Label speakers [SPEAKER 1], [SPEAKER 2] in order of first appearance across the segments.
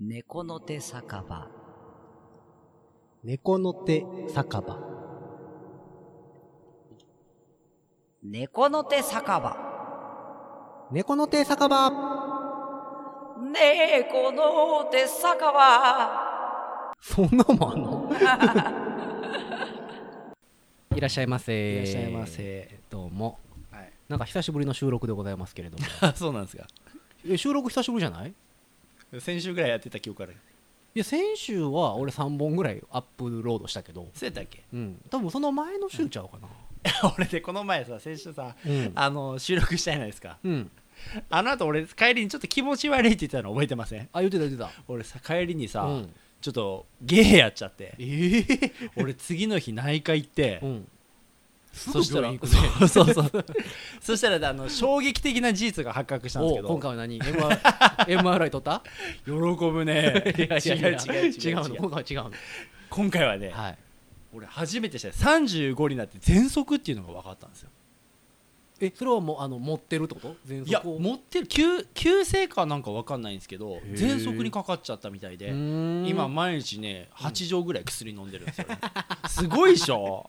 [SPEAKER 1] 猫の手酒場
[SPEAKER 2] 猫の手酒場。
[SPEAKER 1] 猫の手酒場
[SPEAKER 2] 猫の手酒場。
[SPEAKER 1] 猫の手酒場
[SPEAKER 2] そんなもんあん のいらっしゃいませ。
[SPEAKER 3] いらっしゃいませ。
[SPEAKER 2] どうも。
[SPEAKER 3] はい。
[SPEAKER 2] なんか久しぶりの収録でございますけれども。
[SPEAKER 3] あ、そうなんですか。
[SPEAKER 2] え収録久しぶりじゃないい
[SPEAKER 3] 先週ぐらいやってた記憶ある。
[SPEAKER 2] や、先週は俺3本ぐらいアップロードしたけど。
[SPEAKER 3] そうやったっけ
[SPEAKER 2] うん。多分その前の週ちゃうかな。
[SPEAKER 3] 俺でこの前さ、先週さ、
[SPEAKER 2] うん。
[SPEAKER 3] あの、収録したじゃないですか。
[SPEAKER 2] うん。
[SPEAKER 3] あの後俺、帰りにちょっと気持ち悪いって言ってたの覚えてません
[SPEAKER 2] あ、言ってた言ってた。
[SPEAKER 3] 俺さ、帰りにさ、
[SPEAKER 2] うん。
[SPEAKER 3] ちょっとゲーやっちゃって。
[SPEAKER 2] ええ
[SPEAKER 3] 俺、次の日内科行って、
[SPEAKER 2] うん。す
[SPEAKER 3] そ
[SPEAKER 2] ぐ
[SPEAKER 3] したら
[SPEAKER 2] 病院、行くね。
[SPEAKER 3] そうそう そう。そしたら、あの、衝撃的な事実が発覚したんです
[SPEAKER 2] お
[SPEAKER 3] け
[SPEAKER 2] 今
[SPEAKER 3] ど、
[SPEAKER 2] 回は何 ?MRI 取った
[SPEAKER 3] 喜ぶ ね。
[SPEAKER 2] いやいやいや
[SPEAKER 3] 違う違う違
[SPEAKER 2] 違う
[SPEAKER 3] う
[SPEAKER 2] の
[SPEAKER 3] 違
[SPEAKER 2] 今
[SPEAKER 3] う。
[SPEAKER 2] 回は違うの
[SPEAKER 3] 今回はね、
[SPEAKER 2] はい
[SPEAKER 3] 俺初めてした35になって喘息っていうのが分かったんですよ。
[SPEAKER 2] えそれはもうあの持ってるってこと全
[SPEAKER 3] いや
[SPEAKER 2] 息を
[SPEAKER 3] 持ってる急急性かなんかわかんないんですけど
[SPEAKER 2] ー
[SPEAKER 3] 喘息にかかっちゃったみたいで今
[SPEAKER 2] 今
[SPEAKER 3] 毎日ね8錠ぐらい薬飲んでるんですよ、 すごいでしょ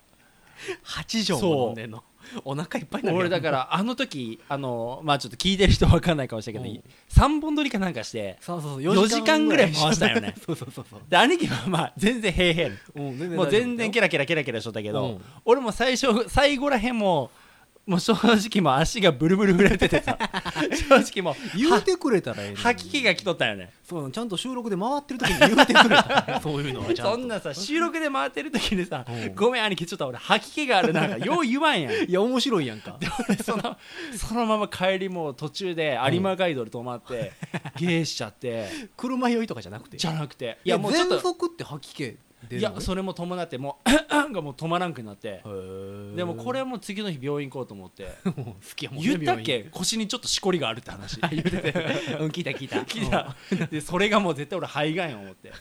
[SPEAKER 2] 8錠
[SPEAKER 3] そう
[SPEAKER 2] も飲んでんのお腹いっぱいになる
[SPEAKER 3] 俺だ
[SPEAKER 2] ら
[SPEAKER 3] からあの時あのまあちょっと聞いてる人わかんないかもしれないけど、3本撮りかなんかして
[SPEAKER 2] そうそうそう
[SPEAKER 3] 4時間ぐらい回したよね
[SPEAKER 2] そうそうそうそう
[SPEAKER 3] で兄貴はまあ全然平々
[SPEAKER 2] うん全
[SPEAKER 3] もう全然
[SPEAKER 2] け
[SPEAKER 3] ケラケラケラケラしとったけど、
[SPEAKER 2] うん
[SPEAKER 3] 俺も最初最後らへんももう正直もう足がブルブル震えて てさ正直も
[SPEAKER 2] 言うてくれたらええの
[SPEAKER 3] う
[SPEAKER 2] に
[SPEAKER 3] 吐き気が来とったよね
[SPEAKER 2] そうなのちゃんと収録で回ってる時に言うてくれたら そういうのはちゃんと
[SPEAKER 3] そんなさ収録で回ってる時にさ
[SPEAKER 2] うん
[SPEAKER 3] 「ごめん兄貴ちょっと俺吐き気があるなんかよう言わんやん」
[SPEAKER 2] いや面白いやん か
[SPEAKER 3] 俺 そのそのまま帰りもう途中で有馬街道で止まって、ゲーしちゃ って
[SPEAKER 2] 車酔いとかじゃなくて
[SPEAKER 3] じゃなくて
[SPEAKER 2] い
[SPEAKER 3] い
[SPEAKER 2] や
[SPEAKER 3] やも
[SPEAKER 2] もう
[SPEAKER 3] うちょっ
[SPEAKER 2] 全
[SPEAKER 3] と
[SPEAKER 2] 息って吐き気出
[SPEAKER 3] い
[SPEAKER 2] る
[SPEAKER 3] や
[SPEAKER 2] の
[SPEAKER 3] それも伴ってもう がもう止まらんくなって
[SPEAKER 2] へー
[SPEAKER 3] でもこれもう次の日病院行こうと思って
[SPEAKER 2] もう好きやもんね
[SPEAKER 3] 言った
[SPEAKER 2] 病
[SPEAKER 3] っ
[SPEAKER 2] 院
[SPEAKER 3] け腰にちょっとしこりがあるって話
[SPEAKER 2] あ言ってたようん聞いた聞いた
[SPEAKER 3] 聞いたでそれがもう絶対俺肺がんや思って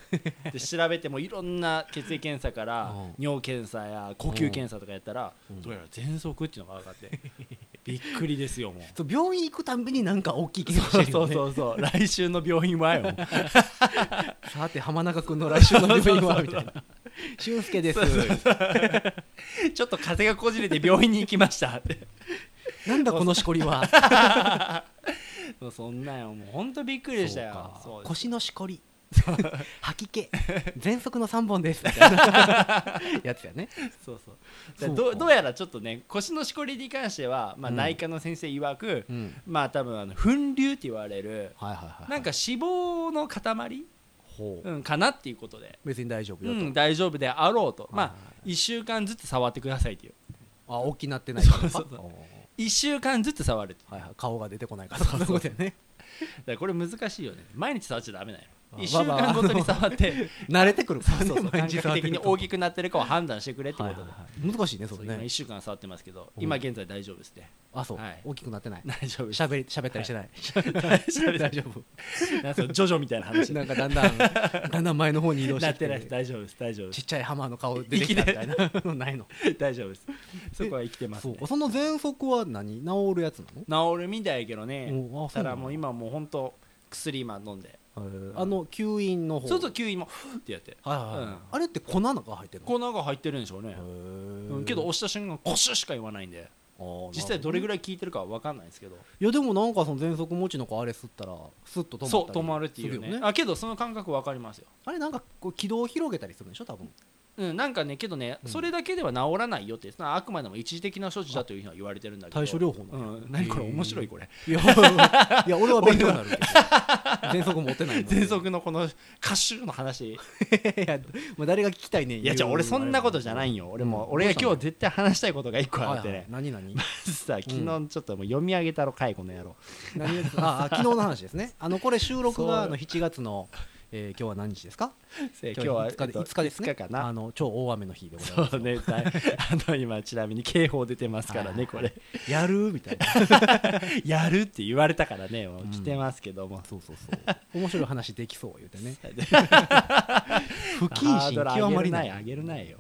[SPEAKER 3] で調べてもいろんな血液検査から
[SPEAKER 2] うん
[SPEAKER 3] 尿検査や呼吸検査とかやったら
[SPEAKER 2] うん
[SPEAKER 3] どうやら喘息っていうのが分かって びっくりですよもう
[SPEAKER 2] そう病院行くたんびになんか大きい怪我してる
[SPEAKER 3] そ
[SPEAKER 2] よ、
[SPEAKER 3] う
[SPEAKER 2] ね、
[SPEAKER 3] そうそうそう 来週の病院はよ
[SPEAKER 2] さて浜中君の来週の病院はみ たいな俊介です
[SPEAKER 3] ちょっと風がこじれて病院に行き ましたって
[SPEAKER 2] なんだこのしこりは
[SPEAKER 3] そうそんなんよもうほんとびっくりでしたよ
[SPEAKER 2] そうか
[SPEAKER 3] そうです
[SPEAKER 2] 腰のし こり吐き気喘息の3本ですみ たいなやつやね
[SPEAKER 3] そうそう
[SPEAKER 2] そうか
[SPEAKER 3] だからどうどうやらちょっとね腰のしこりに関しては、まあ、
[SPEAKER 2] うん
[SPEAKER 3] 内科の先生曰く、
[SPEAKER 2] うん
[SPEAKER 3] まあ多分あの粉瘤って言われる
[SPEAKER 2] はいはいはい
[SPEAKER 3] なんか脂肪の塊、
[SPEAKER 2] ほう
[SPEAKER 3] うん、かなっていうことで、
[SPEAKER 2] 別に大丈夫
[SPEAKER 3] う
[SPEAKER 2] よと、
[SPEAKER 3] ん、大丈夫であろうと、
[SPEAKER 2] はい
[SPEAKER 3] ま
[SPEAKER 2] は
[SPEAKER 3] あ1週間ずつ触ってくださいっていう
[SPEAKER 2] あ大きなってないからか
[SPEAKER 3] そうそうそう
[SPEAKER 2] おー
[SPEAKER 3] 1週間ずつ触るって
[SPEAKER 2] はいはい、顔が出てこないからそういうことやね
[SPEAKER 3] だからこれ難しいよね毎日触っちゃダメなの
[SPEAKER 2] あ
[SPEAKER 3] 1週間ごとに触って
[SPEAKER 2] 慣れてくるからね
[SPEAKER 3] そうそう
[SPEAKER 2] 毎
[SPEAKER 3] 感
[SPEAKER 2] 日
[SPEAKER 3] 覚
[SPEAKER 2] 触って
[SPEAKER 3] 的
[SPEAKER 2] る
[SPEAKER 3] に
[SPEAKER 2] と
[SPEAKER 3] 大きくなってるかを判断してくれってこ
[SPEAKER 2] はい
[SPEAKER 3] と
[SPEAKER 2] はい
[SPEAKER 3] で、
[SPEAKER 2] はい難しいねそ
[SPEAKER 3] そうう今
[SPEAKER 2] ね
[SPEAKER 3] 1週間触ってますけど、
[SPEAKER 2] うん
[SPEAKER 3] 今現在大丈夫ですね
[SPEAKER 2] あそう、
[SPEAKER 3] はい
[SPEAKER 2] 大きくなってない
[SPEAKER 3] 大丈夫です
[SPEAKER 2] 喋り喋ったりしてない、 大丈夫
[SPEAKER 3] なんかそうジョジョみたいな話にな
[SPEAKER 2] なんかだん だんだんだん前の方に移動して
[SPEAKER 3] っ
[SPEAKER 2] き
[SPEAKER 3] て
[SPEAKER 2] て
[SPEAKER 3] ないです大丈夫です大丈夫で
[SPEAKER 2] ち
[SPEAKER 3] す
[SPEAKER 2] っちゃいハマーの顔出てきたみたいなの ないの
[SPEAKER 3] 大丈夫ですそこは生きてます、
[SPEAKER 2] そ
[SPEAKER 3] ね
[SPEAKER 2] う、かその喘息は何治るやつなの
[SPEAKER 3] 治るみたいやけどね
[SPEAKER 2] おあそ
[SPEAKER 3] た
[SPEAKER 2] うな
[SPEAKER 3] だ
[SPEAKER 2] んだ
[SPEAKER 3] もう今もう本当薬今飲んで
[SPEAKER 2] へーあの吸引の方
[SPEAKER 3] そうすると吸引もフーってやって
[SPEAKER 2] はいはいはい
[SPEAKER 3] うん
[SPEAKER 2] あれって粉なんか入ってるの
[SPEAKER 3] 粉が入ってるんでしょうね、う、
[SPEAKER 2] うん
[SPEAKER 3] けど押した瞬間コシュしか言わないんで実際どれぐらい効いてるかは分かんないですけど
[SPEAKER 2] いやでもなんかその喘息持ちの子あれ吸ったらスッと止まったり
[SPEAKER 3] そう止まるってい
[SPEAKER 2] す
[SPEAKER 3] うね
[SPEAKER 2] よ
[SPEAKER 3] あけどその感覚分かりますよ、
[SPEAKER 2] あれなんかこう軌道を広げたりするんでしょ多分
[SPEAKER 3] うん、なんかねけどね、
[SPEAKER 2] うん
[SPEAKER 3] それだけでは治らないよってそのあくまでも一時的な処置だというふうには言われてるんだけど
[SPEAKER 2] 対処療法
[SPEAKER 3] う
[SPEAKER 2] なの
[SPEAKER 3] ん、何これ
[SPEAKER 2] へー
[SPEAKER 3] 面白いこれ
[SPEAKER 2] いやいや俺は勉強になる けど喘息持てないもん
[SPEAKER 3] 喘息のこの歌手の話
[SPEAKER 2] いやまあ誰が聞きたいねん
[SPEAKER 3] いやじゃあ俺そんなことじゃないんよ俺も、
[SPEAKER 2] うん
[SPEAKER 3] 俺
[SPEAKER 2] どう
[SPEAKER 3] が
[SPEAKER 2] したの
[SPEAKER 3] 今日絶対話したいことが一個
[SPEAKER 2] はい
[SPEAKER 3] あ
[SPEAKER 2] は
[SPEAKER 3] ってね、
[SPEAKER 2] い何何
[SPEAKER 3] さ昨日ちょっともう読み上げたろかいこの野郎
[SPEAKER 2] 何ですあ あ昨日の話ですねあのこれ収録
[SPEAKER 3] そう
[SPEAKER 2] があの7月の、えー今日は何日ですか
[SPEAKER 3] せ今日は
[SPEAKER 2] 5日で
[SPEAKER 3] えっと
[SPEAKER 2] 5日ですね
[SPEAKER 3] 5日かな
[SPEAKER 2] あの超大雨の日でございます
[SPEAKER 3] そうねだいあの今ちなみに警報出てますから
[SPEAKER 2] はい
[SPEAKER 3] ねこれ
[SPEAKER 2] やるみた いな
[SPEAKER 3] やるって言われたからねもう来てますけども、
[SPEAKER 2] そうそうそう面白い話できそう言うてね 不
[SPEAKER 3] 不
[SPEAKER 2] 謹慎極まりない
[SPEAKER 3] あげるないよ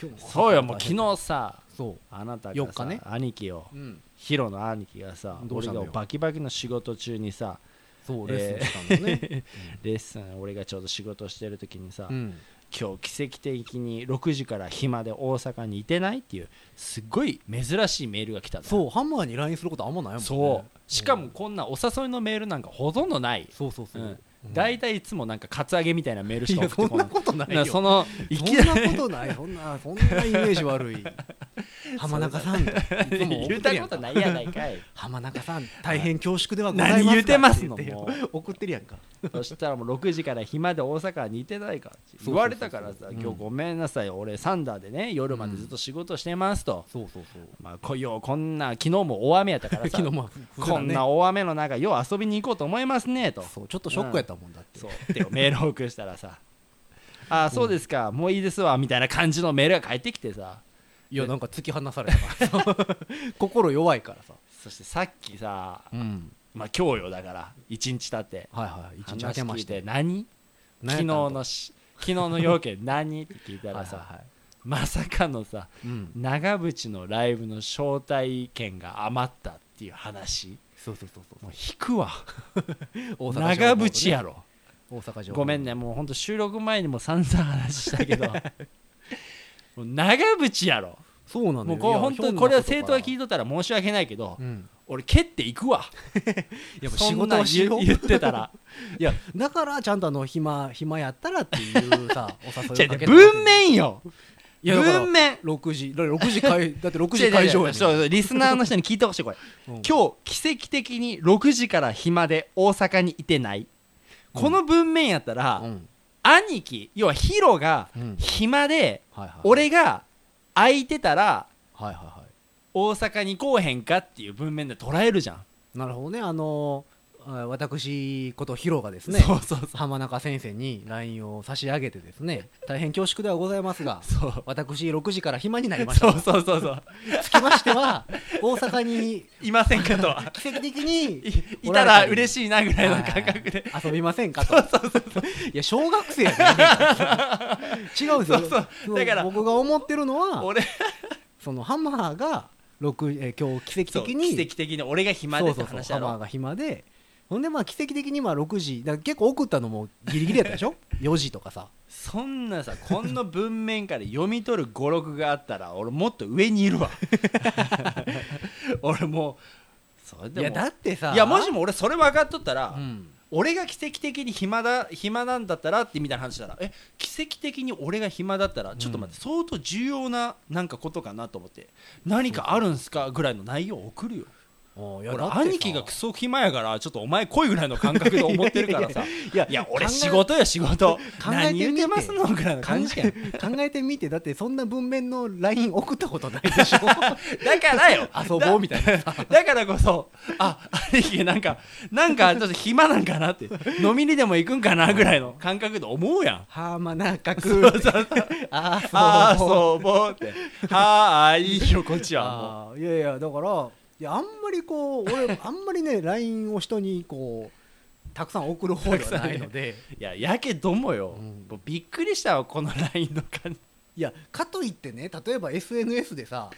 [SPEAKER 2] 今日も
[SPEAKER 3] そうよもう昨日さ
[SPEAKER 2] そ
[SPEAKER 3] あなたが
[SPEAKER 2] 四
[SPEAKER 3] さ、
[SPEAKER 2] 日ね
[SPEAKER 3] 兄貴を
[SPEAKER 2] う、うん、
[SPEAKER 3] ヒロの兄貴がさ
[SPEAKER 2] どうし
[SPEAKER 3] 俺
[SPEAKER 2] たのよ
[SPEAKER 3] がバキバキの仕事中にさ
[SPEAKER 2] そうレ
[SPEAKER 3] え
[SPEAKER 2] ッスンした
[SPEAKER 3] ー
[SPEAKER 2] んだよね、
[SPEAKER 3] レッスン俺がちょうど仕事してる時にさ、
[SPEAKER 2] うん
[SPEAKER 3] 今日奇跡的に6時から暇で大阪にいてないっていうすっごい珍しいメールが来たの
[SPEAKER 2] そうハンマーに LINE することあんまないもんね
[SPEAKER 3] そうしかもこんなお誘いのメールなんかほとんどない
[SPEAKER 2] そうそうそう、
[SPEAKER 3] うん大体いつもなんかカツアゲみたいなメールし
[SPEAKER 2] い
[SPEAKER 3] か
[SPEAKER 2] や
[SPEAKER 3] 送っ
[SPEAKER 2] そ
[SPEAKER 3] てこ
[SPEAKER 2] ん
[SPEAKER 3] な
[SPEAKER 2] ないことない
[SPEAKER 3] な
[SPEAKER 2] よ
[SPEAKER 3] そのい
[SPEAKER 2] そ
[SPEAKER 3] き
[SPEAKER 2] ん
[SPEAKER 3] な
[SPEAKER 2] な
[SPEAKER 3] り
[SPEAKER 2] ことないそんなそんなイメージ悪い浜中さんいつも
[SPEAKER 3] 言うたこと
[SPEAKER 2] い
[SPEAKER 3] ないやない かい
[SPEAKER 2] 浜中さん大変恐縮ではございます
[SPEAKER 3] 何言うてますの
[SPEAKER 2] って言っ
[SPEAKER 3] も
[SPEAKER 2] てよ送ってるやんか
[SPEAKER 3] そしたらもう6時から暇で大阪にいてないからって言われたからさ今日ごめんなさい俺サンダーでね夜までずっと仕事してますと
[SPEAKER 2] そうそうそう
[SPEAKER 3] まあこようこんな昨日も大雨やったからさ
[SPEAKER 2] 昨日も
[SPEAKER 3] こんな大雨の中よう遊びに行こうと思いますねと
[SPEAKER 2] そうちょっとショックやったもんだって
[SPEAKER 3] そうでメールを送したら さ「ああそうですか、もういいですわ」みたいな感じのメールが返ってきてさ
[SPEAKER 2] いやなんか突き放されたから 心弱いからさ
[SPEAKER 3] そしてさっきさ
[SPEAKER 2] うん
[SPEAKER 3] まあ今日よだから1日経って
[SPEAKER 2] はいはい一日明
[SPEAKER 3] 話
[SPEAKER 2] けま
[SPEAKER 3] 聞い
[SPEAKER 2] してて
[SPEAKER 3] 何昨日のし昨日の要件何って聞いたら
[SPEAKER 2] ら
[SPEAKER 3] さ、
[SPEAKER 2] さ
[SPEAKER 3] まさかのさ
[SPEAKER 2] うん
[SPEAKER 3] 長渕のライブの招待券が余ったっていう話
[SPEAKER 2] そうそうそうそ
[SPEAKER 3] も
[SPEAKER 2] う
[SPEAKER 3] う引くわ
[SPEAKER 2] 大阪城
[SPEAKER 3] 長渕やろ
[SPEAKER 2] 大阪城
[SPEAKER 3] ごめんねもうほんと収録前にも散々話した けどもう長渕やろ
[SPEAKER 2] そうなの
[SPEAKER 3] も
[SPEAKER 2] よ
[SPEAKER 3] うこ
[SPEAKER 2] いうや
[SPEAKER 3] 本当にこれは生徒が聞いとったら申し訳ないけど、
[SPEAKER 2] うん
[SPEAKER 3] 俺蹴っていくわ
[SPEAKER 2] やっぱ
[SPEAKER 3] そ
[SPEAKER 2] 仕
[SPEAKER 3] ん
[SPEAKER 2] 事
[SPEAKER 3] なん
[SPEAKER 2] をしよう
[SPEAKER 3] 言言って たら
[SPEAKER 2] いやだからちゃんとあの暇暇やったらっていうさお誘いをかけた
[SPEAKER 3] 違う違
[SPEAKER 2] わ
[SPEAKER 3] う
[SPEAKER 2] け
[SPEAKER 3] 文面よ
[SPEAKER 2] いやだから
[SPEAKER 3] 文面
[SPEAKER 2] 6時だ6時 会だって6
[SPEAKER 3] 違う違
[SPEAKER 2] 時
[SPEAKER 3] う
[SPEAKER 2] 会場やねん
[SPEAKER 3] そうそうリスナーの人に聞いてほしいこれ
[SPEAKER 2] うん
[SPEAKER 3] 今日奇跡的に6時から暇で大阪にいてないこの文面やったら、
[SPEAKER 2] うん
[SPEAKER 3] 兄貴要はヒロが
[SPEAKER 2] うん
[SPEAKER 3] 暇で
[SPEAKER 2] はいはい
[SPEAKER 3] 俺が空いてたら
[SPEAKER 2] はいはいは
[SPEAKER 3] 大阪に行こうへんかっていう文面で捉えるじゃん、
[SPEAKER 2] いなるほどねあのあ私ことヒロがですね
[SPEAKER 3] そうそうそう
[SPEAKER 2] 浜中先生に LINE を差し上げてですね大変恐縮ではございますが
[SPEAKER 3] そう
[SPEAKER 2] 私6時から暇になりました
[SPEAKER 3] そ
[SPEAKER 2] と
[SPEAKER 3] うそうそうそう
[SPEAKER 2] つきましては大阪に
[SPEAKER 3] いませんかと
[SPEAKER 2] 奇跡的に
[SPEAKER 3] いいたら嬉
[SPEAKER 2] し
[SPEAKER 3] しいなぐらいの感覚で
[SPEAKER 2] 遊びませんかといや小学生やね違うんですよ
[SPEAKER 3] そうそうだから
[SPEAKER 2] 僕が思ってるのは
[SPEAKER 3] 俺
[SPEAKER 2] そのハマーが六えー今日奇跡
[SPEAKER 3] そう
[SPEAKER 2] 的に
[SPEAKER 3] 奇跡的に俺が暇
[SPEAKER 2] そう
[SPEAKER 3] でって
[SPEAKER 2] そうそう
[SPEAKER 3] 話だ
[SPEAKER 2] ハマー
[SPEAKER 3] ろ
[SPEAKER 2] が暇でほんでまあ奇跡的にまあ6時だから結構送ったのもギリギリやったでしょ 4時とかさ
[SPEAKER 3] そんなさこんな文面から読み取る語録があったら俺もっと上にい るわ俺もうそれ
[SPEAKER 2] い
[SPEAKER 3] でも
[SPEAKER 2] やだってさ
[SPEAKER 3] いやもしも俺それ分かっとったら、
[SPEAKER 2] うん
[SPEAKER 3] 俺が奇跡的に暇だ暇なんだったらってみたいな話したらえ奇跡的に俺が暇だったらちょっと待って、相当重要ななんかことかなと思って何かあるんすかぐらいの内容を送るよ
[SPEAKER 2] おういや
[SPEAKER 3] 俺
[SPEAKER 2] だってさ
[SPEAKER 3] 兄貴がクソ暇やからちょっとお前来いぐらいの感覚で思ってるからさ
[SPEAKER 2] いや
[SPEAKER 3] いや俺
[SPEAKER 2] 考え
[SPEAKER 3] 仕事よ仕事
[SPEAKER 2] 考えて
[SPEAKER 3] 何
[SPEAKER 2] みて
[SPEAKER 3] 言ってますのぐらいの
[SPEAKER 2] 考
[SPEAKER 3] 感じや
[SPEAKER 2] え
[SPEAKER 3] ん
[SPEAKER 2] 考えてみてだってそんな文面の LINE 送ったことないで しょ
[SPEAKER 3] だからよ
[SPEAKER 2] 遊ぼうみたいなさ
[SPEAKER 3] だからこそあ兄貴なんかなんかちょっと暇なんかなって飲みにでも行くんかなぐらいの感覚で思うやん
[SPEAKER 2] ハーマナカ
[SPEAKER 3] そう
[SPEAKER 2] ク
[SPEAKER 3] そうそう
[SPEAKER 2] あ ーそう
[SPEAKER 3] あーそうぼうってはーいいよこっちはも
[SPEAKER 2] あーいやいやだからいやあんまりこう俺あんまりね LINE を人にこうたくさん送る方ではないので
[SPEAKER 3] ういややけどもよ、
[SPEAKER 2] うん
[SPEAKER 3] もうびっくりしたわこの LINE の感じ
[SPEAKER 2] いやかといってね例えば SNS でさ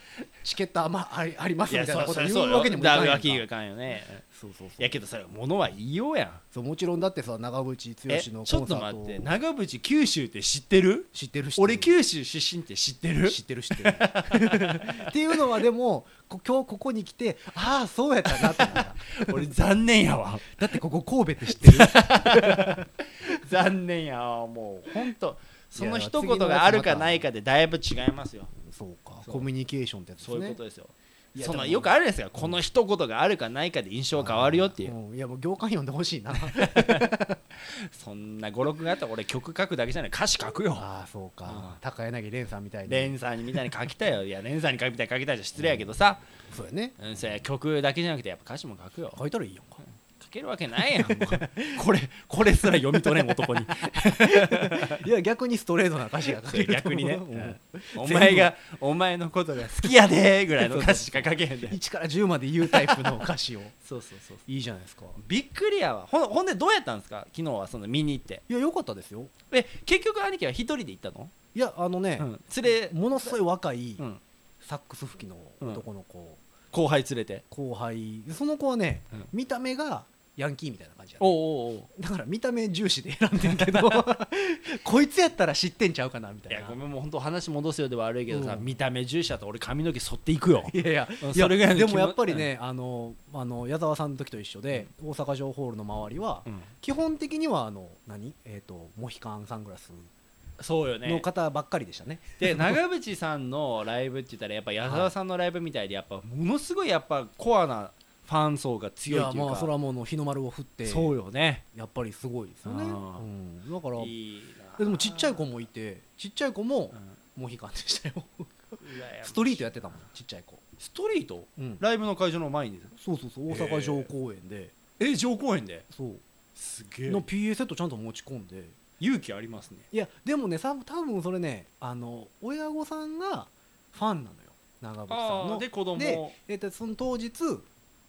[SPEAKER 2] チケットあ,、まありありますみたいなこと言うわけにもいか
[SPEAKER 3] だ
[SPEAKER 2] ないいや
[SPEAKER 3] ぶ
[SPEAKER 2] ん
[SPEAKER 3] わ
[SPEAKER 2] か
[SPEAKER 3] けがかんよね
[SPEAKER 2] そうそうそう
[SPEAKER 3] やけどさ物は言いようやん
[SPEAKER 2] そうもちろんだってさ長
[SPEAKER 3] え
[SPEAKER 2] 渕剛の
[SPEAKER 3] ち
[SPEAKER 2] コ
[SPEAKER 3] ょ
[SPEAKER 2] ン
[SPEAKER 3] っ
[SPEAKER 2] サー
[SPEAKER 3] と待
[SPEAKER 2] ト
[SPEAKER 3] って長渕九州って知ってる
[SPEAKER 2] 知ってる知ってる
[SPEAKER 3] 俺九州出身って知って る
[SPEAKER 2] 知ってる知ってる っていうのはでもこ今日ここに来てああそうやったなってな った
[SPEAKER 3] 俺残念やわ
[SPEAKER 2] だってここ神戸って知ってる
[SPEAKER 3] 残念やわもう本当その一言があるかないかでだいぶ違いますよ
[SPEAKER 2] そうか
[SPEAKER 3] そう
[SPEAKER 2] コミュニケーションってやつです
[SPEAKER 3] そ
[SPEAKER 2] ね
[SPEAKER 3] ういうことですよ
[SPEAKER 2] いや
[SPEAKER 3] その
[SPEAKER 2] でも
[SPEAKER 3] よくあるじゃないですかこの一言があるかないかで印象変わるよっていう
[SPEAKER 2] うんいやもう行間読んでほ しいな
[SPEAKER 3] そんな語録があったら俺曲書くだけじゃない歌詞書くよ
[SPEAKER 2] ああそう
[SPEAKER 3] うん
[SPEAKER 2] か高柳蓮さんみたいに
[SPEAKER 3] レンさんにみたいに書きたいよいやレンさんに書きたい書きたいじゃ失礼やけどさ、
[SPEAKER 2] そうやね
[SPEAKER 3] うん、そりゃ曲だけじゃなくてやっぱ歌詞も書くよ
[SPEAKER 2] 書いたらいいやんか
[SPEAKER 3] 書けるわけないやん これこれすら読み取れん男に
[SPEAKER 2] いや逆にストレートな歌詞が書
[SPEAKER 3] そ
[SPEAKER 2] け
[SPEAKER 3] れ
[SPEAKER 2] る
[SPEAKER 3] 逆にね、
[SPEAKER 2] うん
[SPEAKER 3] うんお前がお前のことが好きやでーぐらいの歌詞しか書けへんで
[SPEAKER 2] 1から10まで言うタイプの歌詞を
[SPEAKER 3] そうそうそう
[SPEAKER 2] いいじゃないですか
[SPEAKER 3] びっくりやわほんほんでどうやったんですか昨日はその見に行って
[SPEAKER 2] いや良かったですよ
[SPEAKER 3] え結局兄貴は一人で行ったの、
[SPEAKER 2] いやあのね
[SPEAKER 3] うん、連れ、
[SPEAKER 2] ものすごい若い
[SPEAKER 3] うん、
[SPEAKER 2] サックス吹きの男の子
[SPEAKER 3] 後輩連れて
[SPEAKER 2] 後輩その子はね
[SPEAKER 3] うん
[SPEAKER 2] 見た目がヤンキーみたいな感じやった
[SPEAKER 3] おうおうおう
[SPEAKER 2] だから見た目重視で選んでんけ どこいつやったら知ってんちゃうかなみた
[SPEAKER 3] い
[SPEAKER 2] い
[SPEAKER 3] や
[SPEAKER 2] な
[SPEAKER 3] ごめんもう本当話戻すようで悪いけどさ、
[SPEAKER 2] うん
[SPEAKER 3] 見た目重視だと俺髪の毛剃っていくよ
[SPEAKER 2] いやいや
[SPEAKER 3] う
[SPEAKER 2] い
[SPEAKER 3] ん
[SPEAKER 2] や
[SPEAKER 3] それぐらいの気
[SPEAKER 2] で
[SPEAKER 3] 持ち
[SPEAKER 2] もやっぱりねあのあの矢沢さんの時と一緒で、大阪城ホールの周りは、
[SPEAKER 3] うん
[SPEAKER 2] 基本的にはあの何、えー、とモヒカンサングラス
[SPEAKER 3] そうよ
[SPEAKER 2] の
[SPEAKER 3] ね
[SPEAKER 2] 方ばっかりでしたね
[SPEAKER 3] で長渕さんのライブって言ったらやっぱ矢沢さんのライブみたいでやっぱものすごいやっぱコアなファン層が強いっていう
[SPEAKER 2] まあ
[SPEAKER 3] か
[SPEAKER 2] それはもう日の丸を振って
[SPEAKER 3] そうよね
[SPEAKER 2] やっぱりすごいですよね、
[SPEAKER 3] あ
[SPEAKER 2] う
[SPEAKER 3] ー
[SPEAKER 2] ん、だから
[SPEAKER 3] いいな
[SPEAKER 2] でもちっちゃい子もいてちっちゃい子もモヒカンでしたよストリートやってたもんちっちゃい子、
[SPEAKER 3] ストリート
[SPEAKER 2] うん、
[SPEAKER 3] ライブの会場の前に
[SPEAKER 2] そうそうそう大阪城公園で、
[SPEAKER 3] え上公園で
[SPEAKER 2] そう
[SPEAKER 3] すげえ
[SPEAKER 2] の PA セットちゃんと持ち込んで
[SPEAKER 3] 勇気ありますね
[SPEAKER 2] いやでもねさ多分それねあの親御さんがファンなのよ長渕さん
[SPEAKER 3] あ
[SPEAKER 2] の
[SPEAKER 3] あで子供
[SPEAKER 2] でえーとその当日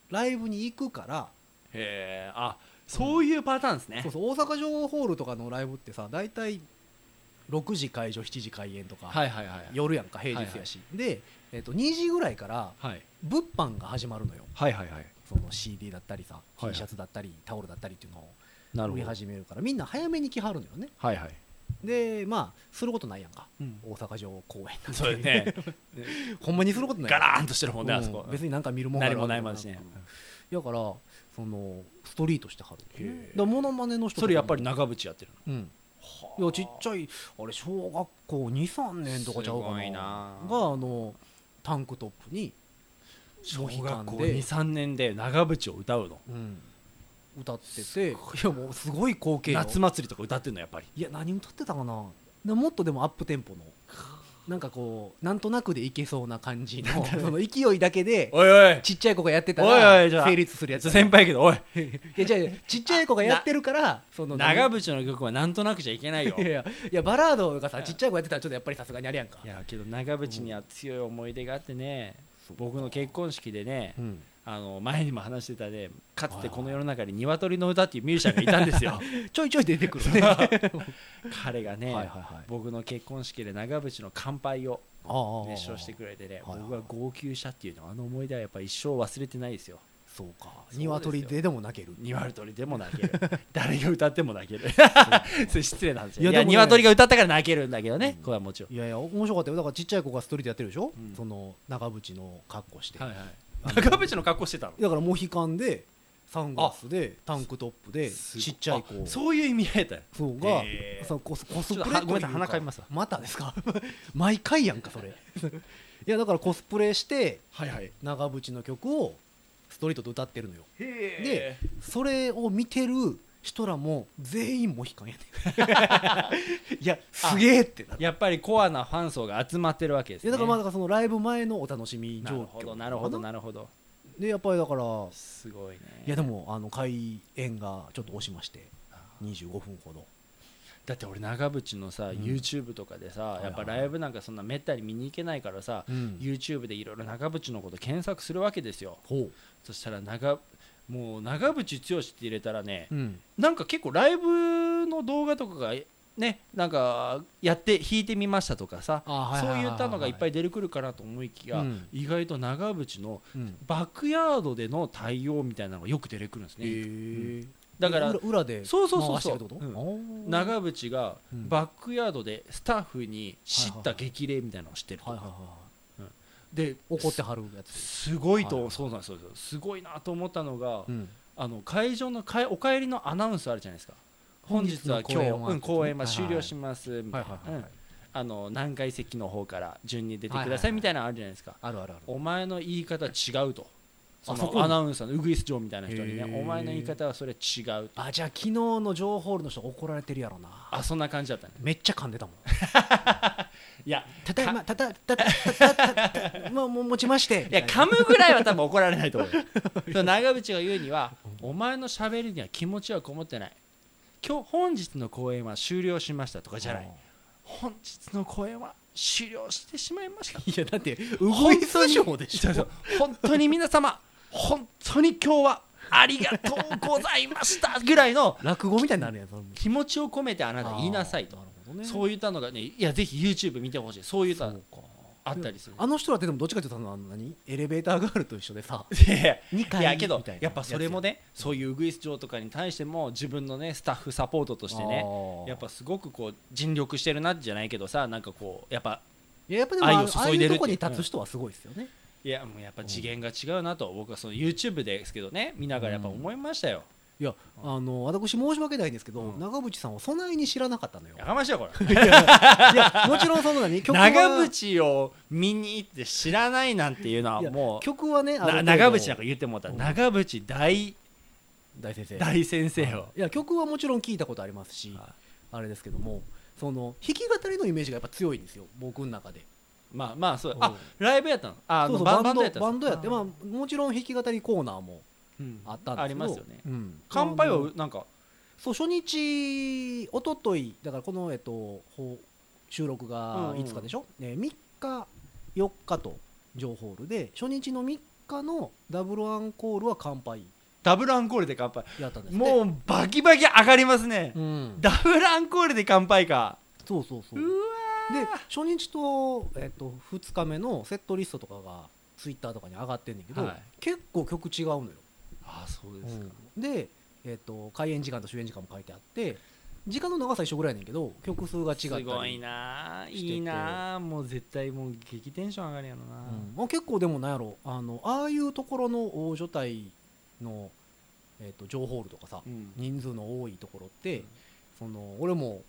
[SPEAKER 2] ライブに行くから、
[SPEAKER 3] へえあそういうパターンですね
[SPEAKER 2] そうそう大阪城ホールとかのライブってさ大体6時会場7時開演とか、
[SPEAKER 3] はいはいはい
[SPEAKER 2] 夜やんか平日やし、で、えー、と2時ぐらいから
[SPEAKER 3] はい
[SPEAKER 2] 物販が始まるのよ
[SPEAKER 3] はいはいはい
[SPEAKER 2] その CD だったりさ
[SPEAKER 3] はい
[SPEAKER 2] T シャツだったりタオルだったりっていうのを
[SPEAKER 3] な
[SPEAKER 2] 売り始めるからみんな早めに来はるのよね
[SPEAKER 3] はいはい
[SPEAKER 2] でまあすることないやんか
[SPEAKER 3] うん
[SPEAKER 2] 大阪城公園なんて
[SPEAKER 3] そうよね
[SPEAKER 2] ほんまにすることない
[SPEAKER 3] ガラーンとしてるもんね
[SPEAKER 2] うん
[SPEAKER 3] あそこ
[SPEAKER 2] 別になんか見るもんがあ
[SPEAKER 3] 何
[SPEAKER 2] る
[SPEAKER 3] も
[SPEAKER 2] わけ
[SPEAKER 3] な
[SPEAKER 2] で
[SPEAKER 3] い
[SPEAKER 2] も
[SPEAKER 3] ま
[SPEAKER 2] く
[SPEAKER 3] しね
[SPEAKER 2] だからそのストリートしてはる
[SPEAKER 3] へ
[SPEAKER 2] ね
[SPEAKER 3] え
[SPEAKER 2] だからモノマネの人とかも
[SPEAKER 3] それやっぱり長渕やってる
[SPEAKER 2] うんい
[SPEAKER 3] の
[SPEAKER 2] やちっちゃいあれ小学校23年とかちゃうか
[SPEAKER 3] すご
[SPEAKER 2] ないが
[SPEAKER 3] な
[SPEAKER 2] あのタンクトップに
[SPEAKER 3] 小
[SPEAKER 2] モヒ
[SPEAKER 3] 学
[SPEAKER 2] カン
[SPEAKER 3] 校
[SPEAKER 2] で
[SPEAKER 3] 23年で長渕を歌うの
[SPEAKER 2] うん歌ってていやもうすごい光景よ
[SPEAKER 3] 夏祭りとか歌ってんのやっぱり
[SPEAKER 2] いや何歌ってたかなでもっとでもアップテンポのなんかこうなんとなくでいけそうな感じのその勢いだけで
[SPEAKER 3] おいおい
[SPEAKER 2] ちっちゃい子がやってた
[SPEAKER 3] おいお
[SPEAKER 2] ら
[SPEAKER 3] いじゃあ
[SPEAKER 2] 成立するやつ
[SPEAKER 3] 先輩やけどおい
[SPEAKER 2] いやじゃあちっちゃい子がやってるからその
[SPEAKER 3] 長
[SPEAKER 2] 渕
[SPEAKER 3] 渕の曲はなんとなくじゃいけないよ
[SPEAKER 2] いやいやいやバラードがさちっちゃい子やってたらちょっとやっぱりさすがにあれやんか
[SPEAKER 3] いやけど長渕には強い思い出があってね僕の結婚式でね
[SPEAKER 2] うん
[SPEAKER 3] あの前にも話してたねかつてこの世の中に「鶏の歌」っていうミュージシャンがいたんですよ
[SPEAKER 2] ちょいちょい出てくるね はい
[SPEAKER 3] 彼がね、
[SPEAKER 2] はいはい
[SPEAKER 3] 僕の結婚式で長渕の乾杯を 熱唱して
[SPEAKER 2] く
[SPEAKER 3] くれてね
[SPEAKER 2] ああああ
[SPEAKER 3] 僕が号泣したっていうのはあの思い出はやっぱ一生忘れてないですよ
[SPEAKER 2] そうか
[SPEAKER 3] すよ
[SPEAKER 2] 鶏ででも泣ける
[SPEAKER 3] 鶏でも泣ける誰が歌っても泣ける それ失礼なんですよ
[SPEAKER 2] い
[SPEAKER 3] い
[SPEAKER 2] や
[SPEAKER 3] や
[SPEAKER 2] でもね
[SPEAKER 3] 鶏が歌ったから泣けるんだけどね、
[SPEAKER 2] うん
[SPEAKER 3] これはもちろん
[SPEAKER 2] いやいや面白かったよだからちっちゃい子がストリートやってるでしょ、
[SPEAKER 3] うん
[SPEAKER 2] その長渕の格好して、
[SPEAKER 3] はい、長渕の格好してたの
[SPEAKER 2] だからモヒカンでサングラスでタンクトップでちっちゃい子
[SPEAKER 3] あそういう意味合いだよ
[SPEAKER 2] そうが、
[SPEAKER 3] へー
[SPEAKER 2] そうコスコス
[SPEAKER 3] ち
[SPEAKER 2] プ
[SPEAKER 3] ょっと
[SPEAKER 2] レ
[SPEAKER 3] はごめん
[SPEAKER 2] とうか
[SPEAKER 3] なさい鼻かみますわ
[SPEAKER 2] またです か毎回やんかそれいやだからコスプレして
[SPEAKER 3] はいはい
[SPEAKER 2] 長渕の曲をストリートで歌ってるのよ
[SPEAKER 3] へえ
[SPEAKER 2] それを見てる人らも全員モヒカンやね んいやすげえってなる
[SPEAKER 3] やっぱりコアなファン層が集まってるわけです
[SPEAKER 2] い
[SPEAKER 3] ね
[SPEAKER 2] やだからまあだからそのライブ前のお楽しみ
[SPEAKER 3] な
[SPEAKER 2] 状況
[SPEAKER 3] るほどなるほどなるほど
[SPEAKER 2] でやっぱりだから
[SPEAKER 3] すごいね
[SPEAKER 2] いやでもあの開演がちょっと押しまして25分ほど
[SPEAKER 3] だって俺長渕のさ、
[SPEAKER 2] ん
[SPEAKER 3] YouTube とかでさ
[SPEAKER 2] いはい
[SPEAKER 3] やっぱライブなんかそんなめったに見に行けないからさ、
[SPEAKER 2] うん
[SPEAKER 3] YouTube でいろいろ長渕のこと検索するわけですよ
[SPEAKER 2] ほ
[SPEAKER 3] そしたら長もう長渕剛って入れたらね、
[SPEAKER 2] う、うん、
[SPEAKER 3] なんか結構ライブの動画とかがねなんかやって弾いてみましたとかさ
[SPEAKER 2] あはい
[SPEAKER 3] そ
[SPEAKER 2] は
[SPEAKER 3] う
[SPEAKER 2] いはい
[SPEAKER 3] い
[SPEAKER 2] はい
[SPEAKER 3] ったのがいっぱい出てくるかなと思いきや、
[SPEAKER 2] うん
[SPEAKER 3] 意外と長渕の
[SPEAKER 2] うん、
[SPEAKER 3] バックヤードでの対応みたいなのがよく出てくるんですね、
[SPEAKER 2] へえ
[SPEAKER 3] だから
[SPEAKER 2] 裏裏で
[SPEAKER 3] そうそうそうそう
[SPEAKER 2] 回してるってこと
[SPEAKER 3] うん
[SPEAKER 2] あー
[SPEAKER 3] 長渕が
[SPEAKER 2] うん
[SPEAKER 3] バックヤードでスタッフに知
[SPEAKER 2] はい
[SPEAKER 3] っ
[SPEAKER 2] はいは
[SPEAKER 3] た
[SPEAKER 2] い
[SPEAKER 3] 激励みたいなのをしてると
[SPEAKER 2] はいはい
[SPEAKER 3] か
[SPEAKER 2] は
[SPEAKER 3] で
[SPEAKER 2] い怒ってはるやつ、
[SPEAKER 3] すごい
[SPEAKER 2] はいは
[SPEAKER 3] と
[SPEAKER 2] い
[SPEAKER 3] そうなんですよすごいなと思ったのが
[SPEAKER 2] ん、
[SPEAKER 3] あの会場のかえお帰りのアナウンスあるじゃないですか本日は今日うん公演は終了し
[SPEAKER 2] ま
[SPEAKER 3] ますみ
[SPEAKER 2] は
[SPEAKER 3] た
[SPEAKER 2] い
[SPEAKER 3] い
[SPEAKER 2] はいはいはい
[SPEAKER 3] なうんあの何階席の方から順に出てくだ
[SPEAKER 2] はいはいは
[SPEAKER 3] さ
[SPEAKER 2] い
[SPEAKER 3] いみたいなのあるじゃないですか
[SPEAKER 2] あるあるある
[SPEAKER 3] お前の言い方違うとそ
[SPEAKER 2] そこに
[SPEAKER 3] のアナウンサーのウグイス・ジョーみたいな人にね
[SPEAKER 2] へー
[SPEAKER 3] お前の言い方はそれ違うと
[SPEAKER 2] あじゃあ昨日の情報ールの人怒られてるやろな
[SPEAKER 3] あそんな感じだったね
[SPEAKER 2] めっちゃ噛ん でたもん
[SPEAKER 3] いや
[SPEAKER 2] ただいまただただただただただまあもう持ちまして
[SPEAKER 3] いや噛むぐらいは多分怒られないと 思うその長渕が言うにはお前のしゃべりには気持ちはこもってない今日本日の公演は終了しましたとかじゃない本日の公演は終了してしまいました
[SPEAKER 2] いやだって動いす上でし
[SPEAKER 3] そうそう本当に皆様本当に今日はありがとうございましたぐらいの
[SPEAKER 2] 落語みたいになるやんそれも
[SPEAKER 3] 気持ちを込めてあなた言いなさいと
[SPEAKER 2] あーなるほどね
[SPEAKER 3] そういったのがねいやぜひ YouTube 見てほしいそういった
[SPEAKER 2] そうか
[SPEAKER 3] あったりする
[SPEAKER 2] あの人らってでもどっちかというとあのあの何エレベーターガールと一緒でさ
[SPEAKER 3] いや
[SPEAKER 2] 2階
[SPEAKER 3] いやけど
[SPEAKER 2] みたいな
[SPEAKER 3] やっぱそれもねそういうウグイス嬢とかに対しても自分のねスタッフサポートとしてねやっぱすごくこう尽力してるなじゃないけどさなんかこうやっぱ
[SPEAKER 2] いややっぱでもあ
[SPEAKER 3] 愛
[SPEAKER 2] あ
[SPEAKER 3] を
[SPEAKER 2] ああ
[SPEAKER 3] 注
[SPEAKER 2] い
[SPEAKER 3] いで
[SPEAKER 2] う
[SPEAKER 3] る
[SPEAKER 2] と
[SPEAKER 3] って
[SPEAKER 2] こに立つ人はすごいですよね、
[SPEAKER 3] いやもうやっぱ次元が違うなと僕はその YouTube ですけどね見ながらやっぱ思いましたよ、
[SPEAKER 2] いやあの私申し訳ないんですけど、
[SPEAKER 3] うん
[SPEAKER 2] 長渕さんをそないに知らなか ったのよ
[SPEAKER 3] やかましい よこれ
[SPEAKER 2] いやいやもちろんその何曲は
[SPEAKER 3] 長渕を見に行って知らないなんていうのはい
[SPEAKER 2] や
[SPEAKER 3] もう
[SPEAKER 2] 曲はねある
[SPEAKER 3] な
[SPEAKER 2] 程度
[SPEAKER 3] 長渕なんか言ってもうたら
[SPEAKER 2] うん
[SPEAKER 3] 長渕大
[SPEAKER 2] 大先生
[SPEAKER 3] 大先生を
[SPEAKER 2] いや曲はもちろん聞いたことありますし、
[SPEAKER 3] はい
[SPEAKER 2] あれですけどもその弾き語りのイメージがやっぱ強いんですよ僕の中で
[SPEAKER 3] まあまあそう
[SPEAKER 2] うん
[SPEAKER 3] あライブやったのああ
[SPEAKER 2] そう
[SPEAKER 3] の
[SPEAKER 2] そう
[SPEAKER 3] バ
[SPEAKER 2] バン
[SPEAKER 3] ンバンドやった
[SPEAKER 2] ド
[SPEAKER 3] の
[SPEAKER 2] バンドやって
[SPEAKER 3] あ
[SPEAKER 2] まあもちろん弾き語りコーナーも
[SPEAKER 3] うん
[SPEAKER 2] あったんですけど
[SPEAKER 3] ありますよね
[SPEAKER 2] うん
[SPEAKER 3] 乾杯
[SPEAKER 2] あの
[SPEAKER 3] はなんか
[SPEAKER 2] そう初日一昨日だからこのえっとほう収録が
[SPEAKER 3] うんうん
[SPEAKER 2] いつかでしょ、ね3日4日と情報ホールで初日の3日のダブルアンコールは乾杯
[SPEAKER 3] ダブルアンコールで乾杯
[SPEAKER 2] やったんですって
[SPEAKER 3] もうバキバキ上がりますね、
[SPEAKER 2] うん、
[SPEAKER 3] ダブルアンコールで乾杯か
[SPEAKER 2] そうそうそう
[SPEAKER 3] う
[SPEAKER 2] で初日と,、えっと2日目のセットリストとかがツイッターとかに上がってんねんけど、
[SPEAKER 3] はい
[SPEAKER 2] 結構曲違うのよ、
[SPEAKER 3] ああそうですか、
[SPEAKER 2] で、えっと開演時間と終演時間も書いてあって時間の長さ一緒ぐらいやねんけど曲数が違ったり
[SPEAKER 3] すごいなあ
[SPEAKER 2] してて
[SPEAKER 3] いいなあもう絶対もう激テンション上がるやろな、
[SPEAKER 2] うんもう結構でもなんやろあのああいうところの大所帯の、えっと情報ールとかさ、
[SPEAKER 3] うん
[SPEAKER 2] 人数の多いところって、
[SPEAKER 3] うん
[SPEAKER 2] その俺も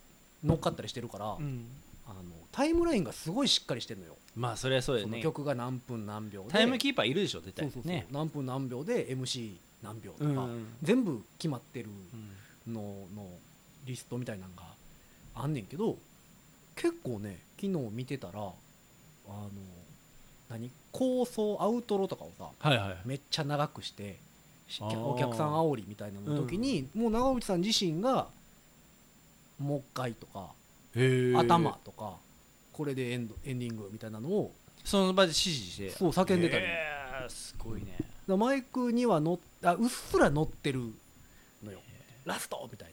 [SPEAKER 2] 乗っかったりしてるから、
[SPEAKER 3] うん
[SPEAKER 2] あのタイムラインがすごいしっかりしてるのよ、
[SPEAKER 3] まあそれはそうだよ
[SPEAKER 2] その
[SPEAKER 3] ね
[SPEAKER 2] 曲が何分何秒で
[SPEAKER 3] タイムキーパーいるでしょ絶
[SPEAKER 2] そ
[SPEAKER 3] 対
[SPEAKER 2] うそうそう、
[SPEAKER 3] ね
[SPEAKER 2] 何分何秒で MC 何秒とか、
[SPEAKER 3] うん
[SPEAKER 2] 全部決まってる
[SPEAKER 3] うん
[SPEAKER 2] ののリストみたいなのがあんねんけど結構ね昨日見てたらあの何構想アウトロとかをさ
[SPEAKER 3] はいはい
[SPEAKER 2] めっちゃ長くしてし
[SPEAKER 3] あー
[SPEAKER 2] お客さん煽りみたいなのの時に、もう長渕さん自身が「もう一回」とか「頭」とか「これでエンドエンディング」みたいなのを
[SPEAKER 3] その場で指示して
[SPEAKER 2] そう叫んでたり、
[SPEAKER 3] えーすごいね
[SPEAKER 2] だからマイクには乗っあうっすら乗ってるのよラストみたい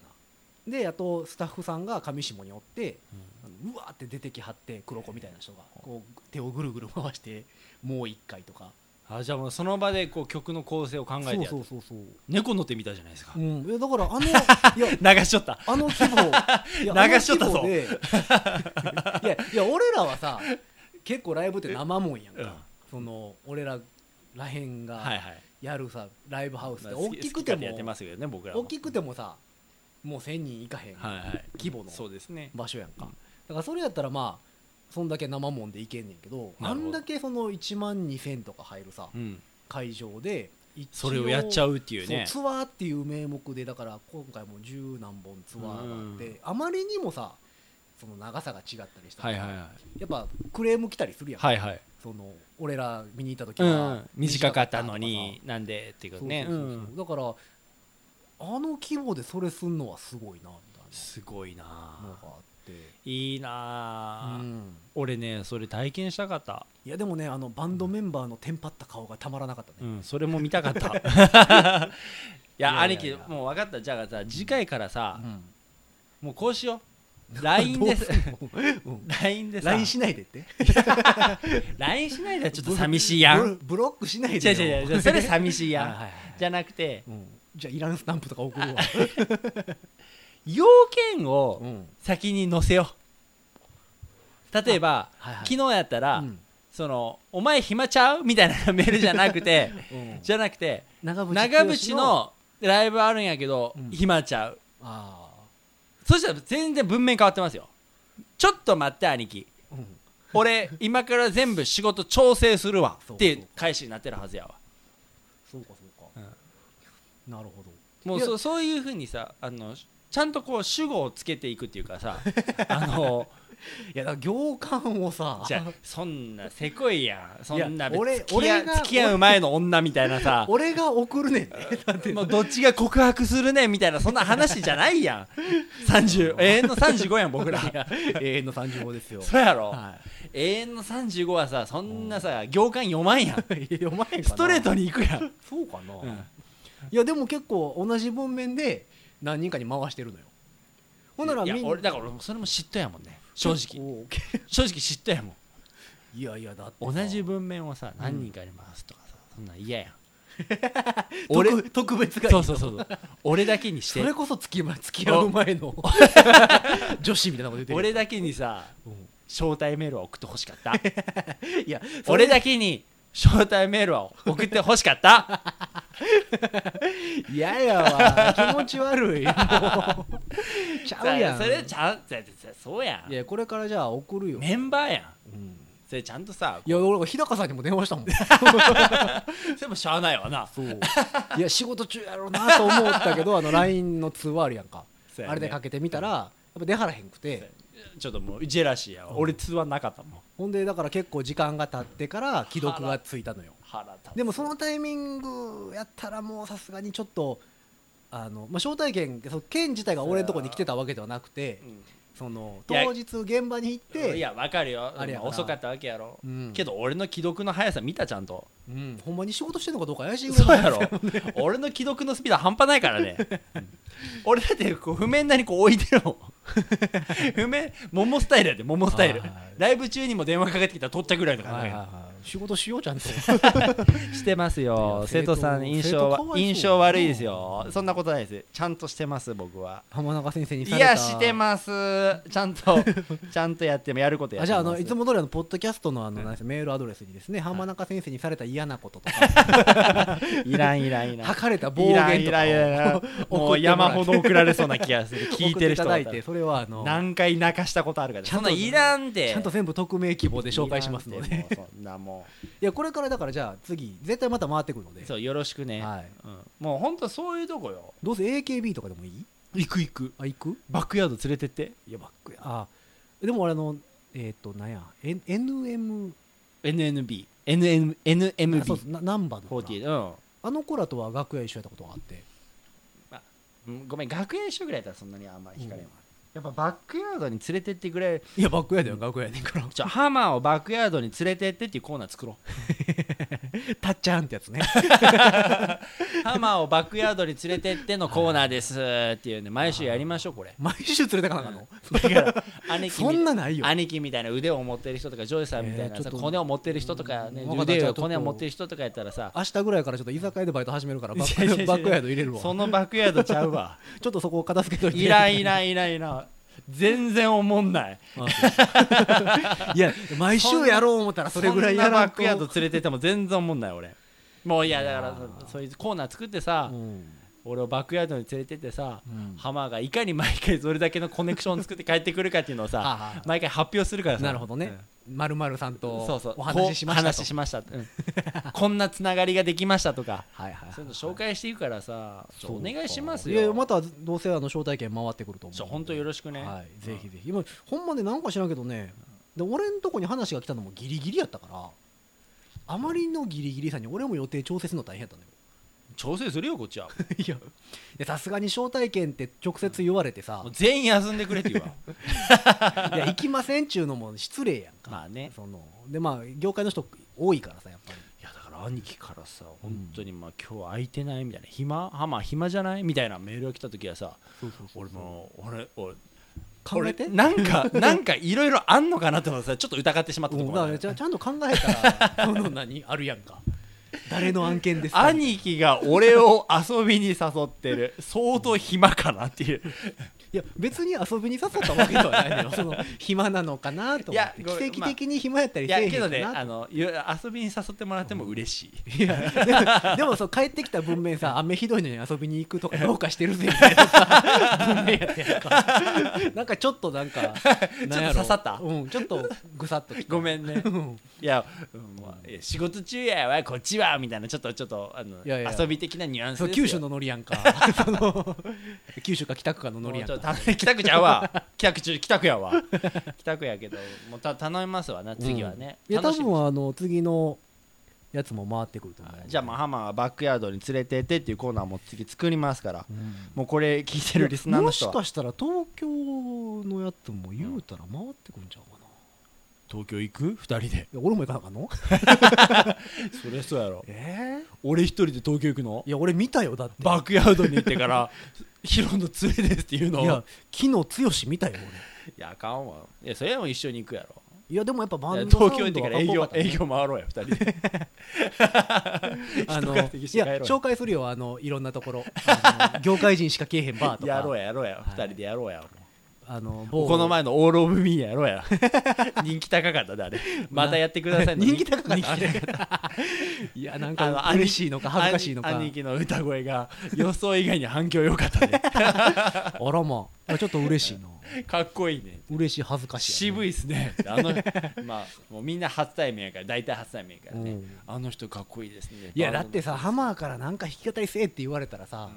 [SPEAKER 2] なであとスタッフさんが上下におってあのうわーって出てきはって黒子みたいな人がこう手をぐるぐる回してもう一回とか
[SPEAKER 3] あじゃあもうその場でこう曲の構成を考えてや
[SPEAKER 2] そ
[SPEAKER 3] っ
[SPEAKER 2] う
[SPEAKER 3] た
[SPEAKER 2] そうそうそう、
[SPEAKER 3] 猫乗ってみたじゃないですか、
[SPEAKER 2] うん、いやだから あのいや
[SPEAKER 3] 流しちゃった
[SPEAKER 2] あの規模 いや
[SPEAKER 3] 流しちゃったぞ
[SPEAKER 2] あの規模 でいやいや俺らはさ結構ライブって生もんやんか、
[SPEAKER 3] うん
[SPEAKER 2] その俺ららへん
[SPEAKER 3] は
[SPEAKER 2] が
[SPEAKER 3] いはい
[SPEAKER 2] やるさ、ライブハウス
[SPEAKER 3] ま
[SPEAKER 2] っ
[SPEAKER 3] あ
[SPEAKER 2] て
[SPEAKER 3] 好
[SPEAKER 2] 大きくて
[SPEAKER 3] 好勝手やって
[SPEAKER 2] も
[SPEAKER 3] ますけどね僕らは
[SPEAKER 2] 大きくてもさもう1000人いかへん
[SPEAKER 3] はいはい
[SPEAKER 2] 規模の
[SPEAKER 3] そうですね
[SPEAKER 2] 場所やんか、だからそれやったらまあそんだけ生もんでいけんねんけど
[SPEAKER 3] な
[SPEAKER 2] あ
[SPEAKER 3] るほど
[SPEAKER 2] んだけその1万2000とか入るさ
[SPEAKER 3] うん
[SPEAKER 2] 会場で
[SPEAKER 3] それをやっちゃ
[SPEAKER 2] う
[SPEAKER 3] うっていうね
[SPEAKER 2] ツアーっていう名目でだから今回も十何本ツアーがあって、あまりにもさその長さが違ったりした
[SPEAKER 3] は
[SPEAKER 2] ら、
[SPEAKER 3] いはいはい
[SPEAKER 2] やっぱクレーム来たりするやん、
[SPEAKER 3] はいはい
[SPEAKER 2] その俺ら見に行った時
[SPEAKER 3] う
[SPEAKER 2] は、
[SPEAKER 3] ん短かったのになんでっていう
[SPEAKER 2] 短
[SPEAKER 3] こ
[SPEAKER 2] かったとかさそうそうそう
[SPEAKER 3] とね
[SPEAKER 2] そうだからあの規模でそれすんのはすごいなみたいな
[SPEAKER 3] すごい
[SPEAKER 2] のが
[SPEAKER 3] な
[SPEAKER 2] あって、
[SPEAKER 3] いいな俺ねそれ体験したかった
[SPEAKER 2] いやでもねあのバンドメンバーのテンパった顔がたまらなかった
[SPEAKER 3] う
[SPEAKER 2] ね、
[SPEAKER 3] んそれも見たかった
[SPEAKER 2] いや
[SPEAKER 3] い
[SPEAKER 2] い
[SPEAKER 3] や
[SPEAKER 2] や
[SPEAKER 3] 兄貴もう分かったじゃあさ次回からさもうこうしよう LINE
[SPEAKER 2] ど
[SPEAKER 3] で
[SPEAKER 2] う
[SPEAKER 3] す
[SPEAKER 2] すんのうん、
[SPEAKER 3] LINE でさ
[SPEAKER 2] LINE しないでって
[SPEAKER 3] LINE しないではちょっと寂しいや
[SPEAKER 2] ブロ
[SPEAKER 3] ん
[SPEAKER 2] ブロックしない
[SPEAKER 3] 違う
[SPEAKER 2] で
[SPEAKER 3] 違う違うそれ寂しいや
[SPEAKER 2] はいはい
[SPEAKER 3] ん
[SPEAKER 2] はい
[SPEAKER 3] じゃなくて
[SPEAKER 2] うんじゃあいらんスタンプとか送るわ、
[SPEAKER 3] 要件を
[SPEAKER 2] うん
[SPEAKER 3] 先に載せよう例えば、
[SPEAKER 2] はいはい
[SPEAKER 3] 昨日やったら、
[SPEAKER 2] うん
[SPEAKER 3] その「お前暇ちゃう?」みたいなメールじゃなくて
[SPEAKER 2] うん
[SPEAKER 3] じゃなくて
[SPEAKER 2] 長渕
[SPEAKER 3] 長渕のライブあるんやけど、
[SPEAKER 2] うん
[SPEAKER 3] 暇ちゃう
[SPEAKER 2] あ
[SPEAKER 3] そしたら全然文面変わってますよちょっと待って兄貴
[SPEAKER 2] あ、うん、
[SPEAKER 3] 俺今から全部仕事調整するわ
[SPEAKER 2] そうそう
[SPEAKER 3] っていう返しになってるはずやわ
[SPEAKER 2] そうかそうか、なるほど
[SPEAKER 3] もう
[SPEAKER 2] いや
[SPEAKER 3] そうそういうふうにさあのちゃんとこう主語をつけていくっていう かさあの
[SPEAKER 2] いやだから行間をさ
[SPEAKER 3] じゃあそんなせこいやんそんな別に
[SPEAKER 2] 俺
[SPEAKER 3] 付き合
[SPEAKER 2] 俺が
[SPEAKER 3] 付き合う前の女みたいな さ
[SPEAKER 2] 俺が送るねんね
[SPEAKER 3] もうどっちが告白するねみたいなそんな話じゃないや ん30永遠の35やん僕ら
[SPEAKER 2] 永遠の35ですよ
[SPEAKER 3] そうや ろ、
[SPEAKER 2] は
[SPEAKER 3] 永遠の35はさそんなさ行間読まんやん
[SPEAKER 2] い、お前かな
[SPEAKER 3] ストレートに行くやん、
[SPEAKER 2] そうかな、
[SPEAKER 3] うん
[SPEAKER 2] いやでも結構同じ文面で何人かに回してるのよほんなら
[SPEAKER 3] いや
[SPEAKER 2] みん
[SPEAKER 3] 俺だから俺もそれも嫉妬やもんね正直
[SPEAKER 2] おう
[SPEAKER 3] 正直嫉妬やもん
[SPEAKER 2] いやいやだって
[SPEAKER 3] 同
[SPEAKER 2] さ
[SPEAKER 3] じ文面をさ何人かやりますとかさ、そんな ん嫌やん俺
[SPEAKER 2] 特特別がいい
[SPEAKER 3] そうそうそうそう俺だけにし
[SPEAKER 2] そ
[SPEAKER 3] て
[SPEAKER 2] れこそ付き合付き合う前の 女子みたいなこと言ってる
[SPEAKER 3] 俺だけにさ招待メールを送ってほしかった
[SPEAKER 2] いやそれ
[SPEAKER 3] 俺だけに招待メールを送ってほし かった
[SPEAKER 2] 嫌やわ気持ち悪 いもうちゃうやん
[SPEAKER 3] それちゃんそれそれそうや
[SPEAKER 2] いやこれからじゃあ送るよ
[SPEAKER 3] んメンバーやん
[SPEAKER 2] うん
[SPEAKER 3] それちゃんとさ
[SPEAKER 2] いや俺日高さんにも電話したもん
[SPEAKER 3] それもしゃあないわな
[SPEAKER 2] そういや仕事中やろうなと思ったけどあの LINE の通話あるやんか
[SPEAKER 3] そうやね
[SPEAKER 2] あれでかけてみたらやっぱ出はらへんくて
[SPEAKER 3] ちょっともうジェラシーやわ、俺通話なかったもん
[SPEAKER 2] ほんでだから結構時間が経ってから既読がついたのよ
[SPEAKER 3] 腹立つ
[SPEAKER 2] でもそのタイミングやったらもうさすがにちょっとあの、まあ、招待券その券自体が俺のとこに来てたわけではなくてその
[SPEAKER 3] いや
[SPEAKER 2] 当日現場に行っ
[SPEAKER 3] うん、
[SPEAKER 2] て
[SPEAKER 3] いやわかるよ
[SPEAKER 2] あれやから
[SPEAKER 3] 遅かったわけやろ、
[SPEAKER 2] うん
[SPEAKER 3] けど俺の既読の速さ見たちゃんと
[SPEAKER 2] うん、ほんまに仕事してんのかどうか怪しいぐ
[SPEAKER 3] そう
[SPEAKER 2] らい
[SPEAKER 3] やろ俺の既読のスピード半端ないからね、俺だってこう譜面なにこう置いてる もん譜面桃スタイルやで桃スタイル
[SPEAKER 2] はいはい
[SPEAKER 3] ライブ中にも電話かけてきたら取っちゃぐらいの感じ、
[SPEAKER 2] 仕事しようちゃんと
[SPEAKER 3] してます
[SPEAKER 2] い
[SPEAKER 3] よ
[SPEAKER 2] や
[SPEAKER 3] 生徒さん
[SPEAKER 2] 生徒
[SPEAKER 3] 印象
[SPEAKER 2] 生徒かわいそう
[SPEAKER 3] は印象悪いですよそんなことないですちゃんとしてます僕は
[SPEAKER 2] 浜中先生に
[SPEAKER 3] い
[SPEAKER 2] された
[SPEAKER 3] やしてますちゃんと ちゃんとやってもやることや
[SPEAKER 2] あ
[SPEAKER 3] って
[SPEAKER 2] じゃあ
[SPEAKER 3] ま
[SPEAKER 2] あ
[SPEAKER 3] す
[SPEAKER 2] のいつも通りあのポッドキャストのあの、なんですメールアドレスにですね浜中先生にされた嫌なこととか
[SPEAKER 3] いらんいらんい らん
[SPEAKER 2] 吐かれた暴言とかを
[SPEAKER 3] いらんいらんい らんも
[SPEAKER 2] 送っ
[SPEAKER 3] う
[SPEAKER 2] てもら
[SPEAKER 3] 山
[SPEAKER 2] え
[SPEAKER 3] ほど送られそうな気が する聞いてる人
[SPEAKER 2] 送
[SPEAKER 3] だ
[SPEAKER 2] っ
[SPEAKER 3] っ
[SPEAKER 2] いただい
[SPEAKER 3] てた
[SPEAKER 2] て
[SPEAKER 3] ら
[SPEAKER 2] それはあの
[SPEAKER 3] 何回泣かしたことあるから
[SPEAKER 2] ちゃ
[SPEAKER 3] そ
[SPEAKER 2] ん
[SPEAKER 3] ん
[SPEAKER 2] と
[SPEAKER 3] なんいらんで
[SPEAKER 2] ちゃんと全部匿名希望で紹介しますの で
[SPEAKER 3] いらんてもうそんなも
[SPEAKER 2] いやこれからだからじゃあ次絶対また回ってくるので
[SPEAKER 3] うそうよろしくね
[SPEAKER 2] はい
[SPEAKER 3] うんもうほんとそういうとこよ
[SPEAKER 2] どうせ AKB とかでもいい
[SPEAKER 3] 行く行く
[SPEAKER 2] あ行く
[SPEAKER 3] バックヤード連れてって
[SPEAKER 2] いやバックやあでも俺あのえっ、となんや N- NM
[SPEAKER 3] NNB
[SPEAKER 2] あそう
[SPEAKER 3] NNMB
[SPEAKER 2] そうなナンバの子ら
[SPEAKER 3] 40
[SPEAKER 2] あの子らとは楽屋一緒やったことがあって
[SPEAKER 3] うんごめん学園一緒ぐらいだったらそんなにあんまり惹かれんわやっぱバックヤードに連れてってくれ
[SPEAKER 2] いやバックやだよ楽屋やねんから
[SPEAKER 3] ちょハマーをバックヤードに連れてってっていうコーナー作ろう
[SPEAKER 2] たっちゃんってやつね
[SPEAKER 3] ハマーをバックヤードに連れてってのコーナーですっていうね毎週やりましょうこれ
[SPEAKER 2] 毎週連れてかなあかん の、
[SPEAKER 3] だから兄貴
[SPEAKER 2] そん
[SPEAKER 3] み
[SPEAKER 2] なないよ
[SPEAKER 3] 兄貴みたいな腕を持ってる人とかジョイさんみたい
[SPEAKER 2] え
[SPEAKER 3] な
[SPEAKER 2] ーちょ
[SPEAKER 3] さ
[SPEAKER 2] っと
[SPEAKER 3] コネを持ってる人とかね
[SPEAKER 2] うんわかった
[SPEAKER 3] 腕
[SPEAKER 2] じゃあちょ
[SPEAKER 3] を
[SPEAKER 2] っと
[SPEAKER 3] コネを持ってる人とかやった らさ
[SPEAKER 2] 明日ぐらいからちょっと居酒屋でバイト始めるからバッ
[SPEAKER 3] いやいやい
[SPEAKER 2] ク
[SPEAKER 3] や
[SPEAKER 2] バックヤード入れるわ
[SPEAKER 3] そのバックヤードちゃうわ
[SPEAKER 2] ちょっとそこを片付けといて
[SPEAKER 3] いらんいらんいらんいらん全然おもんない
[SPEAKER 2] いや毎週やろう思ったらそれぐらいや
[SPEAKER 3] そんな
[SPEAKER 2] ら
[SPEAKER 3] バ
[SPEAKER 2] ん
[SPEAKER 3] ッ
[SPEAKER 2] と
[SPEAKER 3] クヤード連れてっても全然おもんない俺もういやだからそそういうコーナー作ってさ、
[SPEAKER 2] うん
[SPEAKER 3] 俺をバックヤードに連れてってさ、
[SPEAKER 2] うん
[SPEAKER 3] ハマーがいかに毎回それだけのコネクションを作って帰ってくるかっていうのを
[SPEAKER 2] はあ
[SPEAKER 3] さ
[SPEAKER 2] はあ
[SPEAKER 3] 毎回発表するからさ
[SPEAKER 2] なるほどね、まるまるさん
[SPEAKER 3] うん
[SPEAKER 2] と
[SPEAKER 3] そうそう
[SPEAKER 2] お話ししました
[SPEAKER 3] こう
[SPEAKER 2] と
[SPEAKER 3] 話しましたうん こんなつながりができましたとか
[SPEAKER 2] はいはい
[SPEAKER 3] そういうの紹介していくからさちょ
[SPEAKER 2] そう
[SPEAKER 3] お
[SPEAKER 2] か
[SPEAKER 3] 願いします
[SPEAKER 2] いや
[SPEAKER 3] よ
[SPEAKER 2] またどうせあの招待券回ってくると思う
[SPEAKER 3] ちょ本当よろしくね、
[SPEAKER 2] はい、ぜひぜひ、今ほんまねなんか知らんけどねで俺んとこに話が来たのもギリギリやったからあまりのギリギリさに俺も予定調整するの大変やったのよ
[SPEAKER 3] 調整するよこっち はい
[SPEAKER 2] やいやさすがに招待券って直接言われてさ
[SPEAKER 3] もう全員休んでくれって 言うわ
[SPEAKER 2] いや行きませんっちゅうのも失礼やんか
[SPEAKER 3] まあね
[SPEAKER 2] そのでまあ業界の人多いからさやっぱり
[SPEAKER 3] いやだから兄貴からさ本当にまあ今日空いてないみたいな暇ハマー暇じゃないみたいなメールが来た時はさ俺もう俺俺
[SPEAKER 2] 考えて
[SPEAKER 3] 俺なんかなんかいろいろあんのかなと思ってさちょっと疑ってしまった
[SPEAKER 2] う
[SPEAKER 3] と
[SPEAKER 2] ん
[SPEAKER 3] こ
[SPEAKER 2] だか
[SPEAKER 3] ろある
[SPEAKER 2] らちゃちゃんと考えた らその何あるやんか誰の案件ですかい
[SPEAKER 3] 兄貴が俺を遊びに誘ってる相当暇かなって いう
[SPEAKER 2] や別に遊びに誘ったわけではないのよその暇なのかなと思
[SPEAKER 3] いや
[SPEAKER 2] って
[SPEAKER 3] ごめ
[SPEAKER 2] 奇跡
[SPEAKER 3] んまあ
[SPEAKER 2] 的に暇やったり
[SPEAKER 3] い
[SPEAKER 2] せえ
[SPEAKER 3] や
[SPEAKER 2] へん
[SPEAKER 3] けど
[SPEAKER 2] か
[SPEAKER 3] ね
[SPEAKER 2] な
[SPEAKER 3] あのいや遊びに誘ってもらっても嬉しい、
[SPEAKER 2] い やでもでもそう帰ってきた文面 さ雨ひどいのに遊びに行く とかどうかしてるぜみたいなさ 文面やったやんかなん かちょっとなんかなんやろ
[SPEAKER 3] 刺さった
[SPEAKER 2] うんちょっとぐさっときた
[SPEAKER 3] ごめんね
[SPEAKER 2] ん
[SPEAKER 3] いや,、うんまあいや仕事中やわこっちはみたいなちょっとちょっとあの
[SPEAKER 2] いやいや
[SPEAKER 3] 遊び的なニュアンス
[SPEAKER 2] そ
[SPEAKER 3] で
[SPEAKER 2] う
[SPEAKER 3] すよ
[SPEAKER 2] 九州のノリやん かその九州か北区かのノリやん
[SPEAKER 3] もう
[SPEAKER 2] か
[SPEAKER 3] ちょっと頼む北区ちゃうわ 北区中北 区やわ北区やけどもうた頼みますわな次はね、
[SPEAKER 2] うんいや多
[SPEAKER 3] 楽しみにし
[SPEAKER 2] 分あの次のやつも回ってくると思う
[SPEAKER 3] じゃあまあハマーはバックヤードに連れてってっていうコーナーも次作りますから、もうこれ聞いてるリスナーの
[SPEAKER 2] も
[SPEAKER 3] 人
[SPEAKER 2] し
[SPEAKER 3] は
[SPEAKER 2] かしたら東京のやつも言うたら回ってくるんちゃうかな、
[SPEAKER 3] 東京行く2人で
[SPEAKER 2] いや俺も行かなあかんの
[SPEAKER 3] そりゃそうやろ
[SPEAKER 2] え
[SPEAKER 3] 俺一人で東京行くの
[SPEAKER 2] いや俺見たよだって
[SPEAKER 3] バックヤードに行ってから ヒロの連れですっていうのを
[SPEAKER 2] いや昨日剛見たよ
[SPEAKER 3] いやあかんわいやそれはもう一緒に行くやろ
[SPEAKER 2] いやでもやっぱバンド
[SPEAKER 3] 東京に行ってから営
[SPEAKER 2] サウ
[SPEAKER 3] 業
[SPEAKER 2] ンドはかっこよかったね
[SPEAKER 3] 営業回ろうよ二 人で
[SPEAKER 2] あのい
[SPEAKER 3] 人が敵して帰ろう
[SPEAKER 2] や紹介するよあのいろんなとこ ろあの業界人しか来えへんバーと
[SPEAKER 3] やろう
[SPEAKER 2] か
[SPEAKER 3] ややろうや
[SPEAKER 2] い
[SPEAKER 3] 二人でやろうやもう
[SPEAKER 2] あの某
[SPEAKER 3] この前のオールオブミーやろうや 人気高かったであれまたやってください の
[SPEAKER 2] 人気高かった
[SPEAKER 3] 人気高かった
[SPEAKER 2] いや なん
[SPEAKER 3] あ
[SPEAKER 2] か
[SPEAKER 3] の
[SPEAKER 2] 嬉しいのか恥ずかしいのか
[SPEAKER 3] 兄兄貴の歌声が予想以外に反響良 かったね
[SPEAKER 2] あらまあちょっと嬉しいな
[SPEAKER 3] かっこいいね
[SPEAKER 2] 嬉しい恥ずかしいやな
[SPEAKER 3] 渋いっすねあのまあもうみんな初対面やから大体初対面やからね、
[SPEAKER 2] うん
[SPEAKER 3] あの人かっこいいですね
[SPEAKER 2] いやだってさハマーからなんか弾き語りせえって言われたらさ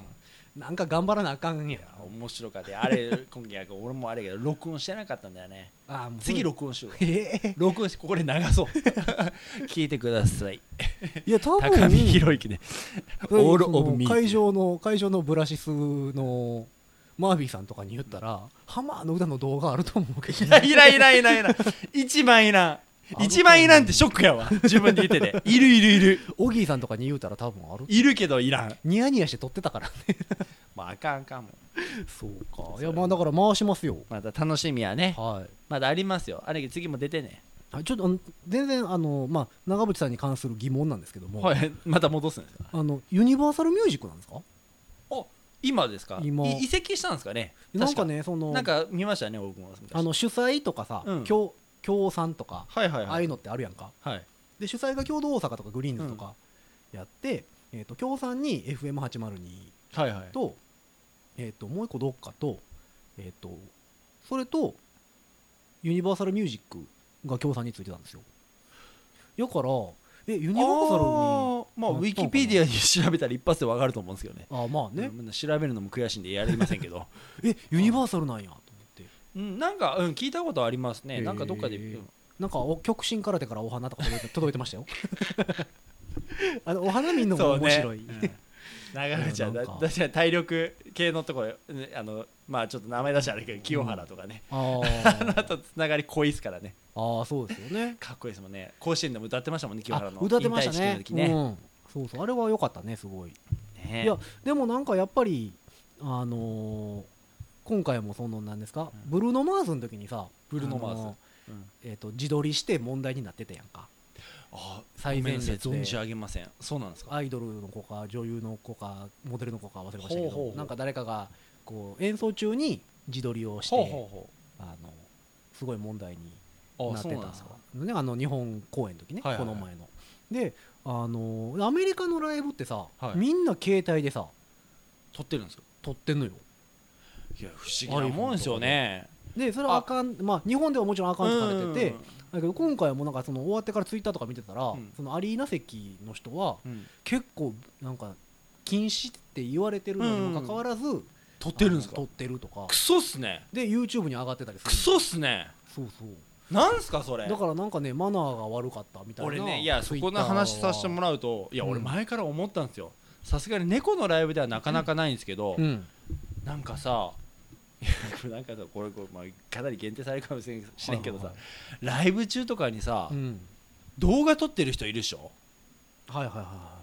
[SPEAKER 2] なんか頑張らなあかんやん
[SPEAKER 3] 面白かったあれ今期俺もあれやけど録音してなかったんだよね
[SPEAKER 2] あーもう
[SPEAKER 3] 次録音しよう
[SPEAKER 2] ええ
[SPEAKER 3] 録音してここで流そう 聞いてください
[SPEAKER 2] いや多分
[SPEAKER 3] 高見宏之でオールオブミー
[SPEAKER 2] その会場の会場のブラシスのマービーさんとかに言ったら、ハマーの歌の動画あると思うけど
[SPEAKER 3] いやいらんいらんいらんいらん一番いらん一番いらんってショックやわ自分で言ってているいるいる
[SPEAKER 2] オギーさんとかに言うたら多分ある
[SPEAKER 3] いるけどいらん
[SPEAKER 2] ニヤニヤして撮ってたからね
[SPEAKER 3] まああかんあかんもん
[SPEAKER 2] そうかいやまあだから回しますよ
[SPEAKER 3] また楽しみやね
[SPEAKER 2] はい
[SPEAKER 3] まだありますよあれ次も出てね
[SPEAKER 2] あちょっとあの全然あの、まあ、長渕さんに関する疑問なんですけども、
[SPEAKER 3] いまた戻すんですか
[SPEAKER 2] あのユニバーサルミュージックなんですか
[SPEAKER 3] お今ですか
[SPEAKER 2] 今
[SPEAKER 3] い移籍したんですかね
[SPEAKER 2] なんか
[SPEAKER 3] 確
[SPEAKER 2] ねその
[SPEAKER 3] なんか見ましたね大久保さん
[SPEAKER 2] あの主催とかさ、
[SPEAKER 3] うん
[SPEAKER 2] 協協賛とか、
[SPEAKER 3] はいはい
[SPEAKER 2] ああ
[SPEAKER 3] はいいう
[SPEAKER 2] のってあるやんか
[SPEAKER 3] はい
[SPEAKER 2] で主催が共同大阪とかグリーンズとかやって、えー、と協賛に FM802
[SPEAKER 3] はいはい
[SPEAKER 2] と,、えー、ともう一個どっかと,、えー、とそれとユニバーサルミュージックが協賛についてたんですよだからえユニバーサルに
[SPEAKER 3] あーまあウィキペディアに調べたら一発でわかると思うんですけどね
[SPEAKER 2] ああまあね、
[SPEAKER 3] うん調べるのも悔しいんでやりませんけど
[SPEAKER 2] えユニバーサルなんやと思って
[SPEAKER 3] うんなんかうん聞いたことありますねなんかどっかで
[SPEAKER 2] へー
[SPEAKER 3] うん
[SPEAKER 2] なんかお極真空手からお花とか届い て届いてましたよあのお花見んのも
[SPEAKER 3] そうね
[SPEAKER 2] 面白い、
[SPEAKER 3] うん 長渕ちゃん
[SPEAKER 2] な
[SPEAKER 3] だ
[SPEAKER 2] んか
[SPEAKER 3] 確かに体力系のところねあのまあちょっと名前出してあるけど清原とかね
[SPEAKER 2] あ
[SPEAKER 3] あ
[SPEAKER 2] ー
[SPEAKER 3] とつながり濃いですからね
[SPEAKER 2] あーそうですよね
[SPEAKER 3] かっこいいですもんね甲子園でも歌ってましたもんね清原の
[SPEAKER 2] あ歌ってました
[SPEAKER 3] 引退式
[SPEAKER 2] ね
[SPEAKER 3] の時ね
[SPEAKER 2] うん、そうそうあれは良かったねすごい、
[SPEAKER 3] ね
[SPEAKER 2] いやでもなんかやっぱりあのー今回もそのなんですか、ブルーノ・マーズの時にさ
[SPEAKER 3] ブルーノマーズ
[SPEAKER 2] あの
[SPEAKER 3] うん
[SPEAKER 2] えー、と自撮りして問題になってたやんか
[SPEAKER 3] あ
[SPEAKER 2] 最前列で
[SPEAKER 3] ごめんなさい存じ上げませんそうなんですか
[SPEAKER 2] アイドルの子か女優の子かモデルの子か忘れましたけど
[SPEAKER 3] ほうほうほう
[SPEAKER 2] なんか誰かがこう演奏中に自撮りをして
[SPEAKER 3] ほうほ
[SPEAKER 2] あのすごい問題に
[SPEAKER 3] うほう
[SPEAKER 2] な
[SPEAKER 3] あ
[SPEAKER 2] っ
[SPEAKER 3] そ
[SPEAKER 2] て
[SPEAKER 3] う
[SPEAKER 2] た
[SPEAKER 3] なんですか
[SPEAKER 2] のねあの日本公演の時ね、
[SPEAKER 3] はいはいは
[SPEAKER 2] こ
[SPEAKER 3] い
[SPEAKER 2] の前のであのアメリカのライブってさ、
[SPEAKER 3] はい
[SPEAKER 2] みんな携帯でさ
[SPEAKER 3] 撮ってるんですか
[SPEAKER 2] 撮ってんのよ
[SPEAKER 3] いや不思議なもんですよね
[SPEAKER 2] でそれはあかんまあ日本ではもちろんアカウントされてて
[SPEAKER 3] うん
[SPEAKER 2] だけど今回もなんかその終わってからツイッターとか見てたら、
[SPEAKER 3] ん
[SPEAKER 2] そのアリーナ席の人は
[SPEAKER 3] うん
[SPEAKER 2] 結構なんか禁止って言われてるのにもかかわらず、
[SPEAKER 3] 撮っ
[SPEAKER 2] 撮
[SPEAKER 3] てるんですか
[SPEAKER 2] 撮ってるとか
[SPEAKER 3] クソっすね
[SPEAKER 2] で YouTube に上がってたりする
[SPEAKER 3] クソっすね
[SPEAKER 2] そうそう
[SPEAKER 3] なんすかそれ
[SPEAKER 2] だからなんかねマナーが悪かったみたいな
[SPEAKER 3] 俺ねいやそこの
[SPEAKER 2] Twitter
[SPEAKER 3] 話させても
[SPEAKER 2] は
[SPEAKER 3] らうといや俺
[SPEAKER 2] うん
[SPEAKER 3] 前から思ったんですよさすがに猫のライブではなかなかないんですけど、
[SPEAKER 2] うん
[SPEAKER 3] なんかさ いやこれなんかさこれこれ、まあ、かなり限定されるかもしれんしれんけどさ、
[SPEAKER 2] はい
[SPEAKER 3] ライブ中とかにさ、
[SPEAKER 2] うん
[SPEAKER 3] 動画撮ってる人いるでしょ
[SPEAKER 2] はいはいはいは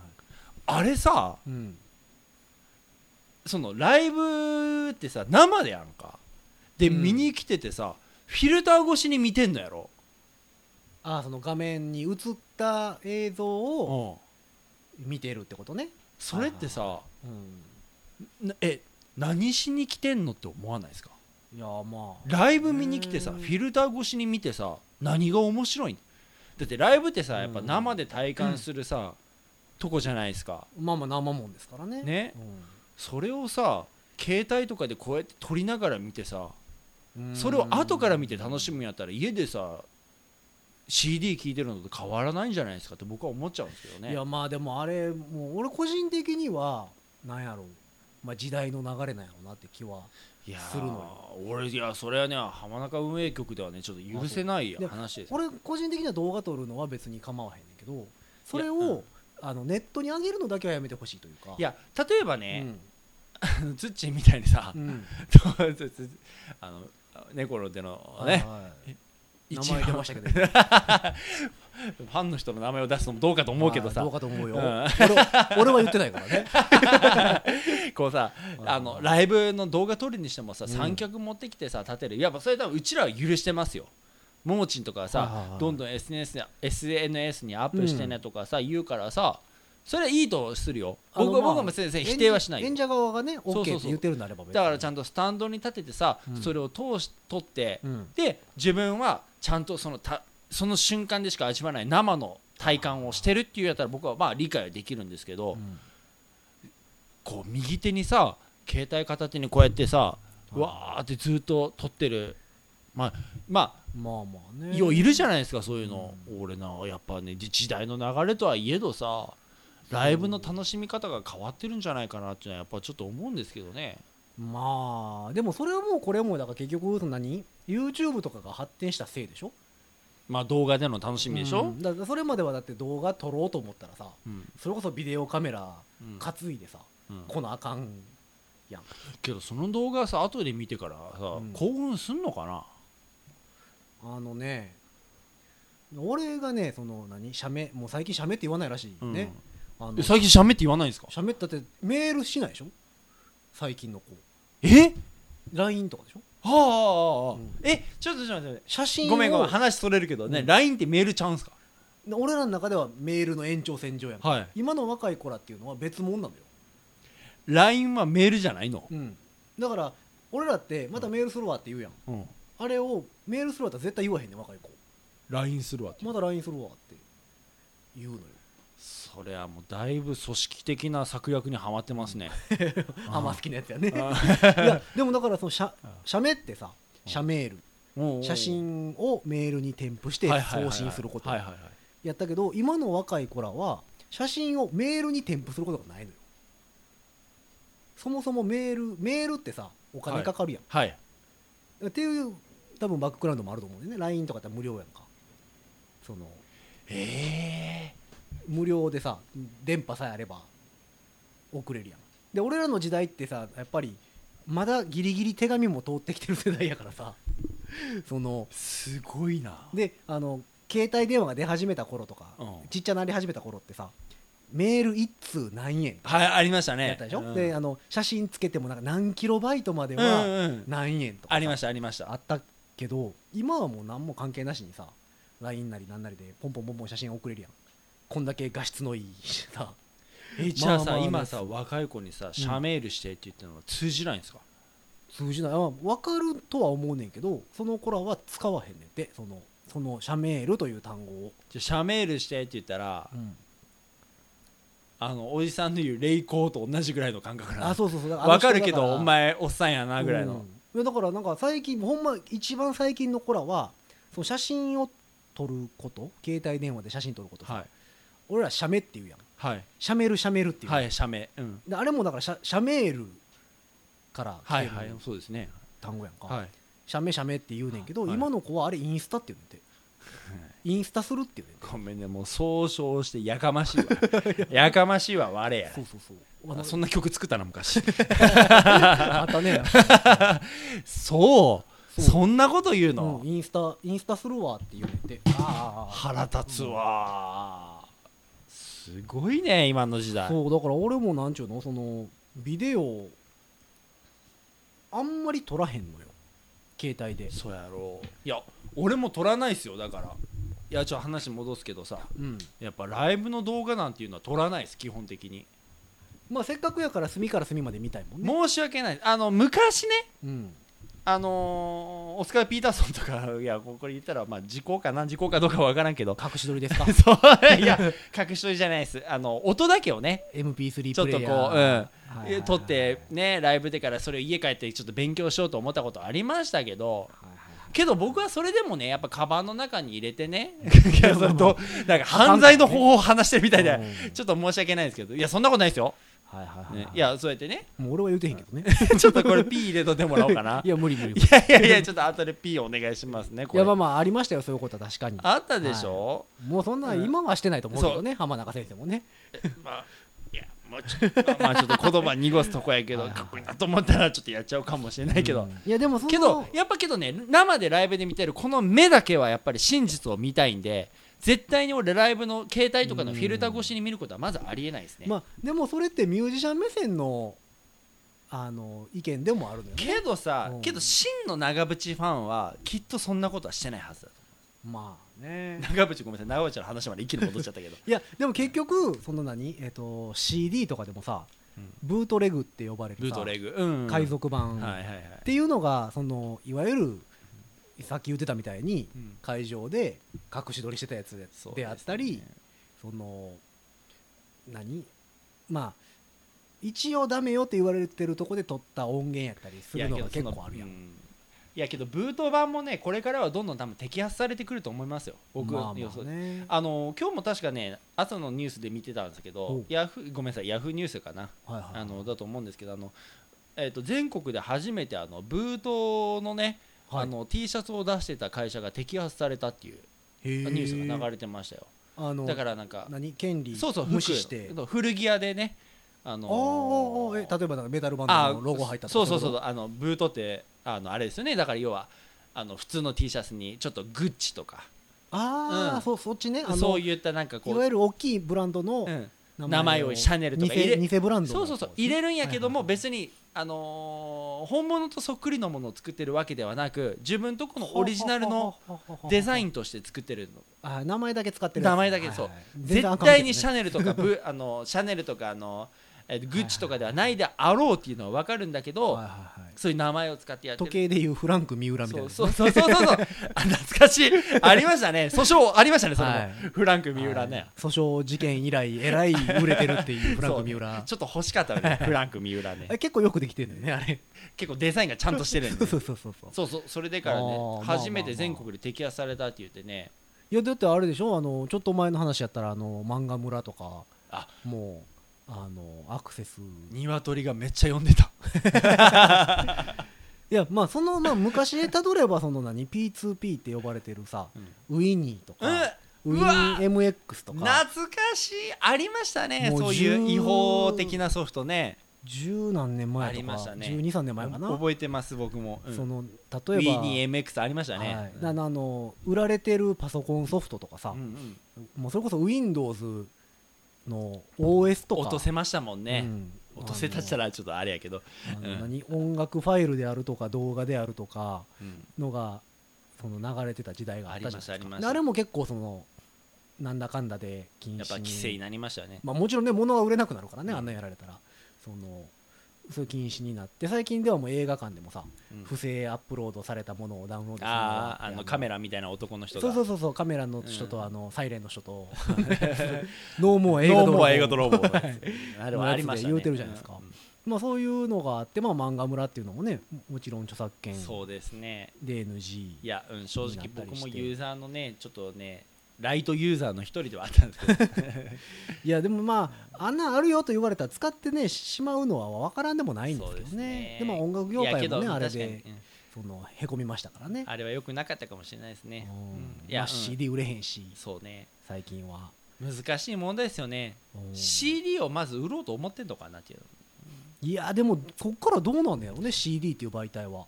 [SPEAKER 3] あれさ
[SPEAKER 2] い、うん、
[SPEAKER 3] そのライブってさ生でやんかで、
[SPEAKER 2] うん
[SPEAKER 3] 見に来ててさフィルター越しに見てんのやろ、
[SPEAKER 2] ああその画面に映った映像を
[SPEAKER 3] うん、
[SPEAKER 2] 見てるってことね、
[SPEAKER 3] それってさ
[SPEAKER 2] うん、
[SPEAKER 3] なえ何しに来てんのって思わないですか
[SPEAKER 2] いやーまあ
[SPEAKER 3] ライブ見に来てさ
[SPEAKER 2] う
[SPEAKER 3] フ
[SPEAKER 2] ん
[SPEAKER 3] ィルター越しに見てさ何が面白いんだってライブってさ
[SPEAKER 2] うん
[SPEAKER 3] やっぱ生で体感するさ、とこじゃないですか
[SPEAKER 2] まあまあ生もんですからね
[SPEAKER 3] ね
[SPEAKER 2] う
[SPEAKER 3] それをさ携帯とかでこうやって撮りながら見てさ
[SPEAKER 2] ん
[SPEAKER 3] それを後から見て楽しむんやったら家でさ CD 聴いてるのと変わらないんじゃないですかって僕は思っちゃうんですけど
[SPEAKER 2] い
[SPEAKER 3] ね
[SPEAKER 2] やまあでもあれもう俺個人的にはなんやろう、まあ、時代の流れなんやろうなって気は、
[SPEAKER 3] いやー
[SPEAKER 2] するの
[SPEAKER 3] 俺いやそれはね浜中運営局ではねちょっと許せない
[SPEAKER 2] あそう
[SPEAKER 3] 話ですよ
[SPEAKER 2] 俺個人的には動画撮るのは別に構わへんねんけどそれを、
[SPEAKER 3] うん
[SPEAKER 2] あのネットに上げるのだけはやめてほしいというか
[SPEAKER 3] いや例えば
[SPEAKER 2] う
[SPEAKER 3] ね、
[SPEAKER 2] ん
[SPEAKER 3] ツッチーみたい にさ、
[SPEAKER 2] うん
[SPEAKER 3] あの猫の手の
[SPEAKER 2] はい
[SPEAKER 3] ね
[SPEAKER 2] はい名
[SPEAKER 3] 一
[SPEAKER 2] 前出
[SPEAKER 3] 番
[SPEAKER 2] ましたけど
[SPEAKER 3] ファンの人の名前を出すのもどうかと思うけどさ、
[SPEAKER 2] うかと思うよ、
[SPEAKER 3] うん
[SPEAKER 2] 俺は俺は言ってないから ね
[SPEAKER 3] こうさ
[SPEAKER 2] うん
[SPEAKER 3] あのライブの動画撮るにしてもさ
[SPEAKER 2] ん
[SPEAKER 3] 三脚持ってきてさ立てるやっぱそれ多分うちらは許してますよももちんとか
[SPEAKER 2] はいはい
[SPEAKER 3] さ
[SPEAKER 2] はい
[SPEAKER 3] どんどん SNS に SNS にアップしてねとかさ言うからさそれはいいとするよ僕
[SPEAKER 2] あ
[SPEAKER 3] は
[SPEAKER 2] のまあ
[SPEAKER 3] 僕は先生否定はしないよ
[SPEAKER 2] 演者演者側がね
[SPEAKER 3] そうそうそう
[SPEAKER 2] OK って言ってるならば別に
[SPEAKER 3] だからちゃんとスタンドに立ててさ
[SPEAKER 2] うん
[SPEAKER 3] それを通し取って
[SPEAKER 2] うん
[SPEAKER 3] で自分はちゃんとそのたその瞬間でしか味わえない生の体感をしてるっていうやったら僕はまあ理解はできるんですけど、
[SPEAKER 2] うん
[SPEAKER 3] こう右手にさ携帯片手にこうやってさわーってずっと撮ってるまあま
[SPEAKER 2] まあまあ
[SPEAKER 3] あ
[SPEAKER 2] ね
[SPEAKER 3] よういるじゃないですかそういうの、俺なやっぱねじ時代の流れとはいえどさライブの楽しみ方が変わってるんじゃないかなっていうのはやっぱちょっと思うんですけどね
[SPEAKER 2] まあでもそれはもうこれはもうだから結局その何 YouTube とかが発展したせいでしょ
[SPEAKER 3] まあ動画での楽しみでし
[SPEAKER 2] う
[SPEAKER 3] ょ、
[SPEAKER 2] んだからそれまではだって動画撮ろうと思ったらさ
[SPEAKER 3] うん
[SPEAKER 2] それこそビデオカメラ
[SPEAKER 3] うん
[SPEAKER 2] 担いでさ、
[SPEAKER 3] うん
[SPEAKER 2] このあかんやん
[SPEAKER 3] けどその動画さ後で見てからさ、
[SPEAKER 2] うん
[SPEAKER 3] 興奮すんのかな
[SPEAKER 2] あのね俺がねその何写メもう最近写メって言わないらしいね、あ
[SPEAKER 3] え
[SPEAKER 2] の
[SPEAKER 3] 最近シャメって言わないんですか
[SPEAKER 2] 写メったってメールしないでしょ最近の子
[SPEAKER 3] え
[SPEAKER 2] LINE とかでしょ
[SPEAKER 3] はあはあはあ、
[SPEAKER 2] うん
[SPEAKER 3] えちょっとちょっと待って
[SPEAKER 2] 写真を
[SPEAKER 3] ごめんごめん話それるけどね、
[SPEAKER 2] うん
[SPEAKER 3] LINE ってメールちゃうんすか
[SPEAKER 2] 俺らの中ではメールの延長線上やんか、
[SPEAKER 3] はい
[SPEAKER 2] 今の若い子らっていうのは別物なのよ、
[SPEAKER 3] LINE はメールじゃないの、
[SPEAKER 2] うん、だから俺らってまたメールするわって言うやん、
[SPEAKER 3] うん、
[SPEAKER 2] あれをメールするわって絶対言わへんねん若い子
[SPEAKER 3] LINE するわって、
[SPEAKER 2] また LINE するわって言うのよ
[SPEAKER 3] それはもうだいぶ組織的な策略にはまってますね、
[SPEAKER 2] あまあ好きなやつやね
[SPEAKER 3] あ
[SPEAKER 2] いやでもだからその写
[SPEAKER 3] あ
[SPEAKER 2] 写メってさ
[SPEAKER 3] うん
[SPEAKER 2] 写メール
[SPEAKER 3] もう
[SPEAKER 2] 写真をメールに添付して
[SPEAKER 3] はいはいはいは
[SPEAKER 2] 送
[SPEAKER 3] い
[SPEAKER 2] 信すること
[SPEAKER 3] はいはいはい
[SPEAKER 2] やったけど今の若い子らは写真をメールに添付することがないのよそもそもメールメールってさお金かかるやん、
[SPEAKER 3] はい
[SPEAKER 2] っていう多分バックグラウンドもあると思うんだよね LINE とかやって無料やんかその
[SPEAKER 3] え
[SPEAKER 2] 無料でさ電波さえあれば送れるやんで俺らの時代ってさやっぱりまだギリギリ手紙も通ってきてる世代やからさその
[SPEAKER 3] ー、すごいな
[SPEAKER 2] であの携帯電話が出始めた頃とか、
[SPEAKER 3] うん
[SPEAKER 2] ちっちゃなり始めた頃ってさメール一通何円
[SPEAKER 3] はいありましたね
[SPEAKER 2] やったでしょ、
[SPEAKER 3] うん
[SPEAKER 2] であの写真つけてもなんか何キロバイトまで
[SPEAKER 3] うんうん
[SPEAKER 2] は何円とかさ、
[SPEAKER 3] ありましたありました
[SPEAKER 2] あったけど今はもう何も関係なしにさ LINE なりなんなりでポンポンポンポン写真送れるやんこんだけ画質のいいしさ
[SPEAKER 3] えじゃあさ、
[SPEAKER 2] まあまあ
[SPEAKER 3] 今さ若い子にさ「社メールして」って言ってるのは通じないんですか、
[SPEAKER 2] 通じないあ分かるとは思うねんけどその子らは使わへんねんってそのその社メールという単語を、
[SPEAKER 3] じゃあ社メールしてって言ったらあのおじさんの言う霊行と同じぐらいの感覚なの
[SPEAKER 2] あそうそうそうだら
[SPEAKER 3] わかる
[SPEAKER 2] あの
[SPEAKER 3] け
[SPEAKER 2] 人だ
[SPEAKER 3] ど
[SPEAKER 2] ら
[SPEAKER 3] お前おっさんやなぐらいの、
[SPEAKER 2] うんいやだからなんか最近ほんま一番最近の子らはその写真を撮ること携帯電話で写真撮ることさ、
[SPEAKER 3] はい
[SPEAKER 2] 俺ら写メって言うやん
[SPEAKER 3] はい
[SPEAKER 2] 写メる写メるっていう、
[SPEAKER 3] はい社名うん
[SPEAKER 2] であれもだから写写メールから来
[SPEAKER 3] は
[SPEAKER 2] て
[SPEAKER 3] い
[SPEAKER 2] る
[SPEAKER 3] はいそうですね
[SPEAKER 2] 単語やんか、
[SPEAKER 3] はい
[SPEAKER 2] 写メ写メって言うねんけど、
[SPEAKER 3] はい
[SPEAKER 2] 今の子はあれインスタって言うねんてインスタするって言うねんて
[SPEAKER 3] ごめんねもう総称してやかましい わやかましいわ我や
[SPEAKER 2] そうそうそう
[SPEAKER 3] あ そんな曲作ったな昔
[SPEAKER 2] あったね、
[SPEAKER 3] そう
[SPEAKER 2] そう
[SPEAKER 3] そんなこと言うの、
[SPEAKER 2] うん、インスタインスタするわって言うねんてああ
[SPEAKER 3] 腹立つわすごいね今の時代
[SPEAKER 2] そうだから俺もなんちゅうのそのビデオあんまり撮らへんのよ携帯で
[SPEAKER 3] そうやろういや俺も撮らないっすよだからいやちょっと話戻すけどさ
[SPEAKER 2] うん
[SPEAKER 3] やっぱライブの動画なんていうのは撮らないです基本的に
[SPEAKER 2] まあせっかくやから隅から隅まで見たいもんね
[SPEAKER 3] 申し訳ないあの昔ね
[SPEAKER 2] うん
[SPEAKER 3] あのーオスカー・ピーターソンとかいやここれ言ったらまあ時効かな時効かどうかわからんけど
[SPEAKER 2] 隠し撮りですか
[SPEAKER 3] そういや隠し撮りじゃないですあの音だけをね
[SPEAKER 2] MP3
[SPEAKER 3] ちょっ
[SPEAKER 2] プレ
[SPEAKER 3] と
[SPEAKER 2] イ
[SPEAKER 3] こ
[SPEAKER 2] ヤー
[SPEAKER 3] う、うん
[SPEAKER 2] はいはいはい
[SPEAKER 3] 撮ってねライブでからそれを家帰ってちょっと勉強しようと思ったことありましたけ
[SPEAKER 2] はい
[SPEAKER 3] ど
[SPEAKER 2] はいはい
[SPEAKER 3] けど僕はそれでもねやっぱカバンの中に入れ てねいやそれど なんか犯罪の方法を話してるみたいで
[SPEAKER 2] うん
[SPEAKER 3] ちょっと申し訳ないですけどいやそんなことないですよ、
[SPEAKER 2] はいはいはい
[SPEAKER 3] ね
[SPEAKER 2] はい
[SPEAKER 3] やそうやってね
[SPEAKER 2] もう俺は言うてへんけどね
[SPEAKER 3] ちょっとこれ P 入れとってもらおうかない
[SPEAKER 2] や無理無理無理
[SPEAKER 3] いやいやいや、ちょっと後で P お願いしますね、こ
[SPEAKER 2] い
[SPEAKER 3] れ。
[SPEAKER 2] やまあまあありましたよそういうことは確かに
[SPEAKER 3] あったでしょ、
[SPEAKER 2] もうそんな
[SPEAKER 3] うん
[SPEAKER 2] ん今はしてないと思うけどね浜中先生もね
[SPEAKER 3] まあ、いや、もうちょっと、 まあ、ちょっと言葉濁すとこやけど、
[SPEAKER 2] はいはい
[SPEAKER 3] かっこいいなと思ったら、ちょっとやっちゃうかもしれないけど。
[SPEAKER 2] うんいやでもその
[SPEAKER 3] けどやっぱけどね生でライブで見てるこの目だけはやっぱり真実を見たいんで絶対に俺ライブの携帯とかのフィルター越しに見ることはまずありえないですね、
[SPEAKER 2] まあでもそれってミュージシャン目線のあの意見でもあるのよね
[SPEAKER 3] けどさ
[SPEAKER 2] うん
[SPEAKER 3] けど真の長渕ファンはきっとそんなことはしてないはずだと
[SPEAKER 2] まあね
[SPEAKER 3] 長渕ごめんなさい長渕の話まで一気に戻っちゃった けど
[SPEAKER 2] いやでも結局その何、えっと CD とかでもさ、
[SPEAKER 3] うん
[SPEAKER 2] ブートレグって呼ばれる
[SPEAKER 3] ブー
[SPEAKER 2] さ
[SPEAKER 3] トレグ、うん
[SPEAKER 2] 海賊版、
[SPEAKER 3] はいはいはい
[SPEAKER 2] っていうのがそのいわゆるさっき言ってたみたいに
[SPEAKER 3] うん
[SPEAKER 2] 会場で隠し撮りしてたやつで
[SPEAKER 3] そうすね
[SPEAKER 2] であったりその何まあ一応ダメよって言われてるとこで撮った音源やったりするのが結構あるやん
[SPEAKER 3] いけどそのういやけどブート版もねこれからはどんどん多分摘発されてくると思いますよ僕
[SPEAKER 2] まあまあ
[SPEAKER 3] 予想
[SPEAKER 2] ね
[SPEAKER 3] あの今日も確かね朝のニュースで見てたんですけ
[SPEAKER 2] お
[SPEAKER 3] ど
[SPEAKER 2] う
[SPEAKER 3] ヤフーごめんなさいヤフーニュースかな
[SPEAKER 2] はいはい
[SPEAKER 3] あのだと思うんですけどあの、えー、と全国で初めてあのブートのね、
[SPEAKER 2] はい
[SPEAKER 3] あの T シャツを出してた会社が摘発されたっていう
[SPEAKER 2] へー
[SPEAKER 3] ニュースが流れてましたよ
[SPEAKER 2] あの
[SPEAKER 3] だからなんか
[SPEAKER 2] 何権利
[SPEAKER 3] そうそう
[SPEAKER 2] 無視して
[SPEAKER 3] 服古着屋でねあ
[SPEAKER 2] あ
[SPEAKER 3] の
[SPEAKER 2] ーあーあーえ例えばなんかメタルバンドのロゴ入ったとか
[SPEAKER 3] そうそうそ
[SPEAKER 2] いうこと
[SPEAKER 3] あのブートってあのあれですよねだから要はあの普通の T シャツにちょっとグッチとか
[SPEAKER 2] ああ、
[SPEAKER 3] うん
[SPEAKER 2] そうそっちねあの
[SPEAKER 3] そういったなんかこ
[SPEAKER 2] いうわゆる大きいブランドの
[SPEAKER 3] うん
[SPEAKER 2] 名
[SPEAKER 3] 名前をシャネルとか入れ
[SPEAKER 2] 偽偽ブランド
[SPEAKER 3] そうそうそう入れ
[SPEAKER 2] る
[SPEAKER 3] るんやけども別にあのー本物とそっくりのものを作ってるわけではなく自分とこのオリジナルのデザイ
[SPEAKER 2] ン
[SPEAKER 3] ンとして作ってるの
[SPEAKER 2] あ名前だけ使ってる
[SPEAKER 3] 名前だけそう絶対にシャネルとかブ あのシャネルとかあのえグッチとかではないであろうっていうのは分かるんだけ
[SPEAKER 2] ル
[SPEAKER 3] どそういう名前を使ってやってる
[SPEAKER 2] 時計でいうフランク三浦みたいな
[SPEAKER 3] そうそうそうそうそうそう あ懐かしいありましたね訴訟ありましたねそれも、
[SPEAKER 2] はい
[SPEAKER 3] フランク三浦ね、
[SPEAKER 2] はい訴訟事件以来えらい売れてるっていうフランク三
[SPEAKER 3] そう
[SPEAKER 2] 浦
[SPEAKER 3] ちょっと欲しかったよ ねフランク三浦ね
[SPEAKER 2] え結構よくできてるんだよねあれ
[SPEAKER 3] 結構デザインがちゃんとしてるん
[SPEAKER 2] そ
[SPEAKER 3] で
[SPEAKER 2] うそうそうそう
[SPEAKER 3] そうそうそれでから
[SPEAKER 2] あ
[SPEAKER 3] ね
[SPEAKER 2] ー
[SPEAKER 3] 初め
[SPEAKER 2] まあまあま
[SPEAKER 3] て
[SPEAKER 2] あ
[SPEAKER 3] 全国で摘発されたって言ってね
[SPEAKER 2] いやだってあれでしょあのちょっと前の話やったらあの漫画村とか
[SPEAKER 3] あ
[SPEAKER 2] もうあのアクセス
[SPEAKER 3] 鶏がめっちゃ呼んでた
[SPEAKER 2] いやまあそのまあ昔でたどればその何 P2P って呼ばれてるさ、ウィニーとか、
[SPEAKER 3] うん
[SPEAKER 2] ウィニー MX と
[SPEAKER 3] 懐
[SPEAKER 2] か
[SPEAKER 3] かしいありましたね
[SPEAKER 2] もう
[SPEAKER 3] そういう
[SPEAKER 2] 十
[SPEAKER 3] 違法的なソフトね
[SPEAKER 2] 十何年前
[SPEAKER 3] あり
[SPEAKER 2] と
[SPEAKER 3] ました
[SPEAKER 2] か、
[SPEAKER 3] ね
[SPEAKER 2] 十二三年前かな、
[SPEAKER 3] 覚えてます僕も、うん、
[SPEAKER 2] その例えば
[SPEAKER 3] WinEMX ありましたね、
[SPEAKER 2] はい
[SPEAKER 3] うん
[SPEAKER 2] あのあの売られてるパソコンソフトとかさ
[SPEAKER 3] う、ん
[SPEAKER 2] もうそれこそ Windows の OS
[SPEAKER 3] う
[SPEAKER 2] と
[SPEAKER 3] ん、
[SPEAKER 2] か
[SPEAKER 3] 落とせましたもんね、
[SPEAKER 2] うん
[SPEAKER 3] 落とせたったらちょっとあれやけど、
[SPEAKER 2] あの
[SPEAKER 3] うん
[SPEAKER 2] 何音楽ファイルであるとか動画であるとか
[SPEAKER 3] うん
[SPEAKER 2] のがその流れてた時代があったじゃないですか
[SPEAKER 3] ありましたありまし
[SPEAKER 2] で
[SPEAKER 3] た
[SPEAKER 2] あれも結構そのなんだかんだで禁止に
[SPEAKER 3] やっぱ規制になりましたね、
[SPEAKER 2] まあ、もちろんね物は売れなくなるからね、
[SPEAKER 3] うん
[SPEAKER 2] あんなやられたらそのそういう禁止になって最近ではもう映画館でもさ、
[SPEAKER 3] うん
[SPEAKER 2] 不正アップロードされたものをダウンロードするのが
[SPEAKER 3] あ
[SPEAKER 2] って
[SPEAKER 3] ああのカメ
[SPEAKER 2] ラ
[SPEAKER 3] ラみたいな男の人
[SPEAKER 2] そう
[SPEAKER 3] が
[SPEAKER 2] そうそうそうカメラの人と、
[SPEAKER 3] うん
[SPEAKER 2] あのサイレンの人 とノーモア映画
[SPEAKER 3] ノー
[SPEAKER 2] 泥棒
[SPEAKER 3] モア映画泥棒のやつ あれはありましたね
[SPEAKER 2] のやつで言うてるじゃないですかまあ、そういうのがあって、まあ、漫画村っていうのもねもちろん著作
[SPEAKER 3] う
[SPEAKER 2] 権
[SPEAKER 3] んそうですね
[SPEAKER 2] で NG
[SPEAKER 3] いや、うん、正直
[SPEAKER 2] になった
[SPEAKER 3] 僕
[SPEAKER 2] りして
[SPEAKER 3] もユーザーのねちょっとねライトユーザーの一人ではあったんですけど
[SPEAKER 2] いやでもまああんなんあるよと言われたら使ってねしまうのは分からんでも ないんですけどねでも音楽業
[SPEAKER 3] いや
[SPEAKER 2] 界
[SPEAKER 3] け
[SPEAKER 2] も
[SPEAKER 3] ど
[SPEAKER 2] ねあれ
[SPEAKER 3] 確かに
[SPEAKER 2] でそのへこみましたからね
[SPEAKER 3] うんあれは良くなかったかもしれないですね、うん
[SPEAKER 2] うん
[SPEAKER 3] いや、
[SPEAKER 2] ま
[SPEAKER 3] う
[SPEAKER 2] あ、
[SPEAKER 3] ん
[SPEAKER 2] CD 売れへんし、
[SPEAKER 3] そうね
[SPEAKER 2] 最近は、
[SPEAKER 3] 難しい問題ですよね
[SPEAKER 2] うん
[SPEAKER 3] CD をまず売ろうと思ってんのかなっていう
[SPEAKER 2] いやでもこっからどうなんだよね CD っていう媒体は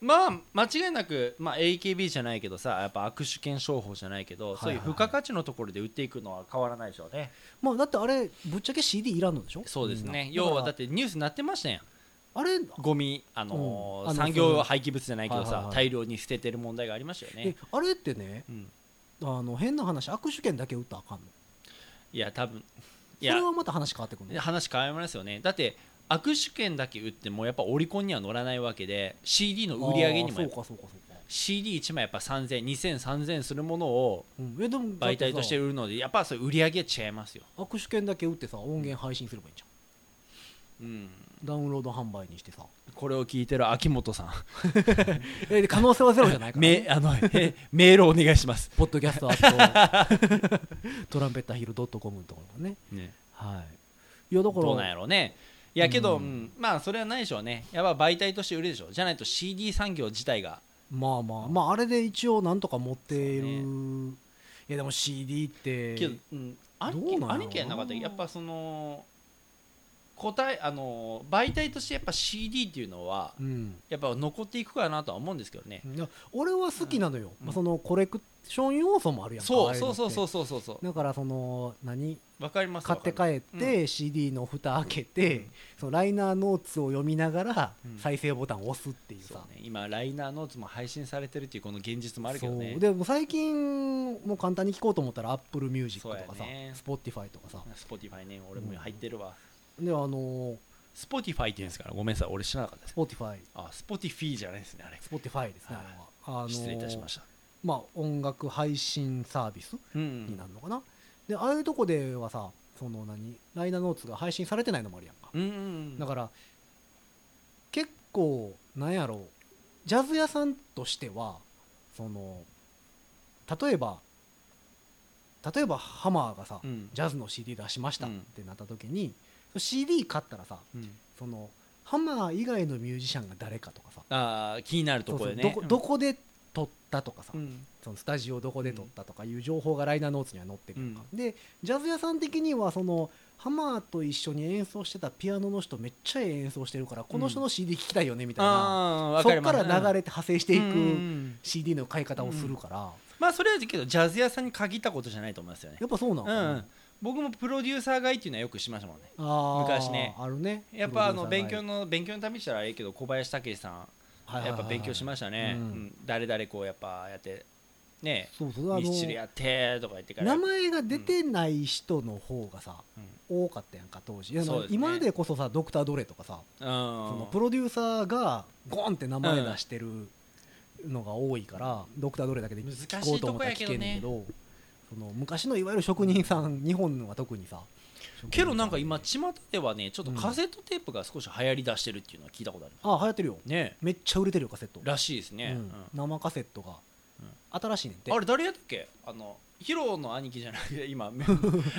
[SPEAKER 3] まあ間違いなく、まあ、AKB じゃないけどさやっぱ握手券商法じゃないけ
[SPEAKER 2] はい
[SPEAKER 3] ど、
[SPEAKER 2] はいはい
[SPEAKER 3] そういう付加価値のところで売っていくのは変わらないでしょうね
[SPEAKER 2] まあだってあれぶっちゃけ CD いらんのでしょ
[SPEAKER 3] そうですね
[SPEAKER 2] みんな
[SPEAKER 3] 要は
[SPEAKER 2] だ
[SPEAKER 3] だっ
[SPEAKER 2] か
[SPEAKER 3] てニュースになってましたやん
[SPEAKER 2] らあれ、
[SPEAKER 3] ゴミ、あのー
[SPEAKER 2] うんあの
[SPEAKER 3] 産業廃棄物じゃないけど
[SPEAKER 2] は
[SPEAKER 3] さ、
[SPEAKER 2] いはいはい
[SPEAKER 3] 大量に捨ててる問題がありましたよ
[SPEAKER 2] え
[SPEAKER 3] ね、
[SPEAKER 2] あれってね
[SPEAKER 3] うん、
[SPEAKER 2] あの変な話握手券だけ打ったらあかんの
[SPEAKER 3] いや多分い
[SPEAKER 2] それ
[SPEAKER 3] や
[SPEAKER 2] はまた話変わってくるの
[SPEAKER 3] 話変わりますよねだって握手券だけ売ってもやっぱオリコンには乗らないわけで CD の売り上げにも
[SPEAKER 2] あ
[SPEAKER 3] や
[SPEAKER 2] ー
[SPEAKER 3] っ
[SPEAKER 2] そ
[SPEAKER 3] ぱ
[SPEAKER 2] うかそうかそうか、
[SPEAKER 3] CD1 枚やっぱ3000 2000、3000するものを
[SPEAKER 2] うん、えでも
[SPEAKER 3] 媒体として
[SPEAKER 2] だっ
[SPEAKER 3] 売るのでやっぱそれ売り上げは違いますよ、
[SPEAKER 2] さ握手券だけ打ってさ音源配信すればいいじゃ
[SPEAKER 3] うん、
[SPEAKER 2] んダウンロード販売にしてさ
[SPEAKER 3] これを聞いてる秋元さん
[SPEAKER 2] えで可能性はゼロじゃないから、ね、
[SPEAKER 3] めあのえメールお願いします、
[SPEAKER 2] ポッドキャストア ットトランペッタヒルドットコムのところね
[SPEAKER 3] ね、
[SPEAKER 2] はいいやだから
[SPEAKER 3] どうなんやろうねいやけど、
[SPEAKER 2] うん
[SPEAKER 3] うんまあそれはないでしょうねやっぱ媒体として売るでしょうじゃないと CD 産業自体が
[SPEAKER 2] まあまあまああれで一応なんとか持っている、
[SPEAKER 3] そう
[SPEAKER 2] いやでも CD って
[SPEAKER 3] けど、うん、兄
[SPEAKER 2] どうな
[SPEAKER 3] 貴
[SPEAKER 2] んやろうな
[SPEAKER 3] 兄貴やんなかったやっぱその答えあの媒体としてやっぱ CD っていうのは
[SPEAKER 2] うん、
[SPEAKER 3] やっぱ残っていくかなとは思うんですけどね、
[SPEAKER 2] いや俺は好きなのよ、
[SPEAKER 3] うん
[SPEAKER 2] まあ、そのコレクション要素もあるやんか
[SPEAKER 3] そ
[SPEAKER 2] あ
[SPEAKER 3] う
[SPEAKER 2] れの
[SPEAKER 3] そう
[SPEAKER 2] って
[SPEAKER 3] そうそうそうそうそう
[SPEAKER 2] だからその何
[SPEAKER 3] わかります
[SPEAKER 2] 買って帰っ
[SPEAKER 3] わか
[SPEAKER 2] て CD の蓋開けて、そのライナーノーツを読みながら
[SPEAKER 3] うん
[SPEAKER 2] 再生ボタンを押すっていう
[SPEAKER 3] そう
[SPEAKER 2] さ、
[SPEAKER 3] ね、今ライナーノーツも配信されてるっていうこの現実もあるけどね
[SPEAKER 2] そうでも最近もう簡単に聴こうと思ったら Apple Music とか
[SPEAKER 3] そう
[SPEAKER 2] さ、
[SPEAKER 3] やね
[SPEAKER 2] Spotify とかさ
[SPEAKER 3] Spotify ね俺も入ってるわ、
[SPEAKER 2] であの
[SPEAKER 3] Spotify って言うんですからごめんなさい俺知らなかったです
[SPEAKER 2] Spotify
[SPEAKER 3] あ Spotify じゃないですねあれ
[SPEAKER 2] Spotify ですね
[SPEAKER 3] はい
[SPEAKER 2] あれは、あの
[SPEAKER 3] 失礼いたしました
[SPEAKER 2] まあ音楽配信サービス
[SPEAKER 3] うん
[SPEAKER 2] になるのかな、でああいうとこではさその何ライナーノーツが配信されてないのもあるやんか、
[SPEAKER 3] うんうん
[SPEAKER 2] だ
[SPEAKER 3] か
[SPEAKER 2] から結構なんやろうジャズ屋さんとしてはその例えば例えばハマーがさ、
[SPEAKER 3] うん
[SPEAKER 2] ジャズの CD 出しましたっ
[SPEAKER 3] うん
[SPEAKER 2] てなった時に、CD 買ったらさ
[SPEAKER 3] うん
[SPEAKER 2] そのハマー以外のミュージシャンが誰かとかさ
[SPEAKER 3] あー気になるところでね
[SPEAKER 2] そうそうどこどこで撮ったとかさ、
[SPEAKER 3] うん
[SPEAKER 2] そのスタジオどこで撮ったとかいう情報がライナーノーツには載ってるやんか、
[SPEAKER 3] う
[SPEAKER 2] でジャズ屋さん的にはそのハマーと一緒に演奏してたピアノの人めっちゃええ演奏してるからこの人の CD 聴きたいよねみたいな、
[SPEAKER 3] あーわ
[SPEAKER 2] そ
[SPEAKER 3] か
[SPEAKER 2] っ
[SPEAKER 3] り
[SPEAKER 2] か
[SPEAKER 3] ます
[SPEAKER 2] ら流れて派生してい
[SPEAKER 3] うんうんう
[SPEAKER 2] く
[SPEAKER 3] ん
[SPEAKER 2] CD の買い方をするから、
[SPEAKER 3] まあそれはけどジャズ屋さんに限ったことじゃないと思いますよね
[SPEAKER 2] やっぱそうなの
[SPEAKER 3] う
[SPEAKER 2] かな、
[SPEAKER 3] ん僕もプロデューサー買いっていうのはよくしましたもんね
[SPEAKER 2] あー
[SPEAKER 3] 昔ね
[SPEAKER 2] あるね
[SPEAKER 3] やっぱあの
[SPEAKER 2] プロデュー
[SPEAKER 3] 勉
[SPEAKER 2] サ
[SPEAKER 3] 強の勉強のためにしたらあれやけど小林武史さん
[SPEAKER 2] ーが
[SPEAKER 3] やっぱ勉強しま
[SPEAKER 2] し
[SPEAKER 3] したね、
[SPEAKER 2] うん
[SPEAKER 3] うん誰々こうやっぱやってね
[SPEAKER 2] たそうそうあ
[SPEAKER 3] ミスチル
[SPEAKER 2] の
[SPEAKER 3] やってとか言ってから
[SPEAKER 2] 名前が出てない人の方がさ、多かったやんか当時いや
[SPEAKER 3] そうですね
[SPEAKER 2] 今までこそさドクター・ドレとかさ、
[SPEAKER 3] うん
[SPEAKER 2] そのプロデューサーがゴンって名前出してるのが多いから、ドクターどれだけで聞こうと思ったら聞けんねんけどその昔のいわゆる職人さん日本は特にさ
[SPEAKER 3] けどなんか
[SPEAKER 2] 職人
[SPEAKER 3] 今巷ではねちょっとカセットテープが少し流行りだしてるっていうのは聞いたことある、
[SPEAKER 2] さんあ流行ってるよ
[SPEAKER 3] ね
[SPEAKER 2] めっちゃ売れてるよカセット、
[SPEAKER 3] らしいですね、
[SPEAKER 2] うん生カセットが、新しいねんて
[SPEAKER 3] うんあれ誰やったっけあのヒロの兄貴じゃなくて 今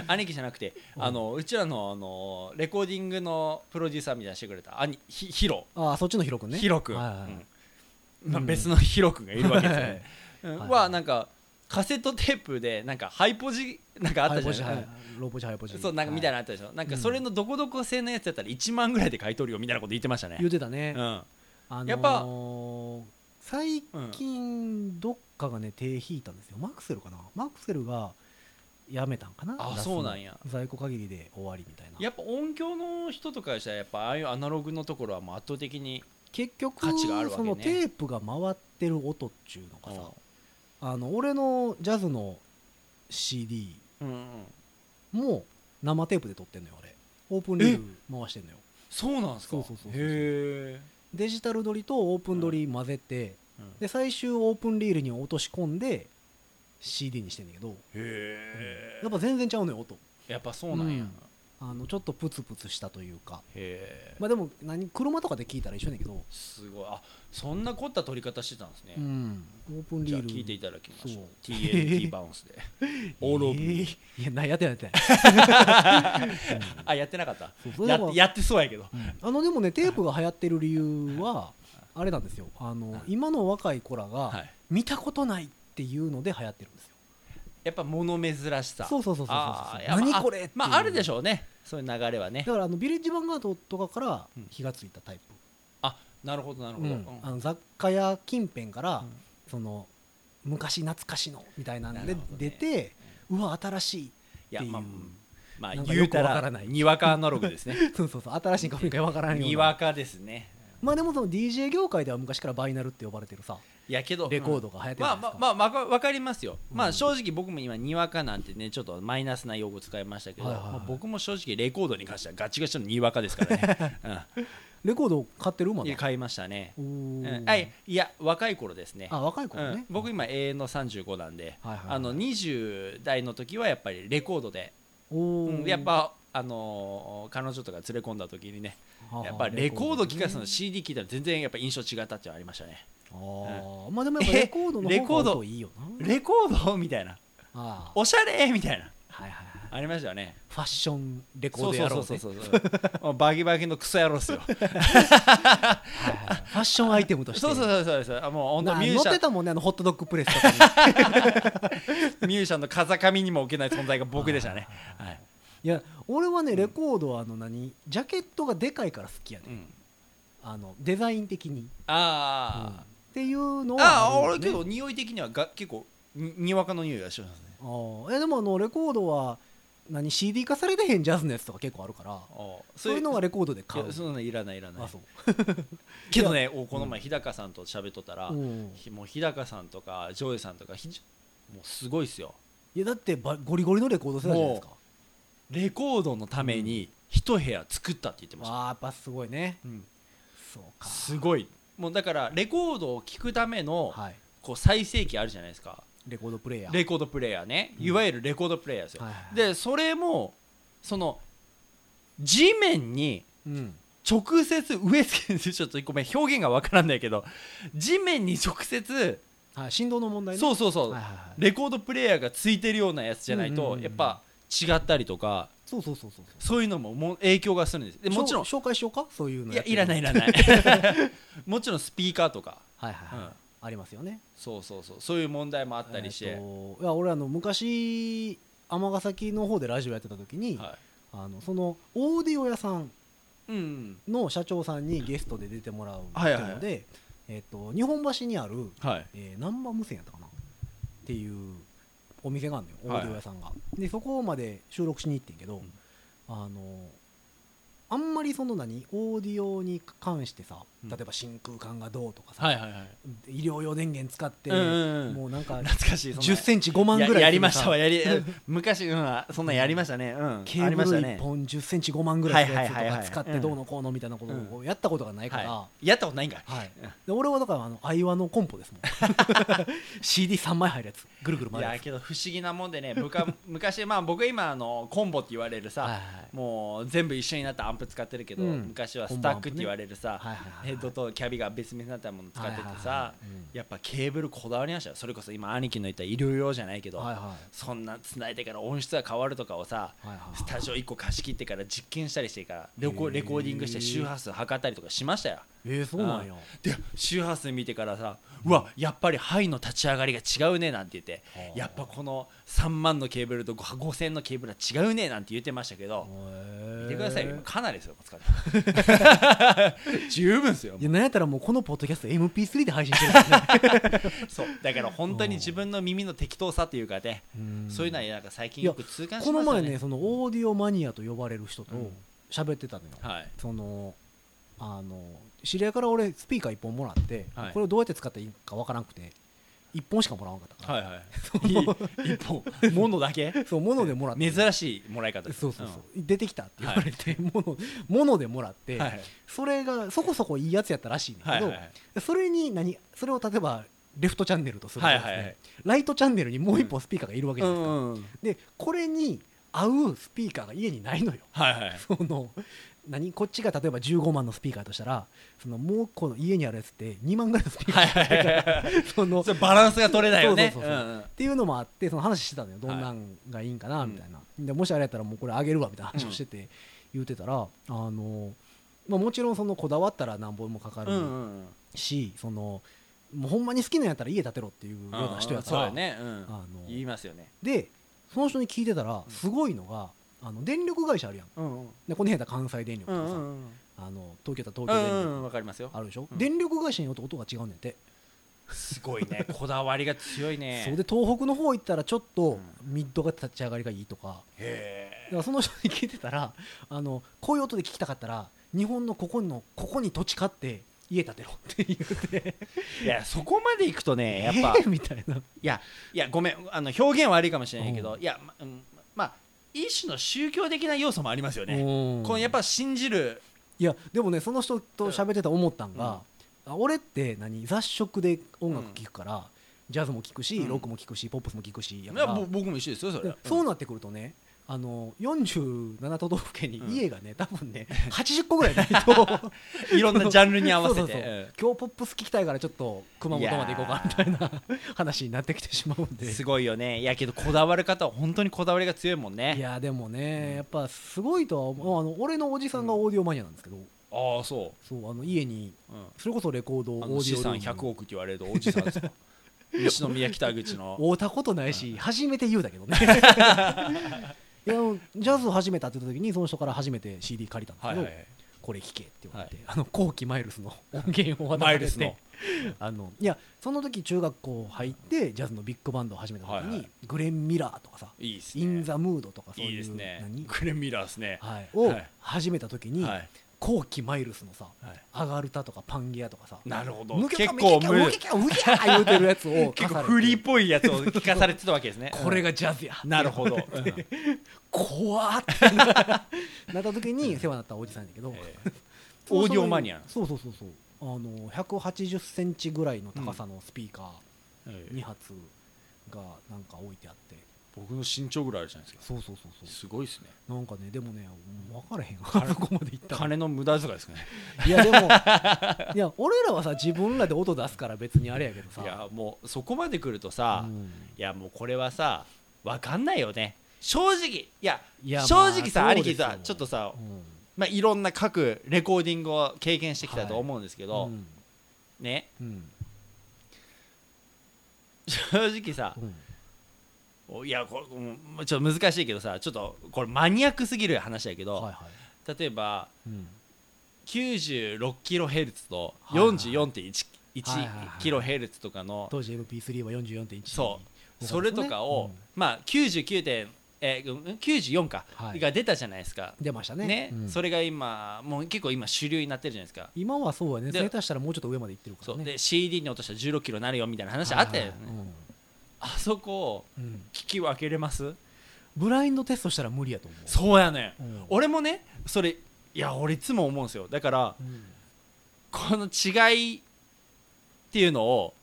[SPEAKER 3] 兄貴じゃなくてあのうちらのあのレコーディングのプロデューサーみたいなのしてくれた兄ひヒロ
[SPEAKER 2] あそっちのヒロ君ね
[SPEAKER 3] ヒロ君、
[SPEAKER 2] はいはいはい
[SPEAKER 3] うんまあ
[SPEAKER 2] うん
[SPEAKER 3] 別のヒロ君がいるわけですよね、うん
[SPEAKER 2] はい
[SPEAKER 3] はなんかカセットテープでなんかハイポジなんかあったじゃない
[SPEAKER 2] ハイポジはいローポジハイポジ
[SPEAKER 3] そうなんかみたい
[SPEAKER 2] は
[SPEAKER 3] なのあったでしょ、なんかそれのどこどこ製のやつやったら1万ぐらいで買い取るよみたいなこと言ってましたね
[SPEAKER 2] 言うてたね、
[SPEAKER 3] うん
[SPEAKER 2] あのー
[SPEAKER 3] やっぱ
[SPEAKER 2] 最近どっかがね手引いたんですよマクセルかなマクセルが辞めたんかな
[SPEAKER 3] あ
[SPEAKER 2] 出すの
[SPEAKER 3] そうなんや
[SPEAKER 2] 在庫限りで終わりみたいな
[SPEAKER 3] やっぱ音響の人とかしたらやっぱああいうアナログのところはもう圧倒的に
[SPEAKER 2] 結局
[SPEAKER 3] 価値があるわけ
[SPEAKER 2] そ
[SPEAKER 3] ね
[SPEAKER 2] のテープが回ってる音っちゅうの
[SPEAKER 3] う
[SPEAKER 2] か
[SPEAKER 3] ん
[SPEAKER 2] さあの俺のジャズの CD
[SPEAKER 3] うんうん
[SPEAKER 2] も生テープで撮ってんのよあれオープンリール回してんのよ
[SPEAKER 3] そうなんですか
[SPEAKER 2] そうそうそうそう
[SPEAKER 3] へえ、
[SPEAKER 2] デジタル撮りとオープン撮り混ぜて
[SPEAKER 3] うんへ
[SPEAKER 2] で最終オープンリールに落とし込んで CD にしてんだけど
[SPEAKER 3] え
[SPEAKER 2] やっぱ全然ちゃうのよ音
[SPEAKER 3] やっぱそうなんや、
[SPEAKER 2] うんあのちょっとプツプツしたというか
[SPEAKER 3] へえ
[SPEAKER 2] まあでも何車とかで聞いたら一緒だけど、
[SPEAKER 3] すごいあそんな凝った取り方してたんですね、
[SPEAKER 2] うん、オープンリ
[SPEAKER 3] じゃあ
[SPEAKER 2] ール
[SPEAKER 3] 聞いていただきましょう
[SPEAKER 2] そう
[SPEAKER 3] TLT バウンスでオールオブ
[SPEAKER 2] えーいやなやってないやってない
[SPEAKER 3] あやってなか った
[SPEAKER 2] そうそれ
[SPEAKER 3] や
[SPEAKER 2] でも
[SPEAKER 3] ってやってそうやけど
[SPEAKER 2] あのでもねテープが流行ってる理由はあれなんですよあの今の若い子ら
[SPEAKER 3] は
[SPEAKER 2] が
[SPEAKER 3] い
[SPEAKER 2] 見たことないっていうので流行ってるんですよ、
[SPEAKER 3] やっぱ物珍しさ
[SPEAKER 2] そうそうそうそうそう
[SPEAKER 3] あーやっぱ
[SPEAKER 2] 何これっていう
[SPEAKER 3] まああるでしょうねそういう流れはね
[SPEAKER 2] だからあのビレッジヴァンガードとかから火がついたタイプ、
[SPEAKER 3] あなるほどなるほ
[SPEAKER 2] う
[SPEAKER 3] ど、
[SPEAKER 2] ん
[SPEAKER 3] うん
[SPEAKER 2] あの雑貨屋近辺から、
[SPEAKER 3] うん
[SPEAKER 2] その昔懐かしのみたいなん
[SPEAKER 3] な
[SPEAKER 2] で
[SPEAKER 3] るほどね
[SPEAKER 2] 出て、うわ新しい
[SPEAKER 3] いや
[SPEAKER 2] っていう
[SPEAKER 3] まあ、まあ、
[SPEAKER 2] なんか
[SPEAKER 3] 言うた
[SPEAKER 2] よくわかららない
[SPEAKER 3] にわかアナログです ね
[SPEAKER 2] そうそうそう新しいか古いか分からん ような
[SPEAKER 3] にわかですね
[SPEAKER 2] まあでもその DJ 業界では昔からバイナルって呼ばれてるさ
[SPEAKER 3] いやけど
[SPEAKER 2] レコードが流行ってるじ
[SPEAKER 3] ま
[SPEAKER 2] ゃ
[SPEAKER 3] あ
[SPEAKER 2] ないです
[SPEAKER 3] ま
[SPEAKER 2] か、
[SPEAKER 3] あまあわかわかりますよ、ま
[SPEAKER 2] うん
[SPEAKER 3] あ正直僕も今にわかなんてねちょっとマイナスな用語使いましたけど、
[SPEAKER 2] はいはいはい
[SPEAKER 3] まあ僕も正直レコードに関してはガチガチのにわかですからね、
[SPEAKER 2] レコード買ってる
[SPEAKER 3] う
[SPEAKER 2] ま
[SPEAKER 3] んいや、
[SPEAKER 2] だ
[SPEAKER 3] 買いましたね、
[SPEAKER 2] お
[SPEAKER 3] う
[SPEAKER 2] ー
[SPEAKER 3] ん、あいいや若い頃ですね
[SPEAKER 2] あ若い子
[SPEAKER 3] う
[SPEAKER 2] ね
[SPEAKER 3] ん、、僕今永遠の35なんで、
[SPEAKER 2] はいはいはい
[SPEAKER 3] あの20代の時はやっぱりレコードで、
[SPEAKER 2] お
[SPEAKER 3] う
[SPEAKER 2] ー
[SPEAKER 3] んやっぱあのー彼女とか連れ込んだ時にね
[SPEAKER 2] はは
[SPEAKER 3] やっぱレコード
[SPEAKER 2] ね
[SPEAKER 3] 聴かすの CD 聴いたら全然やっぱ印象違ったっていうのありましたね
[SPEAKER 2] あーまあでもやっぱレコードの
[SPEAKER 3] えレコ
[SPEAKER 2] 方
[SPEAKER 3] ード
[SPEAKER 2] が音いいよな
[SPEAKER 3] レコードみたいな
[SPEAKER 2] あー
[SPEAKER 3] おしゃれみたいな
[SPEAKER 2] はいはいはい
[SPEAKER 3] ありましたよね
[SPEAKER 2] ファッションレコードやろう
[SPEAKER 3] そう
[SPEAKER 2] ね
[SPEAKER 3] そうそうそう そうバキバキのクソ野郎っすよ
[SPEAKER 2] はいはいはいファッションアイテムとして
[SPEAKER 3] そうそうそうそうそうあもう本当
[SPEAKER 2] な
[SPEAKER 3] ミュー
[SPEAKER 2] 載
[SPEAKER 3] ジシ
[SPEAKER 2] って
[SPEAKER 3] ャ
[SPEAKER 2] たもんねあのホットドッグプレスと かに
[SPEAKER 3] ンミュージシャンの風上にも置けない存在が僕でしたねはい
[SPEAKER 2] いや俺はねレコードはあの何ジャケットがでかいから好きやね、
[SPEAKER 3] うん
[SPEAKER 2] あのデザイン的に、うんっ
[SPEAKER 3] あ
[SPEAKER 2] ていうの
[SPEAKER 3] ー、
[SPEAKER 2] は
[SPEAKER 3] ああ
[SPEAKER 2] るよ
[SPEAKER 3] 俺
[SPEAKER 2] ね
[SPEAKER 3] けど匂い的にはが結構ににわかの匂いがしますね
[SPEAKER 2] あーえでもあのレコードは何 CD 化されてへんジャズのやつとか結構あるから
[SPEAKER 3] あー
[SPEAKER 2] そういうのはレコードで買う
[SPEAKER 3] いやそんなのいらないいらない
[SPEAKER 2] あそう
[SPEAKER 3] けどねおこの前日高さんと喋っとったら、
[SPEAKER 2] うん
[SPEAKER 3] ひもう日高さんとかジョイさんとかひじもうすごいっすよ
[SPEAKER 2] いやだってばゴリゴリのレコード世代じゃないですか
[SPEAKER 3] レコードのために一部屋作ったって言ってました、
[SPEAKER 2] あーやっぱすごいね
[SPEAKER 3] うん
[SPEAKER 2] そうか
[SPEAKER 3] すごいもうだからレコードを聴くための
[SPEAKER 2] はい
[SPEAKER 3] こう最盛期あるじゃないですか
[SPEAKER 2] レコードプレイヤー
[SPEAKER 3] レコードプレイヤーね
[SPEAKER 2] うん
[SPEAKER 3] いわゆるレコードプレイヤーですよ、
[SPEAKER 2] はいはいはい
[SPEAKER 3] でそれもその地面に
[SPEAKER 2] うん
[SPEAKER 3] 直接植え付けるちょっとごめん表現がわからんないけど地面に直接
[SPEAKER 2] はい、振動の問題ね
[SPEAKER 3] そううそうそう、
[SPEAKER 2] はいはいはい
[SPEAKER 3] レコードプレイヤーがついてるようなやつじゃない
[SPEAKER 2] うんうん
[SPEAKER 3] と
[SPEAKER 2] うんうん
[SPEAKER 3] やっぱ違ったりとか
[SPEAKER 2] そうそうそうそうそう
[SPEAKER 3] そういうのももう影響がするんですでもちろん
[SPEAKER 2] 紹紹介しようかそういうの
[SPEAKER 3] いやいらないい
[SPEAKER 2] な
[SPEAKER 3] らない もちろんスピーカーとか
[SPEAKER 2] はいはい、はい
[SPEAKER 3] うん
[SPEAKER 2] ありますよね
[SPEAKER 3] そうそうそうそういう問題もあったりして、
[SPEAKER 2] えーといや俺あの昔尼崎の方でラジオやってた時に、
[SPEAKER 3] は
[SPEAKER 2] あのそのオーディオ屋さん
[SPEAKER 3] い、うん
[SPEAKER 2] の社長さんにゲストで出てもらうって
[SPEAKER 3] はい
[SPEAKER 2] い
[SPEAKER 3] は
[SPEAKER 2] う
[SPEAKER 3] いはい
[SPEAKER 2] ので、えっと日本橋にある、
[SPEAKER 3] はい
[SPEAKER 2] えー、南波無線やったかなっていうお店があるのよ
[SPEAKER 3] は
[SPEAKER 2] オー
[SPEAKER 3] い
[SPEAKER 2] ディオ屋さんが、でそこまで収録しに行ってんけど、
[SPEAKER 3] ん
[SPEAKER 2] あのあんまりその何オーディオに関してさ
[SPEAKER 3] うん
[SPEAKER 2] 例えば真空管がどうとかさ、
[SPEAKER 3] はいはいはい
[SPEAKER 2] 医療用電源使って、
[SPEAKER 3] うんうんうん
[SPEAKER 2] もうなん か
[SPEAKER 3] 懐かしいそんな
[SPEAKER 2] 10センチ5万ぐらいするさ
[SPEAKER 3] ややりましたわやり昔、うん、そんなんやりましたね、うん、
[SPEAKER 2] ケ
[SPEAKER 3] あ
[SPEAKER 2] ー
[SPEAKER 3] り
[SPEAKER 2] ブ
[SPEAKER 3] ました
[SPEAKER 2] ル
[SPEAKER 3] ね
[SPEAKER 2] 1本1 0ンチ5万ぐらいのやつと
[SPEAKER 3] はいは
[SPEAKER 2] か
[SPEAKER 3] いはいはい
[SPEAKER 2] 使ってどうのこうのみたいなことをやったことがないから、
[SPEAKER 3] は、
[SPEAKER 2] はい
[SPEAKER 3] やったことないんかい
[SPEAKER 2] いで俺はだからあのアイワのコンポ ですもん CD3 枚入るやつぐるぐる
[SPEAKER 3] い
[SPEAKER 2] 回る
[SPEAKER 3] や
[SPEAKER 2] やつ
[SPEAKER 3] けど不思議なもんでね僕は昔まあ僕は今あのコンボって言われるさ、
[SPEAKER 2] はいはい
[SPEAKER 3] もう全部一緒になったアンプ使ってるけど、
[SPEAKER 2] うん
[SPEAKER 3] 昔はスタックって言われるさ、
[SPEAKER 2] コンボアンプねはいはいはい
[SPEAKER 3] ヘッドとキャビが別々になったもの使っててさ、
[SPEAKER 2] はいはいはいうん
[SPEAKER 3] やっぱケーブルこだわりましたよそれこそ今兄貴の言った医療用じゃないけど、
[SPEAKER 2] はいは
[SPEAKER 3] そんな繋いでから音質が変わるとかをさ、
[SPEAKER 2] はいはい
[SPEAKER 3] スタジオ1個貸し切ってから実験したりしてからレコ
[SPEAKER 2] へー
[SPEAKER 3] レコーディングして周波数測ったりとかしましたよ。
[SPEAKER 2] いえー、そうなんや
[SPEAKER 3] うんで周波数見てからさうわやっぱり肺の立ち上がりが違うねなんて言って
[SPEAKER 2] はあ
[SPEAKER 3] やっぱこの3万のケーブルと5 5000のケーブルは違うねなんて言ってましたけど見
[SPEAKER 2] 見
[SPEAKER 3] てくださいよ今かなりですよ使って 十分ですよ
[SPEAKER 2] いやなんやったらもうこのポッドキャスト MP3 で配信してるからね
[SPEAKER 3] そうだから本当に自分の耳の適当さっていうかね
[SPEAKER 2] うん
[SPEAKER 3] そういうのはなんか最近
[SPEAKER 2] いや
[SPEAKER 3] よく痛感し
[SPEAKER 2] こ
[SPEAKER 3] ま
[SPEAKER 2] の
[SPEAKER 3] すよ
[SPEAKER 2] 前
[SPEAKER 3] ね
[SPEAKER 2] ねそのオーディオマニアと呼ばれる人と
[SPEAKER 3] うん
[SPEAKER 2] 喋ってたのよ、
[SPEAKER 3] はい
[SPEAKER 2] そのあの知り合いから俺スピーカー1本もらって、
[SPEAKER 3] はい
[SPEAKER 2] これをどうやって使っていいかわからなくて1本しかもらわなかったから、
[SPEAKER 3] はい はいい一本ものだけ
[SPEAKER 2] そう物でもらって
[SPEAKER 3] 珍しいもらい方です
[SPEAKER 2] そうそうそう、出てきたって言われて、物物でもらって、
[SPEAKER 3] うんはい
[SPEAKER 2] それがそこそこいいやつやったらしいねんだ
[SPEAKER 3] は
[SPEAKER 2] けど、
[SPEAKER 3] いはいはい
[SPEAKER 2] それに何それを例えばレフトチャンネルとするとですね、
[SPEAKER 3] はいはいはい
[SPEAKER 2] ライトチャンネルにもう1本スピーカーがいるわけじ
[SPEAKER 3] う
[SPEAKER 2] ゃないですか、
[SPEAKER 3] んうん
[SPEAKER 2] でこれに合うスピーカーが家にないのよ
[SPEAKER 3] はいはい
[SPEAKER 2] その何こっちが例えば15万のスピーカーとしたらそのもうこの家にあるやつって2万ぐらいのスピーカーだから そのっ
[SPEAKER 3] それバランスが取れないよね
[SPEAKER 2] そうそうそうそう
[SPEAKER 3] うんうん
[SPEAKER 2] ていうのもあってその話してたのよどんなんがいいんかなみたいな、でもしあれやったらもうこれあげるわみたいな話をしてて言ってたら、あのまあ、もちろんそのこだわったら何本もかか
[SPEAKER 3] うんう
[SPEAKER 2] る
[SPEAKER 3] んうん
[SPEAKER 2] し、そのもうほんまに好きなんやったら家建てろっていうような人やから、
[SPEAKER 3] うんうんそうやね、うん
[SPEAKER 2] あの
[SPEAKER 3] 言いますよね、
[SPEAKER 2] でその人に聞いてたらすごいのがあの電力会社あるやん
[SPEAKER 3] うんうん
[SPEAKER 2] でこの辺やったら関西電力
[SPEAKER 3] う
[SPEAKER 2] とか
[SPEAKER 3] ん
[SPEAKER 2] さ、
[SPEAKER 3] うん
[SPEAKER 2] あの東京やったら東京電力とか
[SPEAKER 3] うんうんわかりますよ
[SPEAKER 2] あるでしょ、
[SPEAKER 3] うん
[SPEAKER 2] 電力会社によって音が違うねんて、
[SPEAKER 3] すごいねこだわりが強いね
[SPEAKER 2] そうで東北の方行ったらちょっとミッドが立ち上がりがいいとか
[SPEAKER 3] へ
[SPEAKER 2] だからその人に聞いてたらあのこういう音で聞きたかったら日本のここのここに土地買って家建てろって言って
[SPEAKER 3] えいやそこまでいくとねやっぱ
[SPEAKER 2] えーみたいない
[SPEAKER 3] やいやごめんあの表現悪いかもしれないけど、
[SPEAKER 2] うん
[SPEAKER 3] いやま,、うん、まあ一種の宗教的な要素もありますよね、
[SPEAKER 2] うん
[SPEAKER 3] このやっぱ信じる
[SPEAKER 2] いやでもねその人と喋ってたら思ったんが、あ俺って何雑食で音楽聴くから、ジャズも聴くし、
[SPEAKER 3] うん
[SPEAKER 2] ロックも聴くしポップスも聴くしや
[SPEAKER 3] い
[SPEAKER 2] から
[SPEAKER 3] やぼ僕も一緒ですよそれ
[SPEAKER 2] でそうなってくるとねあの47都道府県に家がね、多分ね80個ぐらいない と
[SPEAKER 3] いろんなジャンルに合わせ
[SPEAKER 2] そうそうそう
[SPEAKER 3] て
[SPEAKER 2] 今日ポップス聞きたいからちょっと熊本まで行こうかみたいな話になってきてしまうん
[SPEAKER 3] う
[SPEAKER 2] で
[SPEAKER 3] んす
[SPEAKER 2] い
[SPEAKER 3] ごいよねいやけどこだわる方は本当にこだわりが強いもんね
[SPEAKER 2] やでもねやっぱすごいとは思うあの俺のおじさんがオーディオマニアなんですけど、
[SPEAKER 3] ああそ
[SPEAKER 2] そうあの家に
[SPEAKER 3] う、うん、
[SPEAKER 2] それこそレコードオーデ
[SPEAKER 3] あ
[SPEAKER 2] ィ
[SPEAKER 3] の
[SPEAKER 2] オ
[SPEAKER 3] 資産
[SPEAKER 2] ルーム
[SPEAKER 3] 100億って言われるとおじさんで すか西宮北口の
[SPEAKER 2] 会うたことないし初めて言うだけどねいやジャズを始めたって言った時にその人から初めて CD 借りたんです
[SPEAKER 3] は
[SPEAKER 2] け
[SPEAKER 3] い
[SPEAKER 2] ど、
[SPEAKER 3] はい
[SPEAKER 2] これ聴けって言われて、あの後期マイルスの音源を渡さ
[SPEAKER 3] マ
[SPEAKER 2] れ
[SPEAKER 3] イルスの
[SPEAKER 2] てあのいやその時中学校入ってジャズのビッグバンドを始めた時に、
[SPEAKER 3] はいはい
[SPEAKER 2] グレン・ミラーとかさ
[SPEAKER 3] いいですね
[SPEAKER 2] イン・ザ・ムードとかそういう
[SPEAKER 3] いいですね
[SPEAKER 2] 何
[SPEAKER 3] グレンミラーですね
[SPEAKER 2] はい、
[SPEAKER 3] は
[SPEAKER 2] を
[SPEAKER 3] い
[SPEAKER 2] 始めた時に、
[SPEAKER 3] はい
[SPEAKER 2] 後期マイルスのさ
[SPEAKER 3] はい
[SPEAKER 2] アガルタとかパンゲアとかさ
[SPEAKER 3] なるほど
[SPEAKER 2] 抜け
[SPEAKER 3] 結
[SPEAKER 2] た
[SPEAKER 3] 構
[SPEAKER 2] 抜けた抜けた抜けた言うてるやつを聞か
[SPEAKER 3] 結
[SPEAKER 2] さ
[SPEAKER 3] 構
[SPEAKER 2] れて
[SPEAKER 3] フリーっぽいやつを聞かされてたわけですね
[SPEAKER 2] これがジャズや
[SPEAKER 3] なるほど、うんえ
[SPEAKER 2] 怖っってな なった時に世話になったおじさんやけど、
[SPEAKER 3] え オーディオマニアなんです
[SPEAKER 2] そうそうそうそうあの180センチぐらいの高さのスピーカ
[SPEAKER 3] え
[SPEAKER 2] ー
[SPEAKER 3] え
[SPEAKER 2] 2発がなんか置いてあって、
[SPEAKER 3] 僕の身長ぐらいあるじゃないですか
[SPEAKER 2] そうそうそうそ
[SPEAKER 3] すごいですね
[SPEAKER 2] うなんかねでもね分からへんあそこまで行ったら
[SPEAKER 3] 金の無駄遣いですね
[SPEAKER 2] いやでも いや俺らはさ自分らで音出すから別にあれやけどさ
[SPEAKER 3] いやもうそこまで来るとさ、
[SPEAKER 2] うん
[SPEAKER 3] いやもうこれはさ分かんないよね正直いや
[SPEAKER 2] いや
[SPEAKER 3] 正直さ、
[SPEAKER 2] まあ
[SPEAKER 3] 兄貴さ
[SPEAKER 2] そうですよ
[SPEAKER 3] ちょっとさ、
[SPEAKER 2] うん
[SPEAKER 3] まあ、いろんな各レコーディングを経験してきたと
[SPEAKER 2] はい
[SPEAKER 3] 思うんですけど、
[SPEAKER 2] うん
[SPEAKER 3] ね
[SPEAKER 2] うん
[SPEAKER 3] 正直さ
[SPEAKER 2] うん
[SPEAKER 3] いやこれうんちょっと難しいけどさちょっとこれマニアックすぎる話だけど、
[SPEAKER 2] はいはい
[SPEAKER 3] 例えば
[SPEAKER 2] うん
[SPEAKER 3] 96キロヘルツと
[SPEAKER 2] はいはい
[SPEAKER 3] 44.1
[SPEAKER 2] はいはいはい
[SPEAKER 3] キロヘルツとかの
[SPEAKER 2] 当時 MP3 は44.1
[SPEAKER 3] そうそれとかを、
[SPEAKER 2] うん
[SPEAKER 3] まあ99点えーうん94か、
[SPEAKER 2] はい
[SPEAKER 3] が出たじゃないですか
[SPEAKER 2] 出ましたね
[SPEAKER 3] ね
[SPEAKER 2] うん
[SPEAKER 3] それが今もう結構今主流になってるじゃないですか
[SPEAKER 2] 今はそうやね
[SPEAKER 3] で
[SPEAKER 2] それ足したらもうちょっと上までいってるか
[SPEAKER 3] そ
[SPEAKER 2] ら
[SPEAKER 3] う、
[SPEAKER 2] ね
[SPEAKER 3] で CD に落としたら16キロになるよみたいな話あったよね、
[SPEAKER 2] はいはいはい
[SPEAKER 3] あそこを
[SPEAKER 2] うんうん
[SPEAKER 3] 聞き分けれます
[SPEAKER 2] ブラインドテストしたら無理やと思う
[SPEAKER 3] そうやね、
[SPEAKER 2] うん
[SPEAKER 3] 俺もねそれいや俺いつも思うんですよだから
[SPEAKER 2] うん
[SPEAKER 3] この違いっていうのを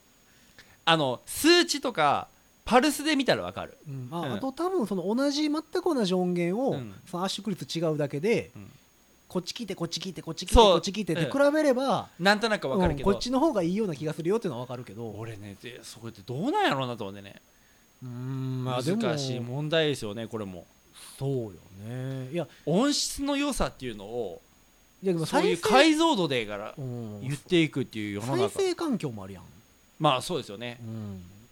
[SPEAKER 3] あの数値とかパルスで見たら分かる
[SPEAKER 2] うんあ
[SPEAKER 3] うん
[SPEAKER 2] あと多分その同じ全く同じ音源を
[SPEAKER 3] うん
[SPEAKER 2] その圧縮率違うだけで
[SPEAKER 3] うん
[SPEAKER 2] こっち聞いてこっち聞いてこっち聞いて
[SPEAKER 3] そう
[SPEAKER 2] こっち聞いてって
[SPEAKER 3] うん
[SPEAKER 2] 比べれば
[SPEAKER 3] なんとなく分かる
[SPEAKER 2] うん
[SPEAKER 3] けど、
[SPEAKER 2] こっちの方がいいような気がするよっていうのは分かるけど
[SPEAKER 3] 俺ねでそこってどうなんやろうなと思ってね
[SPEAKER 2] うん
[SPEAKER 3] 難しい問題ですよねこれも
[SPEAKER 2] そうよねいや
[SPEAKER 3] 音質の良さっていうのを
[SPEAKER 2] いやでも
[SPEAKER 3] そうい
[SPEAKER 2] 再
[SPEAKER 3] う
[SPEAKER 2] 生
[SPEAKER 3] 解像度でから
[SPEAKER 2] うん
[SPEAKER 3] 言っていくっていう世の
[SPEAKER 2] 再
[SPEAKER 3] 中
[SPEAKER 2] 生環境もあるやん
[SPEAKER 3] まあそうですよね